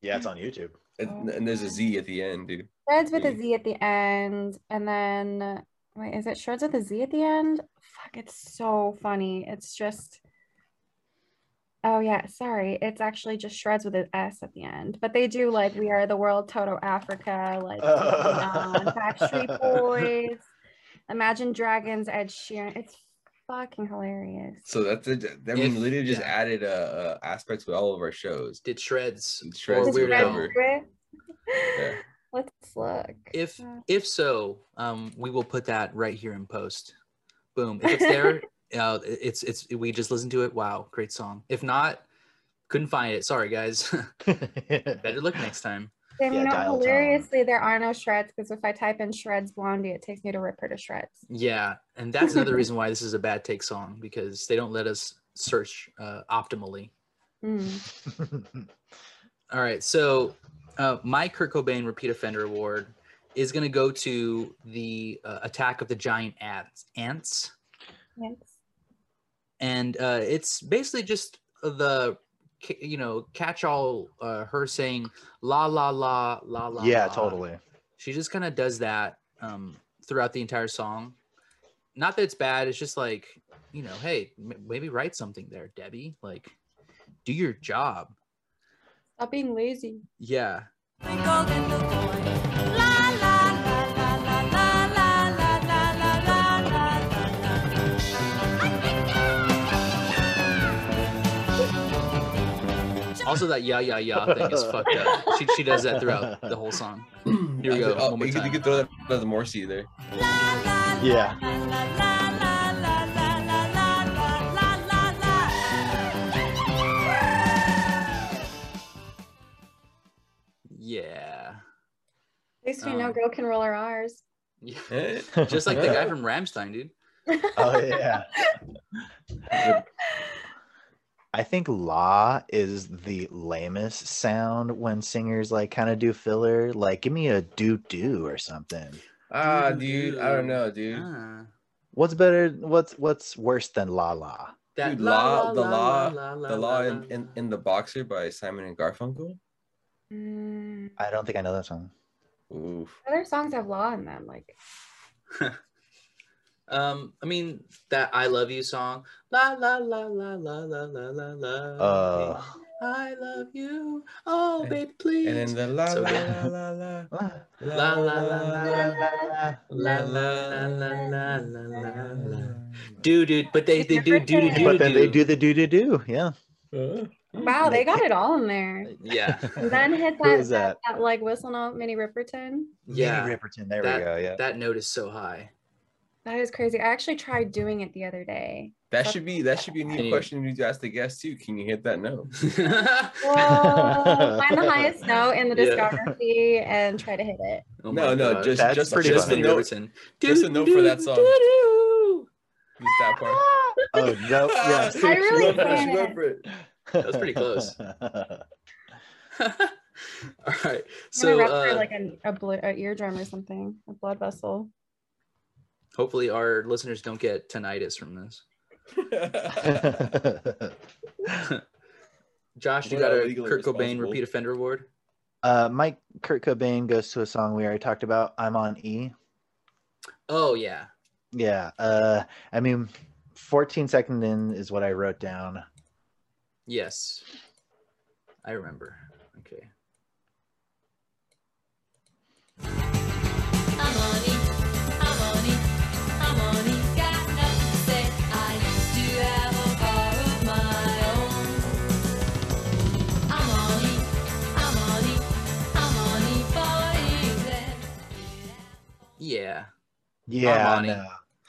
Speaker 3: Yeah, it's on YouTube.
Speaker 4: And, and there's a Z at the end, dude.
Speaker 5: Shreds with a
Speaker 4: Mm.
Speaker 5: Z at the end, and then wait, is it Shreds with a Z at the end? Fuck, it's so funny. It's just. Oh yeah, sorry. It's actually just shreds with an S at the end. But they do like We Are the World, Toto Africa, like um, Backstreet Boys, Imagine Dragons, Ed Sheeran. It's fucking hilarious.
Speaker 4: So that's it. I mean,
Speaker 2: If-
Speaker 4: Lydia just
Speaker 2: yeah.
Speaker 4: added uh, uh, aspects with all of our shows.
Speaker 2: Did Shreds
Speaker 4: Shreds
Speaker 2: or
Speaker 4: did
Speaker 5: Just
Speaker 2: Weird
Speaker 5: read
Speaker 2: Al?
Speaker 4: cover.
Speaker 5: through it.
Speaker 4: Yeah.
Speaker 5: Let's look.
Speaker 2: If
Speaker 5: Uh,
Speaker 2: if so, um, we will put that right here in post. Boom. If it's there, uh, it's it's we just listened to it. Wow, great song. If not, couldn't find it. Sorry guys. Better look next time.
Speaker 5: And
Speaker 3: Yeah,
Speaker 5: you know,
Speaker 3: dial tone.
Speaker 5: hilariously, there are no shreds because if I type in shreds blondie, it takes me to rip her to shreds.
Speaker 2: Yeah, and that's another reason why this is a bad take song because they don't let us search uh, optimally.
Speaker 5: Mm.
Speaker 2: All right, so uh, my Kurt Cobain Repeat Offender Award is going to go to the uh, Attack of the Giant Ants. Ants.
Speaker 5: Yes.
Speaker 2: and uh, it's basically just the ca- you know catch all uh, her saying la la la la la
Speaker 3: yeah,
Speaker 2: la.
Speaker 3: totally.
Speaker 2: she just kind of does that um, throughout the entire song not that it's bad it's just like you know hey m- maybe write something there debbie like do your job
Speaker 5: Stop being lazy.
Speaker 2: yeah
Speaker 6: Twinkle in the coin. La la la la la la la la la la la la la.
Speaker 2: also that yeah yeah yeah thing is fucked up she, she does that throughout the whole song
Speaker 4: Here
Speaker 2: we go,
Speaker 4: Oh,
Speaker 2: one more
Speaker 4: you, could, you
Speaker 2: time.
Speaker 4: could throw that as a Morrissey there.
Speaker 3: Yeah.
Speaker 6: La la la la la la la la la la la la.
Speaker 2: yeah
Speaker 5: At least we know
Speaker 3: Oh.
Speaker 2: Um,
Speaker 5: girl can roll her R's.
Speaker 2: yeah
Speaker 4: Eh?
Speaker 2: just like the guy from ramstein dude
Speaker 3: Oh yeah. I think la is the lamest sound when singers like kind of do filler. Like, give me a doo doo or something.
Speaker 4: Ah,
Speaker 2: Doo-doo-doo.
Speaker 4: dude, I don't know, dude.
Speaker 2: Ah.
Speaker 3: What's better? What's what's worse than la la?
Speaker 2: That
Speaker 4: Dude,
Speaker 2: la,
Speaker 4: Law-
Speaker 2: la,
Speaker 4: the
Speaker 2: la, la,
Speaker 4: Law-
Speaker 2: la,
Speaker 4: the Law
Speaker 2: la,
Speaker 4: in,
Speaker 2: la,
Speaker 4: in,
Speaker 2: la.
Speaker 4: in the Boxer by Simon and Garfunkel.
Speaker 5: Mm.
Speaker 3: I don't think I know that song.
Speaker 4: Oof.
Speaker 5: Other songs have law in them, like
Speaker 2: um, I mean that "I Love You" song. La la la la la la la la la.
Speaker 3: Uh,
Speaker 2: I love you. Oh,
Speaker 4: And-
Speaker 2: baby, please.
Speaker 4: And then the la
Speaker 2: So-
Speaker 4: la la la la
Speaker 2: La, la, la, la, la la la la la la la. Do do, but they they do do do do.
Speaker 3: but then they do the do do do. Yeah.
Speaker 4: Huh?
Speaker 5: Wow, they got it all in there.
Speaker 2: Yeah.
Speaker 5: And then hit
Speaker 3: Mm. Who
Speaker 5: that,
Speaker 3: is
Speaker 5: that? that, like whistle note, Minnie Riperton.
Speaker 2: Yeah.
Speaker 3: Minnie Riperton. There
Speaker 2: That-
Speaker 3: we go. Yeah.
Speaker 2: That note is so high.
Speaker 5: That is crazy. I actually tried doing it the other day.
Speaker 4: That should be that should be a
Speaker 2: Can
Speaker 4: new
Speaker 2: you-
Speaker 4: question we need to ask the guest too. Can you hit that note?
Speaker 5: Whoa, find the highest note in the
Speaker 2: Yeah.
Speaker 5: discography and try to hit it.
Speaker 2: Oh
Speaker 4: no,
Speaker 2: my
Speaker 4: no,
Speaker 2: God.
Speaker 4: just
Speaker 3: That's
Speaker 4: just
Speaker 3: pretty
Speaker 4: just
Speaker 2: just
Speaker 4: the
Speaker 2: a
Speaker 3: funny.
Speaker 4: note.
Speaker 2: note.
Speaker 4: just a note for that song.
Speaker 2: Do-do-do-do.
Speaker 4: Just that part.
Speaker 3: Oh no. Yes.
Speaker 5: I really
Speaker 4: She went for it, she
Speaker 5: can't.
Speaker 4: went for it.
Speaker 2: was pretty close. All right.
Speaker 5: I'm gonna
Speaker 2: So
Speaker 5: rep for
Speaker 2: uh,
Speaker 5: like an, a, blo- a eardrum or something, a blood vessel.
Speaker 2: hopefully our listeners don't get tinnitus from this. Josh, you
Speaker 4: We're
Speaker 2: got
Speaker 4: not
Speaker 2: a
Speaker 4: legally
Speaker 2: Kurt Cobain
Speaker 4: responsible.
Speaker 2: repeat offender award?
Speaker 3: uh, Mike Kurt Cobain goes to a song we already talked about. I'm on E.
Speaker 2: Oh yeah.
Speaker 3: Yeah. Uh, I mean, 14 second in is what I wrote down.
Speaker 2: Yes. I remember. Okay.
Speaker 6: I'm on it, I'm on it, I'm on it, got nothing to say. I used to have a car of my own. I'm on it, I'm on it, I'm on it for England.
Speaker 2: Yeah.
Speaker 3: Yeah.
Speaker 2: on E.
Speaker 3: no.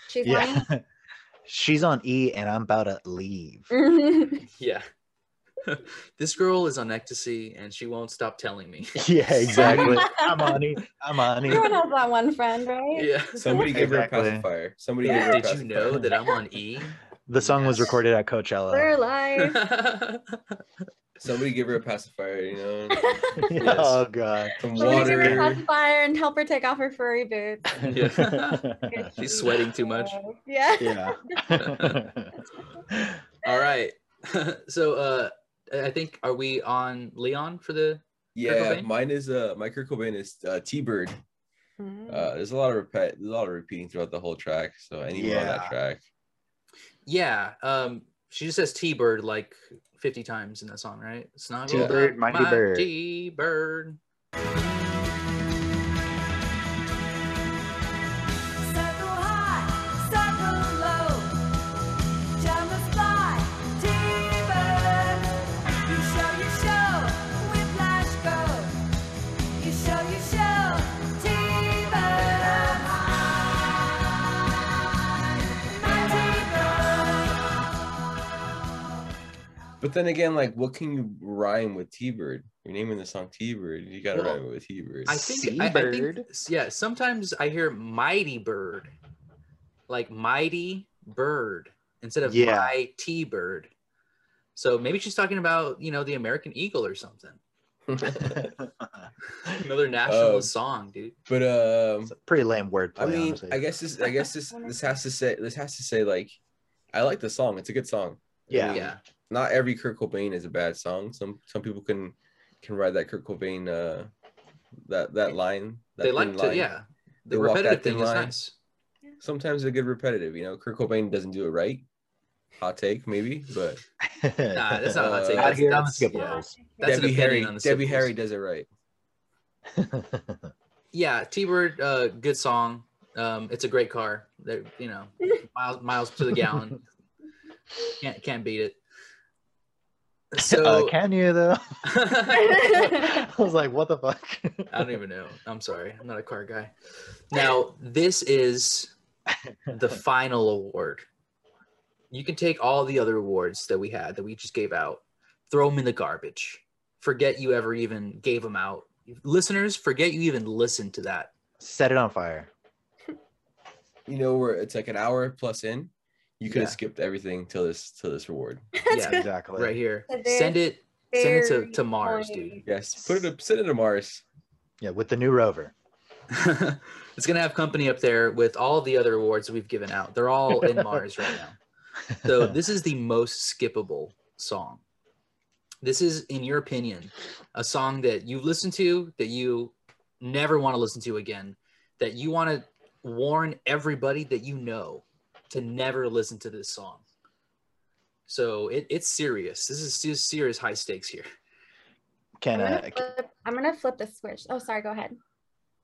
Speaker 5: She's
Speaker 3: Yeah. She's on E, and I'm about to leave.
Speaker 5: lying.
Speaker 2: Yeah. this girl is on ecstasy and she won't stop telling me.
Speaker 3: Yeah, exactly. I'm on E. I'm on E.
Speaker 5: Everyone has that one friend, right?
Speaker 2: yeah.
Speaker 4: Somebody give her a
Speaker 3: Exactly.
Speaker 4: pacifier. Somebody give her a
Speaker 2: Did
Speaker 4: pacifier.
Speaker 2: you know that I'm on E?
Speaker 3: The song was
Speaker 2: Yes.
Speaker 3: recorded at Coachella.
Speaker 5: We're alive.
Speaker 4: Somebody give her a pacifier, you know?
Speaker 2: Yes.
Speaker 3: oh God.
Speaker 4: Some
Speaker 5: Somebody give her
Speaker 4: water.
Speaker 5: a fire and help her take off her furry boots.
Speaker 2: Yeah. She's sweating too much.
Speaker 5: Yeah.
Speaker 3: yeah.
Speaker 2: All right. so uh I think are we on Leon for the
Speaker 4: Yeah,
Speaker 2: Cobain?
Speaker 4: mine is uh my Kurt Cobain is uh T Bird. Uh there's a lot of repet there's a lot of repeating throughout the whole track. So anyone on
Speaker 3: Yeah.
Speaker 4: that track.
Speaker 2: Yeah. Um she just says T Bird like 50 times in that song, right? Snuggle
Speaker 3: T-Bird,
Speaker 2: up
Speaker 3: mighty
Speaker 2: my
Speaker 3: bird.
Speaker 2: T Bird.
Speaker 6: Circle high, circle low. Jammers fly, T-bird. You show, you show, whiplash go. You show, you show, T-bird. I'm high, my T-bird.
Speaker 4: But then again, like what can you rhyme with T Bird? You're naming the song T Bird. You gotta
Speaker 2: Well,
Speaker 4: rhyme it with T Bird.
Speaker 2: I think, I, I think
Speaker 3: Seabird.
Speaker 2: yeah, sometimes I hear mighty bird. Like mighty bird instead of
Speaker 3: Yeah.
Speaker 2: my T bird. So maybe she's talking about, you know, the American Eagle or something. Another
Speaker 4: Um,
Speaker 2: nationalist song, dude.
Speaker 4: But um
Speaker 3: It's a pretty lame wordplay.
Speaker 4: I mean,
Speaker 3: honestly.
Speaker 4: I guess this I guess this this has to say this has to say like I like the song. It's a good song.
Speaker 3: Yeah.
Speaker 2: Yeah.
Speaker 4: Not every Kurt Cobain is a bad song. Some some people can can ride that Kurt Cobain uh that that line. That
Speaker 2: they
Speaker 4: thin
Speaker 2: like to
Speaker 4: line.
Speaker 2: yeah the
Speaker 4: They walk that
Speaker 2: repetitive
Speaker 4: thin
Speaker 2: thing is
Speaker 4: line.
Speaker 2: nice
Speaker 4: Sometimes they get repetitive, you know. Kurt Cobain doesn't do it right. Hot take, maybe, but
Speaker 2: nah that's not a hot
Speaker 4: Uh,
Speaker 2: take
Speaker 4: Out
Speaker 2: that's,
Speaker 3: here on
Speaker 2: that's-
Speaker 3: the skip
Speaker 2: yeah,
Speaker 3: list.
Speaker 2: that's an
Speaker 4: Debbie
Speaker 2: opinion
Speaker 4: Harry
Speaker 2: on the skip
Speaker 4: Debbie
Speaker 2: list.
Speaker 4: Harry does it right.
Speaker 2: yeah t-bird uh good song um it's a great car they you know miles miles to the gallon can't can't beat it
Speaker 3: uh,
Speaker 2: so
Speaker 3: can you though? I was like, what the fuck?
Speaker 2: i don't even know i'm sorry i'm not a car guy now this is the final award you can take all the other awards that we had that we just gave out throw them in the garbage forget you ever even gave them out listeners forget you even listened to that
Speaker 3: Set it on fire.
Speaker 4: You know, where it's like an hour plus in, you could have
Speaker 2: Yeah.
Speaker 4: skipped everything till this till this reward.
Speaker 5: That's
Speaker 2: yeah
Speaker 5: good.
Speaker 3: Exactly.
Speaker 2: right here
Speaker 5: But they're
Speaker 2: send it send it to,
Speaker 5: very
Speaker 2: to mars dude
Speaker 5: funny.
Speaker 4: Yes. Put it up send it to Mars.
Speaker 3: Yeah, with the new rover.
Speaker 2: it's gonna have company up there with all the other awards we've given out they're all in mars right now So this is the most skippable song. This is, in your opinion, a song that you've listened to that you never want to listen to again, that you want to warn everybody that you know to never listen to this song. So it, it's serious. This is serious- serious high stakes here.
Speaker 3: Can uh,
Speaker 5: I'm
Speaker 2: uh,
Speaker 5: gonna,
Speaker 3: I?
Speaker 5: flip, I'm gonna flip the switch. Oh, sorry. Go ahead.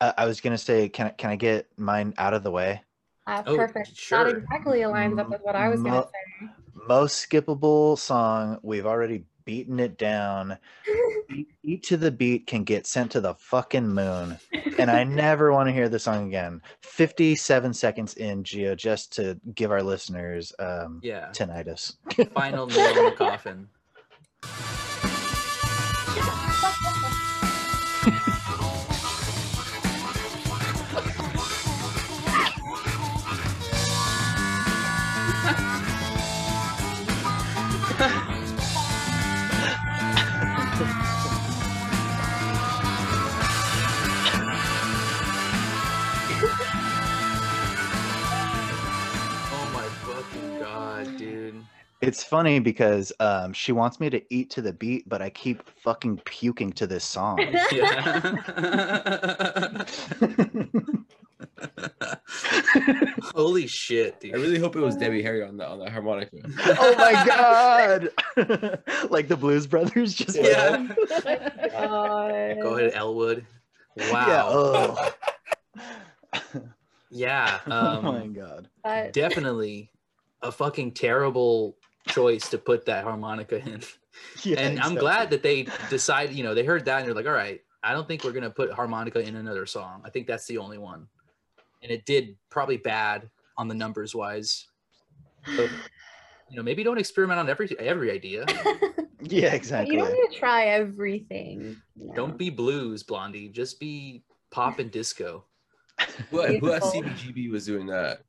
Speaker 3: uh, I I was gonna say, can I? Can I get mine out of the way?
Speaker 5: Uh,
Speaker 2: Oh,
Speaker 5: perfect.
Speaker 2: sure.
Speaker 5: That exactly aligns up with what I was gonna
Speaker 3: Mo- Most skippable song. We've already beaten it down.
Speaker 5: say.
Speaker 3: Beat to the beat can get sent to the fucking moon, and I never want to hear this song again. Fifty-seven seconds in, Geo, just to give our listeners um,
Speaker 2: Yeah.
Speaker 3: tinnitus.
Speaker 2: Final nail in the coffin. Oh my fucking god, dude.
Speaker 3: It's funny because um, she wants me to eat to the beat, but I keep fucking puking to this song.
Speaker 2: Yeah. Holy shit, dude.
Speaker 4: I really hope it was Debbie Harry on the on the harmonica.
Speaker 3: oh my god! like the Blues Brothers just went
Speaker 2: Yeah.
Speaker 3: up.
Speaker 5: Oh God.
Speaker 2: Go ahead, Elwood.
Speaker 3: Yeah,
Speaker 2: Wow.
Speaker 3: oh.
Speaker 2: Yeah.
Speaker 3: oh my
Speaker 2: um,
Speaker 3: god.
Speaker 5: But
Speaker 2: definitely a fucking terrible choice to put that harmonica in.
Speaker 3: Yeah,
Speaker 2: and I'm
Speaker 3: exactly.
Speaker 2: glad that they decided, you know, they heard that and they're like, all right, I don't think we're going to put harmonica in another song. I think that's the only one. And it did probably bad on the numbers wise. But, you know, maybe don't experiment on every every idea.
Speaker 3: Yeah,
Speaker 5: but
Speaker 3: exactly.
Speaker 5: you don't need to try everything. you know.
Speaker 2: Don't be blues, Blondie. Just be pop and disco.
Speaker 4: Who, at- who at
Speaker 5: Beautiful.
Speaker 4: CBGB was doing that?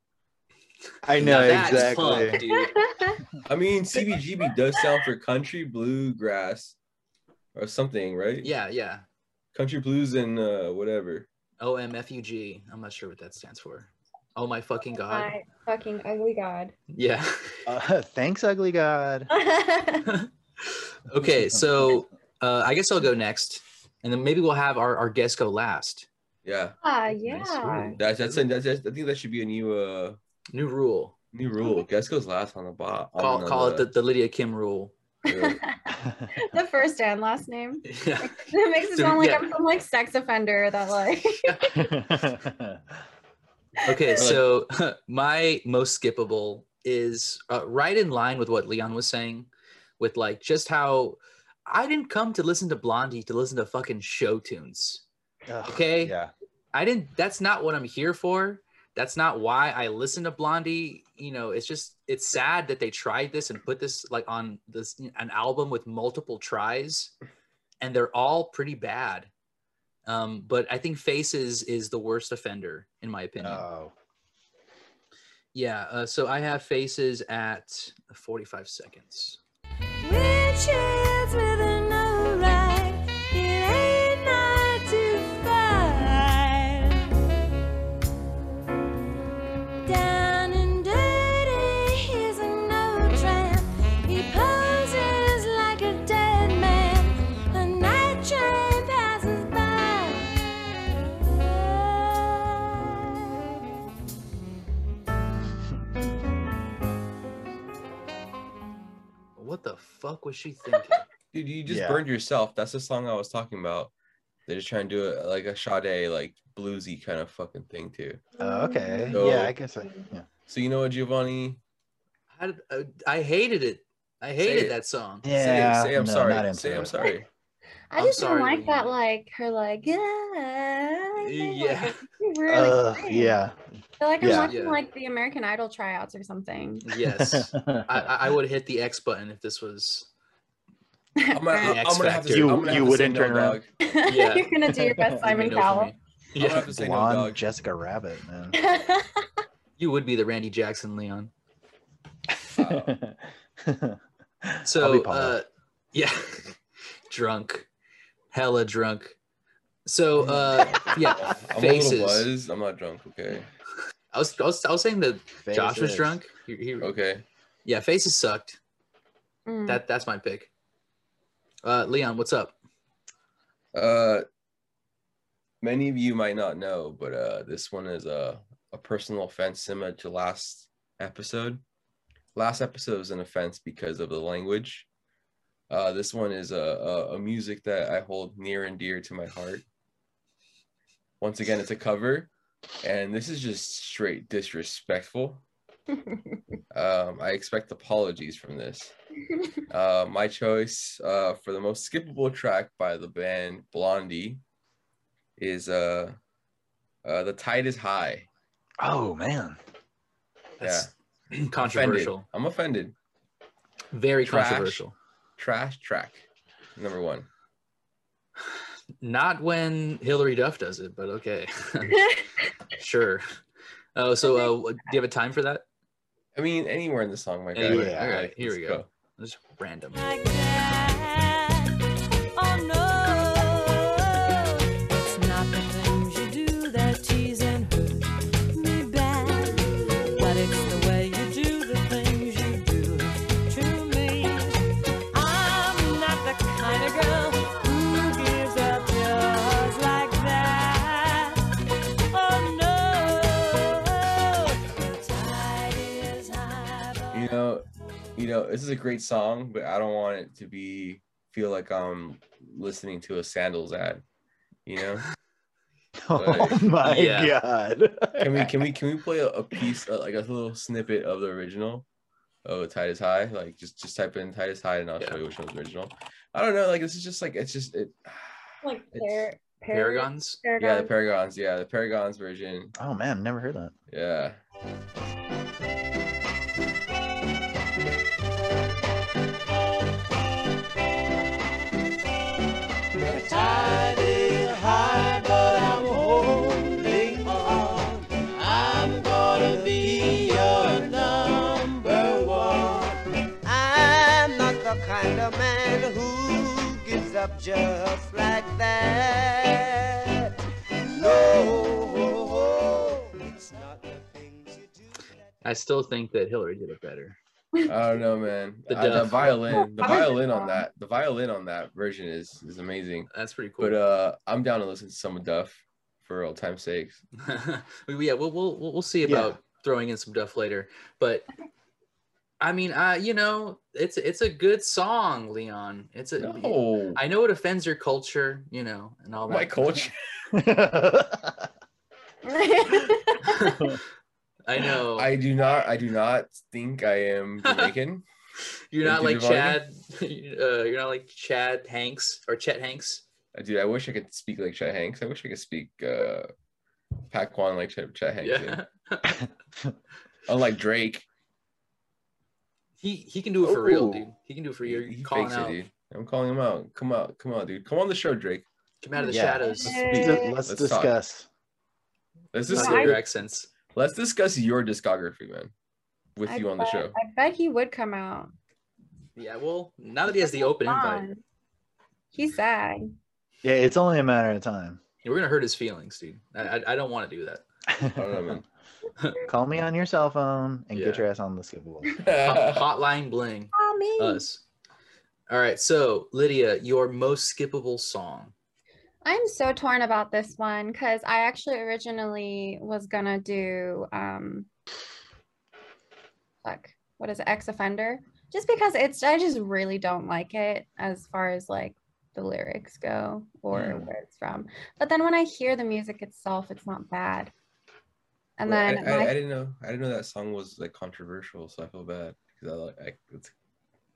Speaker 3: I know
Speaker 2: Now that's
Speaker 3: exactly.
Speaker 2: punk, dude.
Speaker 4: I mean, CBGB does sound for country bluegrass or something, right?
Speaker 2: Yeah, yeah.
Speaker 4: Country blues and uh, whatever.
Speaker 2: OMFUG. I'm not sure what that stands for. Oh my fucking god.
Speaker 5: My fucking ugly god.
Speaker 2: Yeah.
Speaker 3: Uh, thanks, ugly god.
Speaker 2: okay, so uh, I guess I'll go next, and then maybe we'll have our, our guest go last.
Speaker 4: Yeah.
Speaker 5: ah,
Speaker 2: Nice
Speaker 5: yeah.
Speaker 2: room.
Speaker 4: That's that's, that's that's I think that should be a new uh
Speaker 2: New rule.
Speaker 4: new rule. Guess goes last on the bot.
Speaker 2: Call
Speaker 4: on
Speaker 2: call it the, the Lydia Kim rule.
Speaker 4: the-
Speaker 5: the first and last name.
Speaker 2: Yeah.
Speaker 5: That makes it
Speaker 2: So,
Speaker 5: sound like
Speaker 2: yeah.
Speaker 5: I'm some like sex offender that like
Speaker 2: Okay,
Speaker 4: Really?
Speaker 2: so my most skippable is uh, right in line with what Leon was saying, with like just how I didn't come to listen to Blondie to listen to fucking show tunes.
Speaker 3: Ugh,
Speaker 2: Okay.
Speaker 3: Yeah.
Speaker 2: I didn't. That's not what I'm here for. That's not why I listen to Blondie. You know, it's just it's sad that they tried this and put this like on this an album with multiple tries, and they're all pretty bad. Um, but I think Faces is the worst offender in my opinion.
Speaker 3: Oh.
Speaker 2: yeah. Uh, so I have Faces at 45 seconds.
Speaker 6: Witches with an alright, it ain't hard to find. Down and dirty, he's an old tramp. He poses like a dead man. A night train passes by.
Speaker 2: What the fuck was she thinking?
Speaker 4: Dude, you just
Speaker 3: Yeah.
Speaker 4: burned yourself. That's the song I was talking about. They're just trying to do it like a Sade, like bluesy kind of fucking thing too.
Speaker 3: Oh, okay.
Speaker 4: So-
Speaker 3: yeah, I guess. I, yeah.
Speaker 4: So you know what, Giovanni?
Speaker 2: How did, uh, I hated it. I hated
Speaker 4: it.
Speaker 2: that song.
Speaker 3: Yeah,
Speaker 4: Say, say I'm
Speaker 3: no, not
Speaker 4: sorry.
Speaker 3: into
Speaker 4: Say I'm
Speaker 3: it.
Speaker 4: sorry.
Speaker 5: I
Speaker 2: I'm
Speaker 5: just don't
Speaker 2: sorry,
Speaker 5: like that
Speaker 2: Lena.
Speaker 5: like her like yeah
Speaker 2: Yeah.
Speaker 5: like, it's really
Speaker 3: Ugh,
Speaker 5: lame.
Speaker 3: yeah.
Speaker 5: I feel like I'm
Speaker 3: Yeah.
Speaker 5: watching
Speaker 2: Yeah.
Speaker 5: like the American Idol tryouts or something.
Speaker 2: Yes. I, I I would hit the X button if this was.
Speaker 4: I'm gonna,
Speaker 2: The X
Speaker 4: I'm gonna have to.
Speaker 2: Factor.
Speaker 4: I'm
Speaker 3: You- you
Speaker 4: gonna have to say
Speaker 3: wouldn't
Speaker 4: no,
Speaker 3: turn around?
Speaker 4: dog.
Speaker 2: uh, Yeah.
Speaker 5: You're gonna do your best Simon
Speaker 2: No for
Speaker 5: Cowell.
Speaker 2: me.
Speaker 4: I'm gonna
Speaker 2: Yeah,
Speaker 4: have to say no,
Speaker 3: Blonde
Speaker 4: dog.
Speaker 3: Jessica Rabbit, man.
Speaker 2: you would be the Randy Jackson Leon.
Speaker 4: Wow.
Speaker 3: I'll be
Speaker 2: So,
Speaker 3: Paula.
Speaker 2: uh, yeah, drunk, hella drunk. So, uh, yeah,
Speaker 4: I'm a little
Speaker 2: faces.
Speaker 4: buzzed. I'm not drunk. Okay.
Speaker 2: I was, I was, I was saying that Josh was
Speaker 3: Faces.
Speaker 2: drunk. He, he-
Speaker 4: Okay.
Speaker 2: yeah, faces sucked.
Speaker 5: Mm.
Speaker 2: That that's my pick. Uh, Leon, what's up?
Speaker 4: Uh, many of you might not know, but uh, this one is uh a personal offense similar to last episode. Last episode was an offense because of the language. Uh, this one is a, a, a music that I hold near and dear to my heart. Once again, it's a cover, and this is just straight disrespectful. Um, I expect apologies from this. Uh, my choice uh, for the most skippable track by the band Blondie is uh, uh, "The Tide Is High."
Speaker 3: Oh man.
Speaker 2: That's
Speaker 4: Offended.
Speaker 2: controversial.
Speaker 4: I'm offended.
Speaker 2: Very
Speaker 4: Trash.
Speaker 2: controversial.
Speaker 4: Trash track number one.
Speaker 2: Not when Hillary Duff does it, but okay, sure. Oh, so uh, what- do you have a time for that?
Speaker 4: I mean, anywhere in the song might be.
Speaker 2: Anywhere.
Speaker 4: alright,
Speaker 2: All right,
Speaker 4: let's
Speaker 2: here we go. Just random.
Speaker 6: like that. Oh no, it's not the things you do that tease and hurt me back, but it's the way you do the things you do to me. I'm not the kind of girl who gives up just like that. Oh no, the tide is high. but
Speaker 4: You know, you know, this is a great song, but I don't want it to be feel like I'm listening to a sandals ad. You know,
Speaker 3: Oh my
Speaker 2: Yeah.
Speaker 3: god.
Speaker 4: can we can we can we play a, a piece uh, like a little snippet of the original? Oh, Titus High, like just just type in Titus High and I'll show
Speaker 2: Yeah.
Speaker 4: you which one's the original. I don't know, like this is just like it's just it.
Speaker 5: like
Speaker 4: It's-
Speaker 5: par- par-
Speaker 2: Paragons.
Speaker 4: Yeah, the
Speaker 5: Paragon.
Speaker 4: Paragons, yeah, the Paragons version,
Speaker 3: Oh man, never heard that.
Speaker 4: yeah.
Speaker 7: The tide is high, but I'm holding on. I'm gonna be your number one. I'm not the kind of man who gives up just like that. No, it's not the things you do. that-
Speaker 2: I still think that Hillary did it better.
Speaker 4: I don't know, man.
Speaker 2: The
Speaker 4: Uh, the
Speaker 2: Duff.
Speaker 4: violin, the
Speaker 5: I heard that
Speaker 4: violin on
Speaker 5: song.
Speaker 4: that, the violin on that version is is amazing.
Speaker 2: That's pretty cool.
Speaker 4: But uh, I'm down to listen to some of Duff for old time's sakes.
Speaker 2: Well, yeah, we'll, we'll we'll we'll see
Speaker 3: Yeah.
Speaker 2: about throwing in some duff later. But I mean, I you know, it's it's a good song, Leon. It's a I
Speaker 4: No,
Speaker 2: know it offends your culture, you know, and all that.
Speaker 4: my coach.
Speaker 2: I know.
Speaker 4: I do not. I do not think I am Jamaican.
Speaker 2: you're not like
Speaker 4: Did you
Speaker 2: Chad. uh, you're not like Chad Hanks or Chet Hanks.
Speaker 4: Uh, Dude, I wish I could speak like Chet Hanks. I wish I could speak uh, Paquan like Chet, Chet Hanks. did.
Speaker 2: Yeah,
Speaker 4: Unlike Drake,
Speaker 2: he he can do it for real,
Speaker 3: Ooh.
Speaker 2: dude. He can do it for you.
Speaker 4: he
Speaker 2: You're calling
Speaker 4: fakes it,
Speaker 2: out.
Speaker 4: dude. I'm calling him out. Come out, come on, dude. Come on the show, Drake.
Speaker 2: Come out of the
Speaker 3: Yeah.
Speaker 2: shadows.
Speaker 3: Let's,
Speaker 5: Hey.
Speaker 4: Let's talk.
Speaker 3: discuss.
Speaker 4: Let's
Speaker 2: Just
Speaker 4: discuss.
Speaker 5: No, I-
Speaker 2: your accents.
Speaker 4: Let's discuss your discography, man, with
Speaker 5: I
Speaker 4: you on the
Speaker 5: bet-
Speaker 4: show.
Speaker 5: I bet he would come out.
Speaker 2: Yeah, well, now that he has the open invite,
Speaker 5: On. He's sad.
Speaker 3: Yeah, it's only a matter of time.
Speaker 2: we're gonna hurt his feelings, dude. I I, I don't want to do that.
Speaker 4: don't know, man.
Speaker 3: Call me on your cell phone and
Speaker 2: Yeah.
Speaker 3: get your ass on the skippable.
Speaker 2: Hot- Hotline bling.
Speaker 5: Oh, me.
Speaker 2: Us. All right. So Lydia, your most skippable song.
Speaker 5: I'm so torn about this one because I actually originally was gonna do um fuck, what is it, ex offender? Just because it's I just really don't like it as far as like the lyrics go or
Speaker 4: Mm.
Speaker 5: where it's from. But then when I hear the music itself, it's not bad. And
Speaker 4: Wait,
Speaker 5: then
Speaker 4: I, I,
Speaker 5: my-
Speaker 4: I didn't know. I didn't know that song was like controversial, so I feel bad because I like I, it's,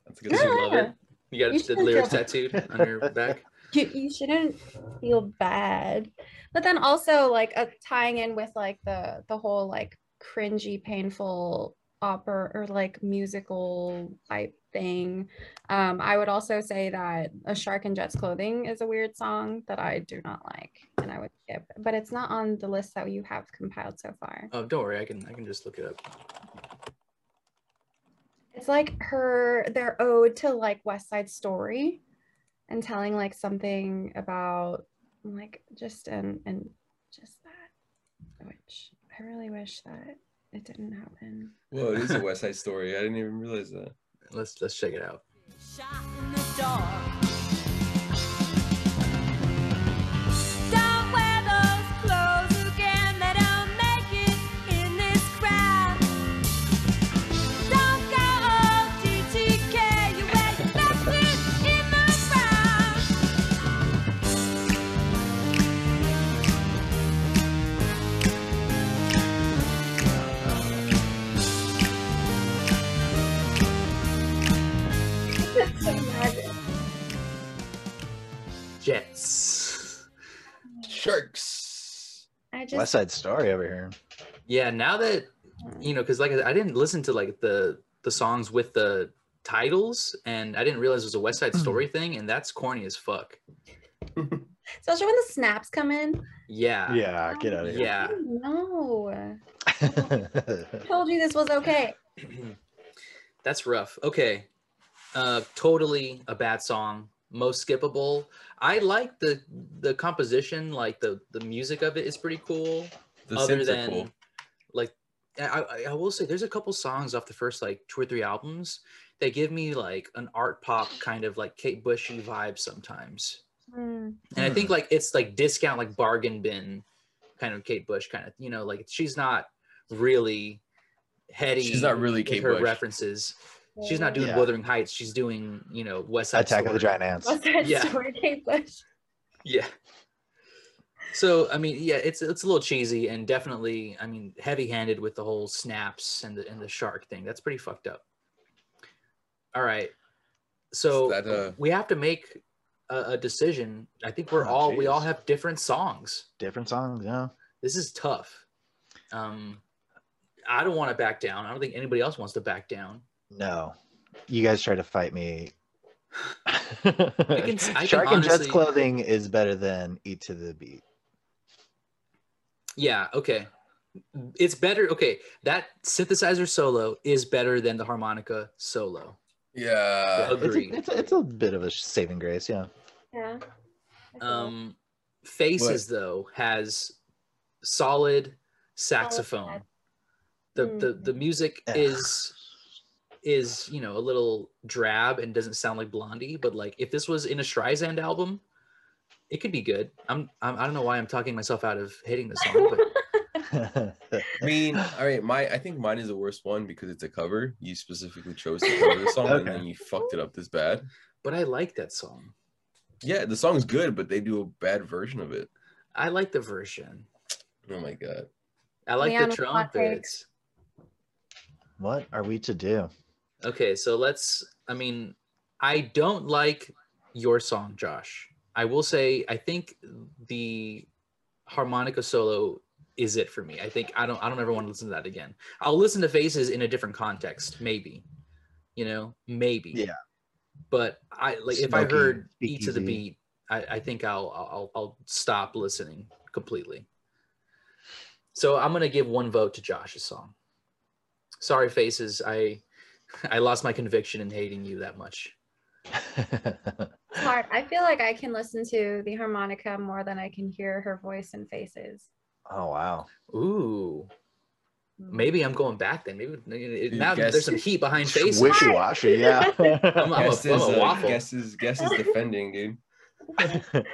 Speaker 4: that's a good
Speaker 2: Does
Speaker 4: song.
Speaker 2: you love it? You got
Speaker 5: You
Speaker 2: the
Speaker 5: should
Speaker 2: lyrics
Speaker 5: feel-
Speaker 2: tattooed on your back.
Speaker 5: you, you shouldn't feel bad but then also like uh, tying in with like the the whole like cringy painful opera or like musical type thing um i would also say that a shark in jet's clothing is a weird song that i do not like and i would skip but it's not on the list that you have compiled so far
Speaker 2: Oh, don't worry. I can I can just look it up.
Speaker 5: it's like her their ode to like west side story and telling like something about like just and and just that which i really wish that it didn't happen
Speaker 4: Whoa, it is a West Side Story. I didn't even realize that.
Speaker 2: Let's let's check it out.
Speaker 6: Shot in the dark. Don't wear those clothes again. They don't make it oh,
Speaker 4: Sharks.
Speaker 5: I just
Speaker 3: West Side Story over here.
Speaker 2: Yeah, now that you know, because like I I didn't listen to like the the songs with the titles, and I didn't realize it was a West Side Story thing, and that's corny as fuck.
Speaker 5: especially when the snaps come in.
Speaker 2: Yeah,
Speaker 3: Yeah, get out of here.
Speaker 2: Yeah.
Speaker 5: No. Told you this was okay.
Speaker 2: that's rough. Okay, uh, totally a bad song. Most skippable. I like the the composition, like the the music of it is pretty cool.
Speaker 4: The
Speaker 2: other
Speaker 4: Sims
Speaker 2: than
Speaker 4: are cool.
Speaker 2: like I, I- I will say there's a couple songs off the first like two or three albums that give me like an art pop kind of like kate bushy vibe sometimes
Speaker 5: Mm.
Speaker 2: and i
Speaker 4: Hmm.
Speaker 2: think like it's like discount like bargain bin kind of kate bush kind of you know like she's not really heady
Speaker 4: She's not really
Speaker 2: with
Speaker 4: Kate
Speaker 2: her
Speaker 4: Bush.
Speaker 2: references she's not doing
Speaker 3: Yeah.
Speaker 2: wuthering heights she's doing you know west side
Speaker 3: Attack of the
Speaker 2: Story.
Speaker 3: Giant Ants.
Speaker 5: What's that
Speaker 2: Yeah.
Speaker 5: story, Kate Bush?
Speaker 2: Yeah. So I mean, yeah, it's it's a little cheesy and definitely, I mean, heavy-handed with the whole snaps and the and the shark thing. That's pretty fucked up. All right, so
Speaker 4: Is that, uh,
Speaker 2: we have to make a, a decision. I think we're
Speaker 3: Oh,
Speaker 2: all we all
Speaker 3: jeez.
Speaker 2: have different songs.
Speaker 3: Different songs, yeah.
Speaker 2: This is tough. Um, I don't want to back down. I don't think anybody else wants to back down.
Speaker 3: No. You guys try to fight me.
Speaker 2: can- I can
Speaker 3: Shark and Jet's
Speaker 2: honestly-
Speaker 3: clothing is better than Eat to the Beat.
Speaker 2: Yeah. Okay. It's better. Okay, that synthesizer solo is better than the harmonica solo.
Speaker 3: It's
Speaker 4: Yeah.
Speaker 3: a,
Speaker 2: Agreed.
Speaker 3: it's, a, it's a bit of a saving grace, yeah.
Speaker 5: Yeah. I feel
Speaker 2: Um, Faces though has solid saxophone. The the the music
Speaker 3: Ugh.
Speaker 2: is is you know a little drab and doesn't sound like Blondie, but like if this was in a Streisand album, it could be good. I'm, I'm I don't know why I'm talking myself out of hating this song, but
Speaker 4: I mean, all right, my I think mine is the worst one because it's a cover. You specifically chose to cover the song and
Speaker 3: Okay.
Speaker 4: then you fucked it up this bad.
Speaker 2: but I like that song.
Speaker 4: Yeah, the song's good, but they do a bad version of it.
Speaker 2: I like the version.
Speaker 4: Oh my god.
Speaker 2: I like
Speaker 5: Leanna's
Speaker 2: the
Speaker 5: hot
Speaker 2: trumpets.
Speaker 3: what are we to do?
Speaker 2: Okay, so let's. I mean, I don't like your song, Josh. I will say, I think the harmonica solo is it for me. I think I don't. I don't ever want to listen to that again. I'll listen to Faces in a different context, maybe. You know, maybe.
Speaker 3: Yeah.
Speaker 2: But I like if I
Speaker 3: Smoky,
Speaker 2: heard E to the
Speaker 3: speakeasy.
Speaker 2: beat, I, I think I'll, I'll I'll stop listening completely. So I'm gonna give one vote to Josh's song. Sorry, Faces. I I lost my conviction in hating you that much.
Speaker 5: It's hard. I feel like I can listen to the harmonica more than I can hear her voice and faces.
Speaker 3: oh, wow.
Speaker 2: Ooh, maybe I'm going back then. Maybe it- now
Speaker 4: guess-
Speaker 2: there's some heat behind faces.
Speaker 3: Wishy washy, yeah.
Speaker 2: I'm, I'm a,
Speaker 4: Guess
Speaker 2: I'm
Speaker 4: is,
Speaker 2: a
Speaker 4: uh,
Speaker 2: waffle.
Speaker 4: guess is guess is defending, dude.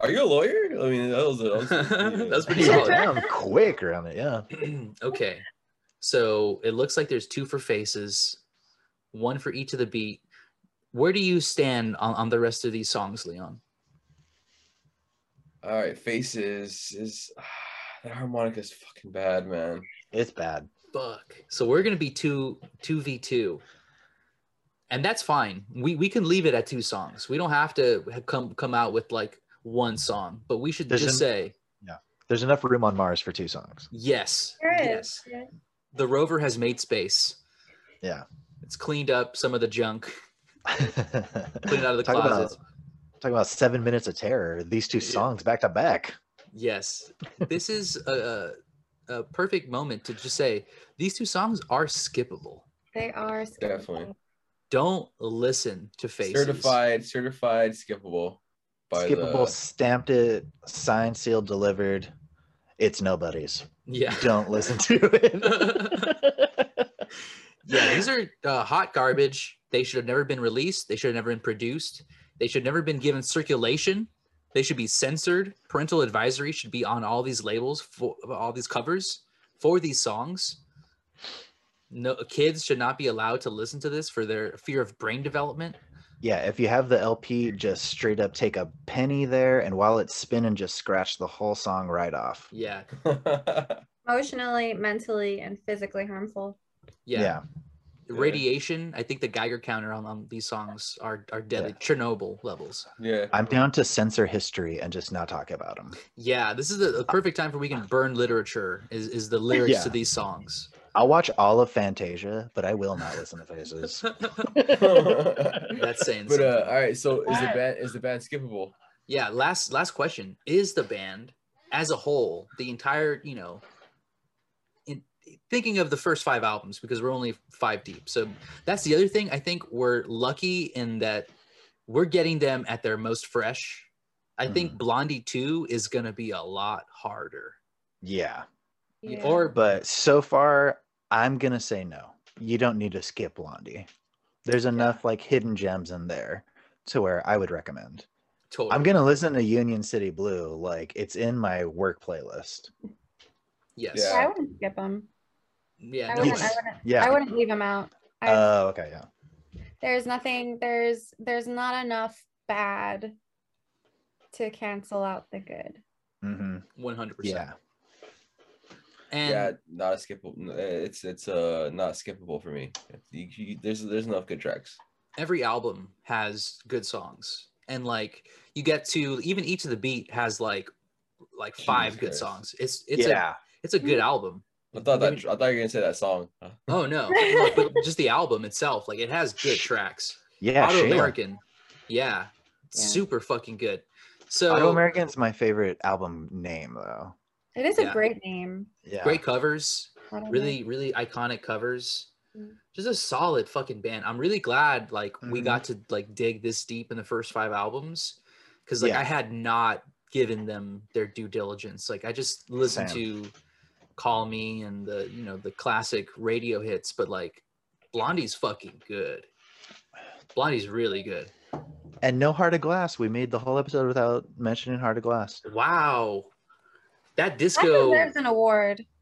Speaker 4: Are you a lawyer? I mean, that was, a, that
Speaker 2: That's
Speaker 4: was
Speaker 2: pretty
Speaker 3: yeah,
Speaker 2: solid.
Speaker 3: damn, quick around it, yeah.
Speaker 2: okay. So it looks like there's two for faces, one for each of the beat. Where do you stand on, on the rest of these songs, Leon?
Speaker 4: all right. Faces is that harmonica is fucking bad, man.
Speaker 3: It's bad.
Speaker 2: Fuck. So we're gonna be two two v two, and that's fine. We we can leave it at two songs. We don't have to have come come out with like one song, but we should
Speaker 3: There's
Speaker 2: just
Speaker 3: an-
Speaker 2: say
Speaker 3: There's enough room on Mars for two songs.
Speaker 2: yes,
Speaker 5: There it
Speaker 2: yes.
Speaker 5: is. Yeah.
Speaker 2: The rover has made space.
Speaker 3: Yeah.
Speaker 2: It's cleaned up some of the junk, put it
Speaker 3: Talk
Speaker 2: out of the
Speaker 3: Talk about-
Speaker 2: closets.
Speaker 3: about seven minutes of terror. These two
Speaker 2: Yeah.
Speaker 3: songs back to back.
Speaker 2: Yes, this is a, a a perfect moment to just say these two songs are skippable.
Speaker 5: They are scary.
Speaker 4: Definitely.
Speaker 2: Don't listen to faces.
Speaker 4: Certified, certified, skippable. By
Speaker 3: Skippable,
Speaker 4: The,
Speaker 3: stamped it, signed, sealed, delivered. It's nobody's.
Speaker 2: Yeah.
Speaker 3: Don't listen to it.
Speaker 2: Yeah, these are uh, hot garbage. They should have never been released. They should have never been produced. They should have never been given circulation. They should be censored. Parental advisory should be on all these labels for all these covers for these songs. No kids should not be allowed to listen to this for their fear of brain development.
Speaker 3: yeah, if you have the LP, just straight up take a penny there, and while it's spinning, just scratch the whole song right off.
Speaker 2: Yeah,
Speaker 5: Emotionally, mentally, and physically harmful.
Speaker 2: yeah. The
Speaker 4: Yeah.
Speaker 2: radiation, I think the Geiger counter on, on these songs are are deadly,
Speaker 3: Yeah.
Speaker 2: Chernobyl levels.
Speaker 4: Yeah.
Speaker 3: I'm down to censor history and just not talk about them.
Speaker 2: Yeah, this is the, the perfect time for we can burn literature. Is is the lyrics to these songs?
Speaker 3: I'll watch all of Fantasia, but I will not listen to Faces.
Speaker 2: That's saying.
Speaker 4: but
Speaker 2: something.
Speaker 4: uh, all right. So is the band is the band skippable?
Speaker 2: yeah last last question is the band as a whole the entire you know in thinking of the first five albums because we're only five deep so that's the other thing i think we're lucky in that we're getting them at their most fresh i
Speaker 4: Mm-hmm.
Speaker 2: think blondie 2 is going to be a lot harder
Speaker 3: yeah,
Speaker 5: Yeah.
Speaker 2: or but
Speaker 3: but so far, I'm gonna say no. You don't need to skip Blondie. There's enough like hidden gems in there to where I would recommend.
Speaker 2: totally.
Speaker 3: I'm gonna listen to Union City Blue. Like it's in my work playlist.
Speaker 2: yes
Speaker 5: Yeah,
Speaker 2: yeah,
Speaker 5: I wouldn't skip them. I
Speaker 2: no,
Speaker 5: wouldn't.
Speaker 3: Yes.
Speaker 5: I wouldn't.
Speaker 3: Yeah.
Speaker 5: I wouldn't leave them out. I,
Speaker 3: Oh, okay, yeah.
Speaker 5: there's nothing. There's there's not enough bad to cancel out the good.
Speaker 3: hmm
Speaker 2: 100%
Speaker 3: Yeah.
Speaker 2: and
Speaker 4: yeah, not a skippable. It's it's uh not skippable for me. You, you, there's there's enough good tracks.
Speaker 2: every album has good songs and like you get to even each of the beat has like like five good
Speaker 4: Jesus.
Speaker 2: songs it's it's a
Speaker 3: yeah.
Speaker 2: it's a good album
Speaker 4: I thought that I
Speaker 2: Maybe-
Speaker 4: thought you were gonna say that song. Huh?
Speaker 2: oh no Look, but just the album itself like it has good tracks
Speaker 3: yeah.
Speaker 2: auto
Speaker 3: Shayla.
Speaker 2: american yeah,
Speaker 5: Yeah.
Speaker 2: super fucking good so
Speaker 3: Auto American's my favorite album name though.
Speaker 5: It is
Speaker 2: Yeah.
Speaker 5: a great name.
Speaker 3: Yeah.
Speaker 2: great covers
Speaker 5: I don't know.
Speaker 2: really really iconic covers
Speaker 5: Mm.
Speaker 2: just a solid fucking band i'm really glad like we
Speaker 3: Mhm.
Speaker 2: got to like dig this deep in the first five albums because like
Speaker 3: Yeah.
Speaker 2: i had not given them their due diligence like i just listened
Speaker 3: Same.
Speaker 2: to call me and the you know the classic radio hits but like blondie's fucking good blondie's really good
Speaker 3: And no Heart of Glass. We made the whole episode without mentioning Heart of Glass.
Speaker 2: wow that
Speaker 5: That
Speaker 2: disco
Speaker 5: deserves an award.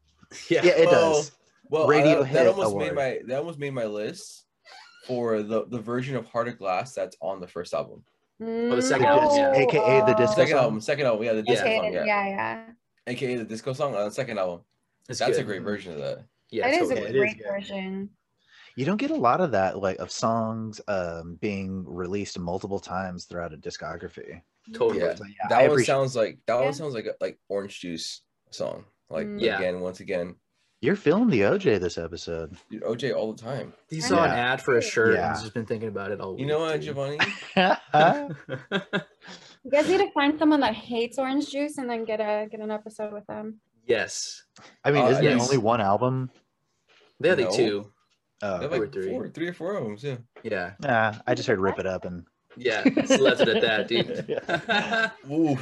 Speaker 3: Yeah, it does.
Speaker 4: Well,
Speaker 3: Radio
Speaker 4: I,
Speaker 3: Hit
Speaker 4: that almost
Speaker 3: Award.
Speaker 4: made my that almost made my list for the the version of Heart of Glass that's on the first album,
Speaker 2: the second
Speaker 5: No.
Speaker 2: album, yeah.
Speaker 3: AKA the disco
Speaker 4: second
Speaker 3: song?
Speaker 4: album, second album. Yeah, the disco
Speaker 5: Okay,
Speaker 4: song. Yeah.
Speaker 5: yeah, yeah.
Speaker 4: aka the disco song on the second album.
Speaker 2: It's
Speaker 4: That's
Speaker 2: good.
Speaker 4: a great version of that.
Speaker 2: yeah
Speaker 5: it is
Speaker 2: totally.
Speaker 5: a
Speaker 3: it is
Speaker 5: great
Speaker 3: good.
Speaker 5: version.
Speaker 3: You don't get a lot of that, like of songs um, being released multiple times throughout a discography.
Speaker 2: totally
Speaker 4: Yeah.
Speaker 3: So, yeah,
Speaker 4: That
Speaker 3: I
Speaker 4: one
Speaker 3: appreciate-
Speaker 4: sounds like that
Speaker 5: Yeah.
Speaker 4: one sounds like a, like Orange Juice song. Like
Speaker 5: Mm.
Speaker 2: Yeah.
Speaker 4: again, once again,
Speaker 3: You're feeling the OJ this episode.
Speaker 4: dude, OJ all the time.
Speaker 2: he
Speaker 5: I
Speaker 2: saw an
Speaker 3: know.
Speaker 2: ad for a shirt and
Speaker 3: Yeah.
Speaker 2: he's just been thinking about it all
Speaker 4: You know what,
Speaker 2: week,
Speaker 4: Giovanni?
Speaker 3: That's
Speaker 2: dude.
Speaker 5: You guys need to find someone that hates orange juice and then get a get an episode with them.
Speaker 2: Yes.
Speaker 3: I mean,
Speaker 4: Uh,
Speaker 3: isn't
Speaker 2: yes.
Speaker 3: there only one album?
Speaker 2: They're the
Speaker 4: No.
Speaker 2: two.
Speaker 3: Oh,
Speaker 4: They have
Speaker 2: There
Speaker 3: okay.
Speaker 4: like
Speaker 2: Two or three.
Speaker 4: four, three or four of them. Yeah.
Speaker 2: Yeah.
Speaker 3: nah, I just heard "Rip It Up" and
Speaker 2: Yeah. Just left it at that, dude.
Speaker 3: Yeah.
Speaker 4: Ooh.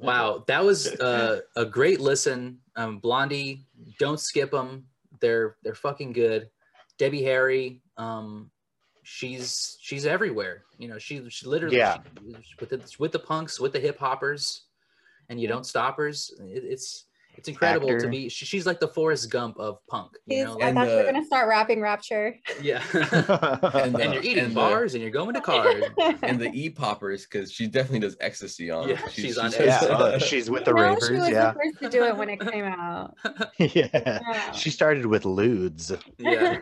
Speaker 2: wow. That was uh, a great listen. Um, Blondie, don't skip them. They're they're fucking good. Debbie Harry, um, she's she's everywhere. You know, she she literally
Speaker 3: Yeah.
Speaker 2: she- with the with the punks, with the hip hoppers, and you don't stoppers. It, it's it's incredible to
Speaker 3: Actor.
Speaker 2: be. She, she's like the Forrest Gump of punk. You know,
Speaker 5: I
Speaker 2: like,
Speaker 4: and,
Speaker 5: thought you were
Speaker 4: uh,
Speaker 5: gonna start rapping Rapture.
Speaker 2: yeah.
Speaker 4: And,
Speaker 2: and
Speaker 4: uh,
Speaker 2: you're eating
Speaker 4: and the-
Speaker 2: bars and you're going to cars.
Speaker 4: and the E poppers because she definitely does ecstasy on.
Speaker 2: Yeah, she's on
Speaker 3: yeah,
Speaker 2: ecstasy.
Speaker 3: uh, she's with the
Speaker 5: You know, she was
Speaker 3: ravers. Yeah,
Speaker 5: the first to do it when it came out.
Speaker 3: yeah.
Speaker 5: Yeah.
Speaker 3: She started with lewds.
Speaker 2: yeah.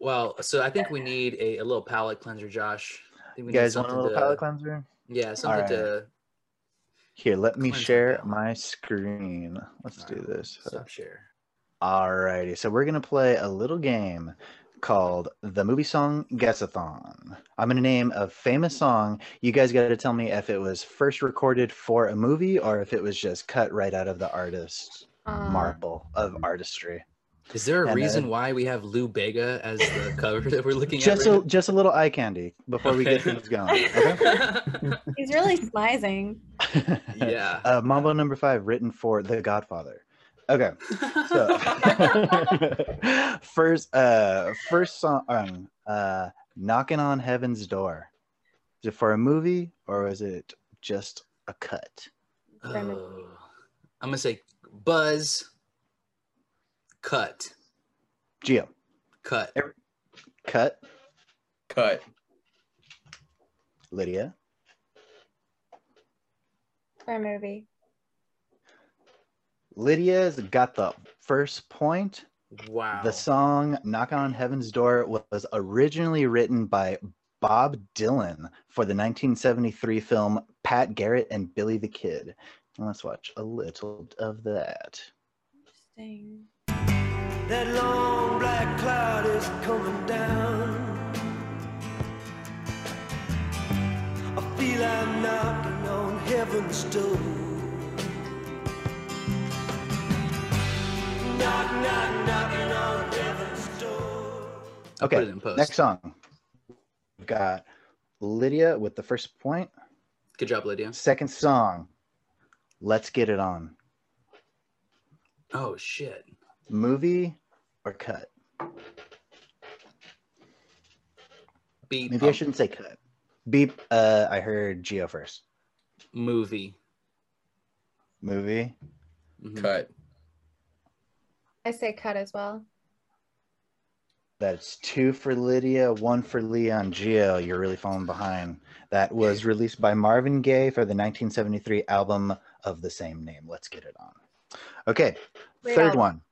Speaker 2: Well, so I think we need a, a little palate cleanser, Josh. I think we
Speaker 3: you
Speaker 2: need
Speaker 3: guys want a
Speaker 2: something
Speaker 3: little
Speaker 2: to-
Speaker 3: palate cleanser?
Speaker 2: Yeah, something
Speaker 3: right.
Speaker 2: to
Speaker 3: Here, let me
Speaker 2: Cleanse my
Speaker 3: share
Speaker 2: palate.
Speaker 3: my screen. Let's do
Speaker 2: Alright,
Speaker 3: this.
Speaker 2: stop share.
Speaker 3: Alrighty, so we're gonna play a little game called the movie song guessathon. I'm gonna name a famous song. You guys gotta tell me if it was first recorded for a movie or if it was just cut right out of the artist's
Speaker 5: Um,
Speaker 3: marble of artistry.
Speaker 2: Is there a
Speaker 3: And, uh,
Speaker 2: reason why we have Lou Bega as the cover that we're looking
Speaker 3: Just
Speaker 2: at?
Speaker 3: a just a little eye candy before we get
Speaker 2: Okay.
Speaker 3: things going. Okay?
Speaker 5: Um, He's really smizing.
Speaker 2: yeah.
Speaker 3: Uh, Mambo number five, written for The Godfather. Okay. So, first, uh, first song, um, uh, "Knocking on Heaven's Door." Is it for a movie or is it just a cut?
Speaker 2: Oh, I'm gonna say buzz, cut,
Speaker 3: Geo,
Speaker 2: cut.
Speaker 3: cut.
Speaker 4: Cut.
Speaker 3: Lydia,
Speaker 5: For a movie.
Speaker 3: Lydia's got the first point.
Speaker 2: Wow.
Speaker 3: The song Knock on Heaven's Door was originally written by Bob Dylan for the 1973 film Pat Garrett and Billy the Kid. And let's watch a little of that.
Speaker 5: Interesting.
Speaker 7: That long black cloud is coming down. I feel I'm knocking on heaven's door. Knock, knock, knocking on heaven's door.
Speaker 2: I'll
Speaker 3: Okay,
Speaker 2: put it in post.
Speaker 3: Next song. We've got Lydia with the first point.
Speaker 2: Good job, Lydia.
Speaker 3: Second song, Let's Get It On.
Speaker 2: Oh shit.
Speaker 3: Movie or cut?
Speaker 2: Beat
Speaker 3: Maybe I
Speaker 2: up
Speaker 3: shouldn't say cut. Beep. Uh, I heard Geo first.
Speaker 2: movie.
Speaker 3: Movie.
Speaker 2: Mhm.
Speaker 4: Cut.
Speaker 5: I say cut as well.
Speaker 3: That's two for Lydia, one for Leon Geo. You're really falling behind. That was released by Marvin Gaye for the 1973 album of the same name. Let's get it on. Okay,
Speaker 5: Great
Speaker 3: third
Speaker 5: album.
Speaker 3: one.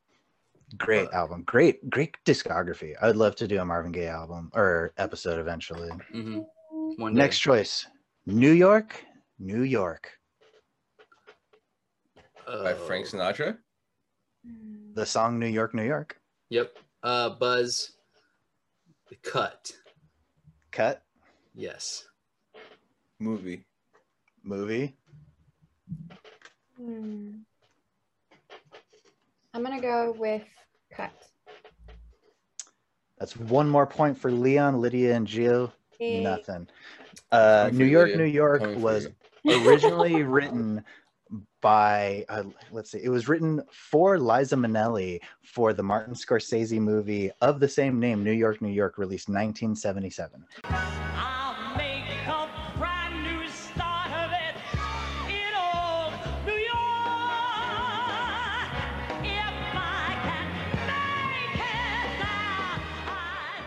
Speaker 3: Great album. Great, great discography. I'd love to do a Marvin Gaye album or episode eventually.
Speaker 2: Mhm. One day.
Speaker 3: Next choice New York, New York.
Speaker 4: By
Speaker 2: Oh.
Speaker 4: Frank Sinatra.
Speaker 5: Mm.
Speaker 3: The song New York, New York.
Speaker 2: Yep. Uh, Buzz. Cut.
Speaker 3: Cut,
Speaker 2: Yes.
Speaker 4: Movie.
Speaker 3: movie.
Speaker 5: Hmm. I'm gonna go with cut.
Speaker 3: That's one more point for Leon, Lydia, and Geo.
Speaker 5: Yay.
Speaker 3: Nothing. Uh,
Speaker 4: Coming for
Speaker 3: New
Speaker 4: you,
Speaker 3: York,
Speaker 4: Lydia.
Speaker 3: New York
Speaker 4: Coming for
Speaker 3: was
Speaker 4: you.
Speaker 3: originally written by, uh, let's see, it was written for Liza Minnelli for the Martin Scorsese movie of the same name, New York, New York, released 1977.
Speaker 7: I'll make a brand new start of it in old New York. If I can make it,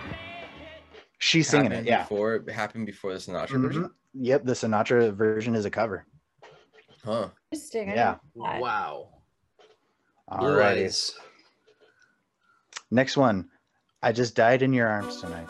Speaker 7: I'll make it.
Speaker 3: She's singing it,
Speaker 4: Happened
Speaker 3: yeah.
Speaker 4: Before it happened before the Sinatra
Speaker 3: Mhm.
Speaker 4: version.
Speaker 3: Yep, the Sinatra version is a cover.
Speaker 4: Huh.
Speaker 5: Interesting. I
Speaker 3: Yeah.
Speaker 5: didn't know that.
Speaker 2: Wow.
Speaker 3: All
Speaker 2: Blue
Speaker 3: right.
Speaker 2: eyes.
Speaker 3: Next one. I just died in your arms tonight.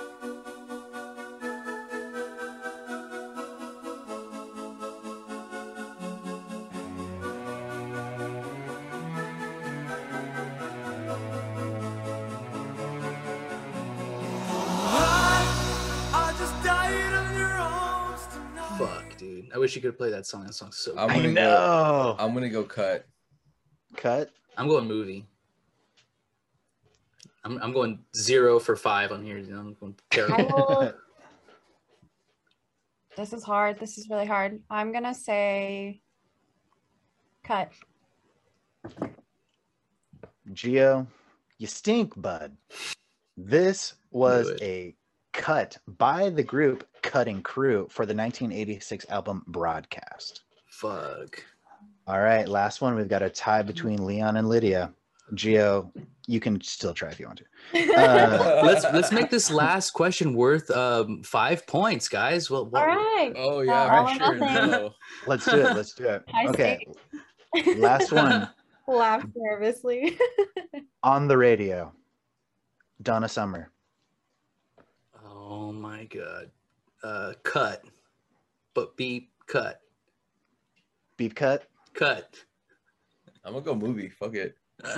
Speaker 7: I just died in your arms tonight.
Speaker 2: Fuck, dude. I wish you could have played that song. That song's so.
Speaker 4: I'm
Speaker 2: good.
Speaker 3: I
Speaker 4: gonna go-
Speaker 3: know.
Speaker 4: I'm gonna go cut.
Speaker 3: Cut.
Speaker 2: I'm going movie. I'm, I'm going zero for five on here. dude. I'm going
Speaker 5: I
Speaker 2: terrible.
Speaker 5: will. This is hard. This is really hard. I'm gonna say cut.
Speaker 3: Geo, you stink, bud. This was
Speaker 2: it.
Speaker 3: a cut by the group Cutting Crew for the 1986 album Broadcast.
Speaker 2: Fuck.
Speaker 3: All right, last one. We've got a tie between Leon and Lydia. Geo, you can still try if you want to. Uh,
Speaker 2: Let's let's make this last question worth um, five points, guys. Well,
Speaker 5: All
Speaker 2: what,
Speaker 5: right.
Speaker 4: Oh
Speaker 5: all
Speaker 4: yeah,
Speaker 5: or
Speaker 4: for sure.
Speaker 5: nothing.
Speaker 4: No.
Speaker 3: let's do it. Let's do it.
Speaker 5: I
Speaker 3: Okay, last one
Speaker 5: Laughed nervously.
Speaker 3: on the radio. Donna Summer.
Speaker 2: Oh my god. Uh, cut. But beep. Cut.
Speaker 3: Beep cut
Speaker 2: Cut.
Speaker 4: I'm gonna go movie. Fuck it.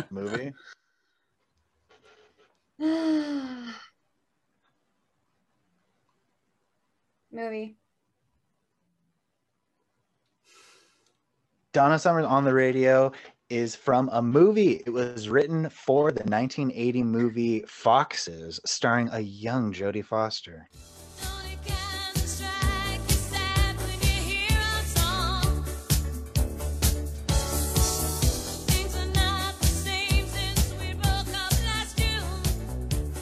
Speaker 3: movie.
Speaker 5: Movie.
Speaker 3: Donna Summers on the radio is from a movie. It was written for the 1980 movie Foxes, starring a young Jodie Foster.
Speaker 6: Only kind that strikes you sad when you hear our song. Things are not the same since we broke up last June.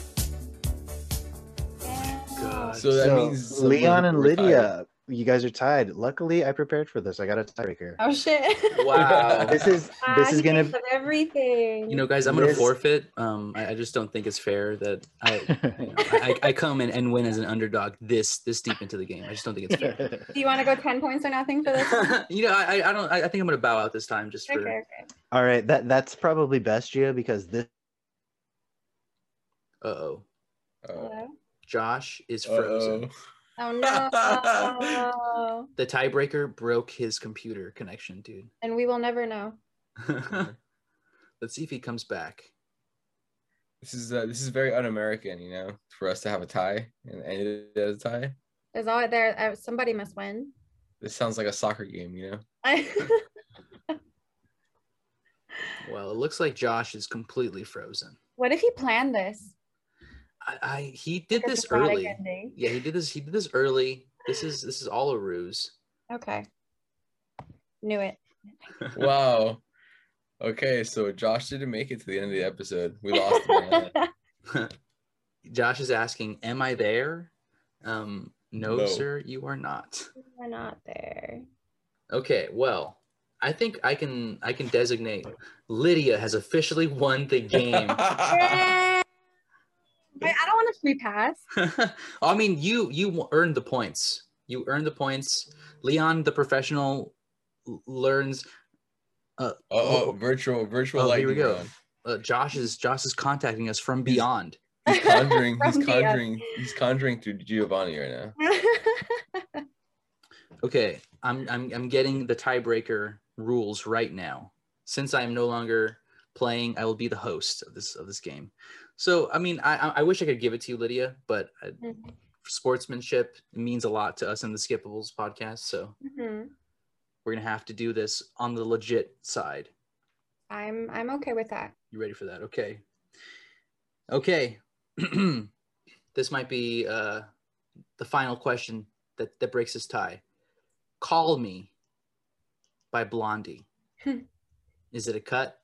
Speaker 2: God.
Speaker 4: So that
Speaker 3: So,
Speaker 4: means some
Speaker 3: Leon
Speaker 4: people
Speaker 3: and
Speaker 4: were tied.
Speaker 3: Lydia, you guys are tied. Luckily, I prepared for this. I got a tiebreaker.
Speaker 5: Oh shit.
Speaker 2: wow.
Speaker 3: This is
Speaker 5: Ah,
Speaker 3: this
Speaker 5: he
Speaker 3: is gonna.
Speaker 5: thinks of everything.
Speaker 2: You know, guys, I'm gonna
Speaker 3: This-
Speaker 2: forfeit. Um, I, I just don't think it's fair that I, you know, I, I I come in and win as an underdog this this deep into the game. I just don't think it's fair.
Speaker 5: Do you want to go ten points or nothing for this? one?
Speaker 2: you know, I I- I don't. I, I think I'm gonna bow out this time just for.
Speaker 5: okay. Okay.
Speaker 3: All right, that that's probably best, Gio, because this
Speaker 2: Uh oh.
Speaker 4: Uh,
Speaker 5: Hello?
Speaker 2: Josh is frozen.
Speaker 4: uh-oh.
Speaker 5: Oh no.
Speaker 2: The tiebreaker broke his computer connection, dude.
Speaker 5: and we will never know.
Speaker 2: Let's see if he comes back.
Speaker 4: This is uh, this is very un-American, you know, for us to have a tie and end it as a tie.
Speaker 5: There's all there. Uh, somebody must win.
Speaker 4: This sounds like a soccer game, you know.
Speaker 5: I,
Speaker 2: Well, it looks like Josh is completely frozen.
Speaker 5: what if he planned this?
Speaker 2: I, I he did
Speaker 5: Like a
Speaker 2: this
Speaker 5: dramatic
Speaker 2: early.
Speaker 5: ending?
Speaker 2: Yeah, he did this. He did this early. This is this is all a ruse.
Speaker 5: Okay. Knew it.
Speaker 4: Wow. Okay, so Josh didn't make it to the end of the episode. We lost. him, man.
Speaker 2: Josh is asking, "Am I there?" Um, no,
Speaker 4: No.
Speaker 2: sir, you are not.
Speaker 5: We're not there.
Speaker 2: Okay, well, I think I can I can designate Lydia has officially won the game.
Speaker 5: Yay! Wait, I don't want a free pass.
Speaker 2: I mean, you you earned the points. You earned the points. Leon, the professional, l- learns
Speaker 4: Oh, virtual, virtual
Speaker 2: Oh, here
Speaker 4: lightning
Speaker 2: we go.
Speaker 4: round.
Speaker 2: uh, Josh is Josh is contacting us from beyond.
Speaker 4: He's conjuring.
Speaker 5: From
Speaker 4: he's
Speaker 5: the, uh,
Speaker 4: conjuring. He's conjuring through Giovanni right now.
Speaker 2: Okay, I'm I'm I'm getting the tiebreaker rules right now. Since I am no longer playing, I will be the host of this of this game. So I mean, I I- I wish I could give it to you, Lydia, but uh
Speaker 5: Mhm.
Speaker 2: sportsmanship means a lot to us in the Skippables podcast. So
Speaker 5: Mhm.
Speaker 2: we're gonna have to do this on the legit side.
Speaker 5: I'm I'm okay with that.
Speaker 2: You ready for that? Okay. Okay. this might be uh, the final question that, that breaks this tie. Call Me by Blondie.
Speaker 5: Hmm.
Speaker 2: Is it a cut?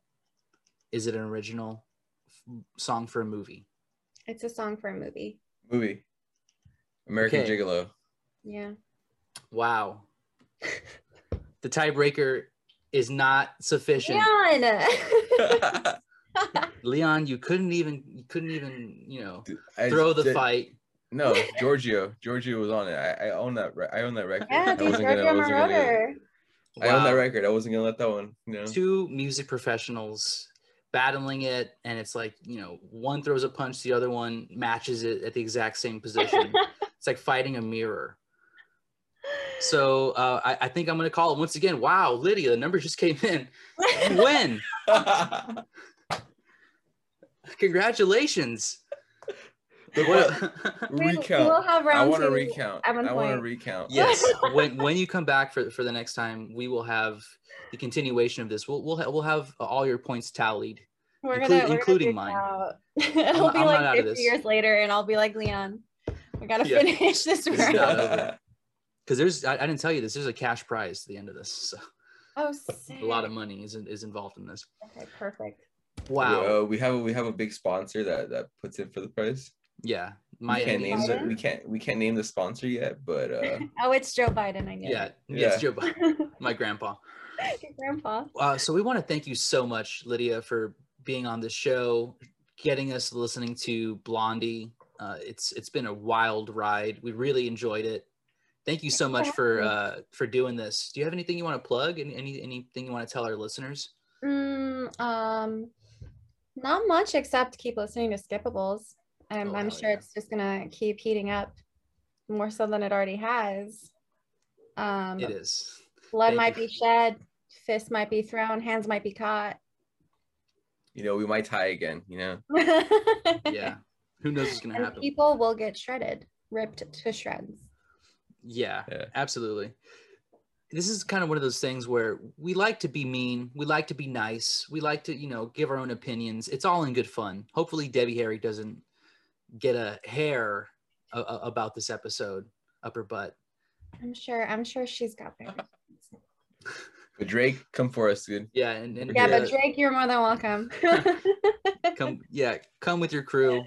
Speaker 2: Is it an original f- song for a movie?
Speaker 5: It's a song for a movie.
Speaker 4: Movie. American
Speaker 2: Okay.
Speaker 4: Gigolo.
Speaker 5: Yeah.
Speaker 2: Wow. the tiebreaker is not sufficient.
Speaker 5: Leon!
Speaker 2: Leon, you couldn't even you couldn't even, you know,
Speaker 4: I
Speaker 2: throw the
Speaker 4: did-
Speaker 2: fight.
Speaker 4: No, Giorgio. Giorgio was on it. I, I own that. Re- I own that record.
Speaker 5: yeah,
Speaker 4: I
Speaker 5: dude,
Speaker 4: wasn't gonna- I
Speaker 5: Giorgio
Speaker 4: wasn't gonna-
Speaker 5: Moroder.
Speaker 4: I own that
Speaker 2: Wow.
Speaker 4: record. I wasn't gonna let that one. You know.
Speaker 2: two music professionals battling it and it's like you know one throws a punch the other one matches it at the exact same position it's like fighting a mirror so uh, I, I think i'm going to call it once again wow lydia the numbers just came in when
Speaker 4: Look
Speaker 2: congratulations
Speaker 4: what
Speaker 5: We-
Speaker 4: recount.
Speaker 5: We'll have round
Speaker 4: I want to
Speaker 5: two.
Speaker 4: recount.
Speaker 5: at one
Speaker 4: I want to
Speaker 5: point.
Speaker 4: recount.
Speaker 2: yes when, when you come back for, for the next time we will have the continuation of this we'll, we'll, ha- we'll have all your points tallied
Speaker 5: We're
Speaker 2: inclu-
Speaker 5: gonna, we're
Speaker 2: including
Speaker 5: gonna
Speaker 2: mine.
Speaker 5: figure it out. It'll
Speaker 2: not-
Speaker 5: be
Speaker 2: I'm not out of
Speaker 5: like 50
Speaker 2: this.
Speaker 5: years later, and I'll be like, Leon, we gotta
Speaker 2: Yeah.
Speaker 5: finish this
Speaker 2: It's
Speaker 5: round.
Speaker 2: not over. because there's I, I didn't tell you this there's a cash prize at the end of this so
Speaker 5: Oh, sick.
Speaker 2: a lot of money is, in- is involved in this
Speaker 5: Okay, perfect.
Speaker 2: wow
Speaker 4: Uh, we have a, we have a big sponsor that that puts in for the price.
Speaker 2: yeah
Speaker 4: We
Speaker 2: my
Speaker 4: can't name
Speaker 5: Biden?
Speaker 4: the, we can't we can't name the sponsor yet, but uh,
Speaker 5: Oh, it's Joe Biden. I knew.
Speaker 2: yeah,
Speaker 5: it.
Speaker 2: yeah.
Speaker 4: Yeah.
Speaker 2: Yes, Joe Biden, my grandpa
Speaker 5: Your grandpa.
Speaker 2: uh, so we want to thank you so much lydia for being on the show getting us listening to blondie uh, it's it's been a wild ride we really enjoyed it thank you so much for uh, for doing this do you have anything you want to plug and any anything you want to tell our listeners
Speaker 5: Mm, um, not much except keep listening to Skippables. Um,
Speaker 2: Oh,
Speaker 5: I'm
Speaker 2: hell
Speaker 5: sure
Speaker 2: yeah.
Speaker 5: it's just gonna keep heating up more so than it already has. Um,
Speaker 2: it is
Speaker 5: blood
Speaker 2: Thank
Speaker 5: might
Speaker 2: you.
Speaker 5: be shed, fists might be thrown, hands might be caught.
Speaker 4: you know we might tie again. You know.
Speaker 2: yeah who knows what's gonna
Speaker 5: and
Speaker 2: happen
Speaker 5: people will get shredded, ripped to shreds.
Speaker 2: Yeah,
Speaker 4: Yeah.
Speaker 2: absolutely. This is kind of one of those things where we like to be mean, we like to be nice, we like to, you know, give our own opinions. It's all in good fun. Hopefully, Debbie Harry doesn't get a hair a- a- about this episode up her butt.
Speaker 5: I'm sure. I'm sure she's got there.
Speaker 4: But Drake, come for us, dude.
Speaker 2: Yeah, and, and
Speaker 5: Yeah,
Speaker 2: uh,
Speaker 5: but Drake, you're more than welcome.
Speaker 2: come, yeah, come with your crew.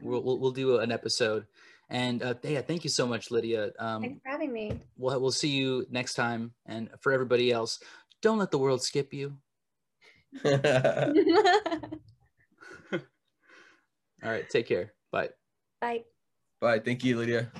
Speaker 2: We'll we'll, we'll do an episode. And uh, yeah, thank you so much, Lydia. Um,
Speaker 5: Thanks for having me.
Speaker 2: we'll we'll see you next time. And for everybody else, don't let the world skip you. All right, take care. Bye.
Speaker 5: Bye.
Speaker 4: Bye. Thank you, Lydia.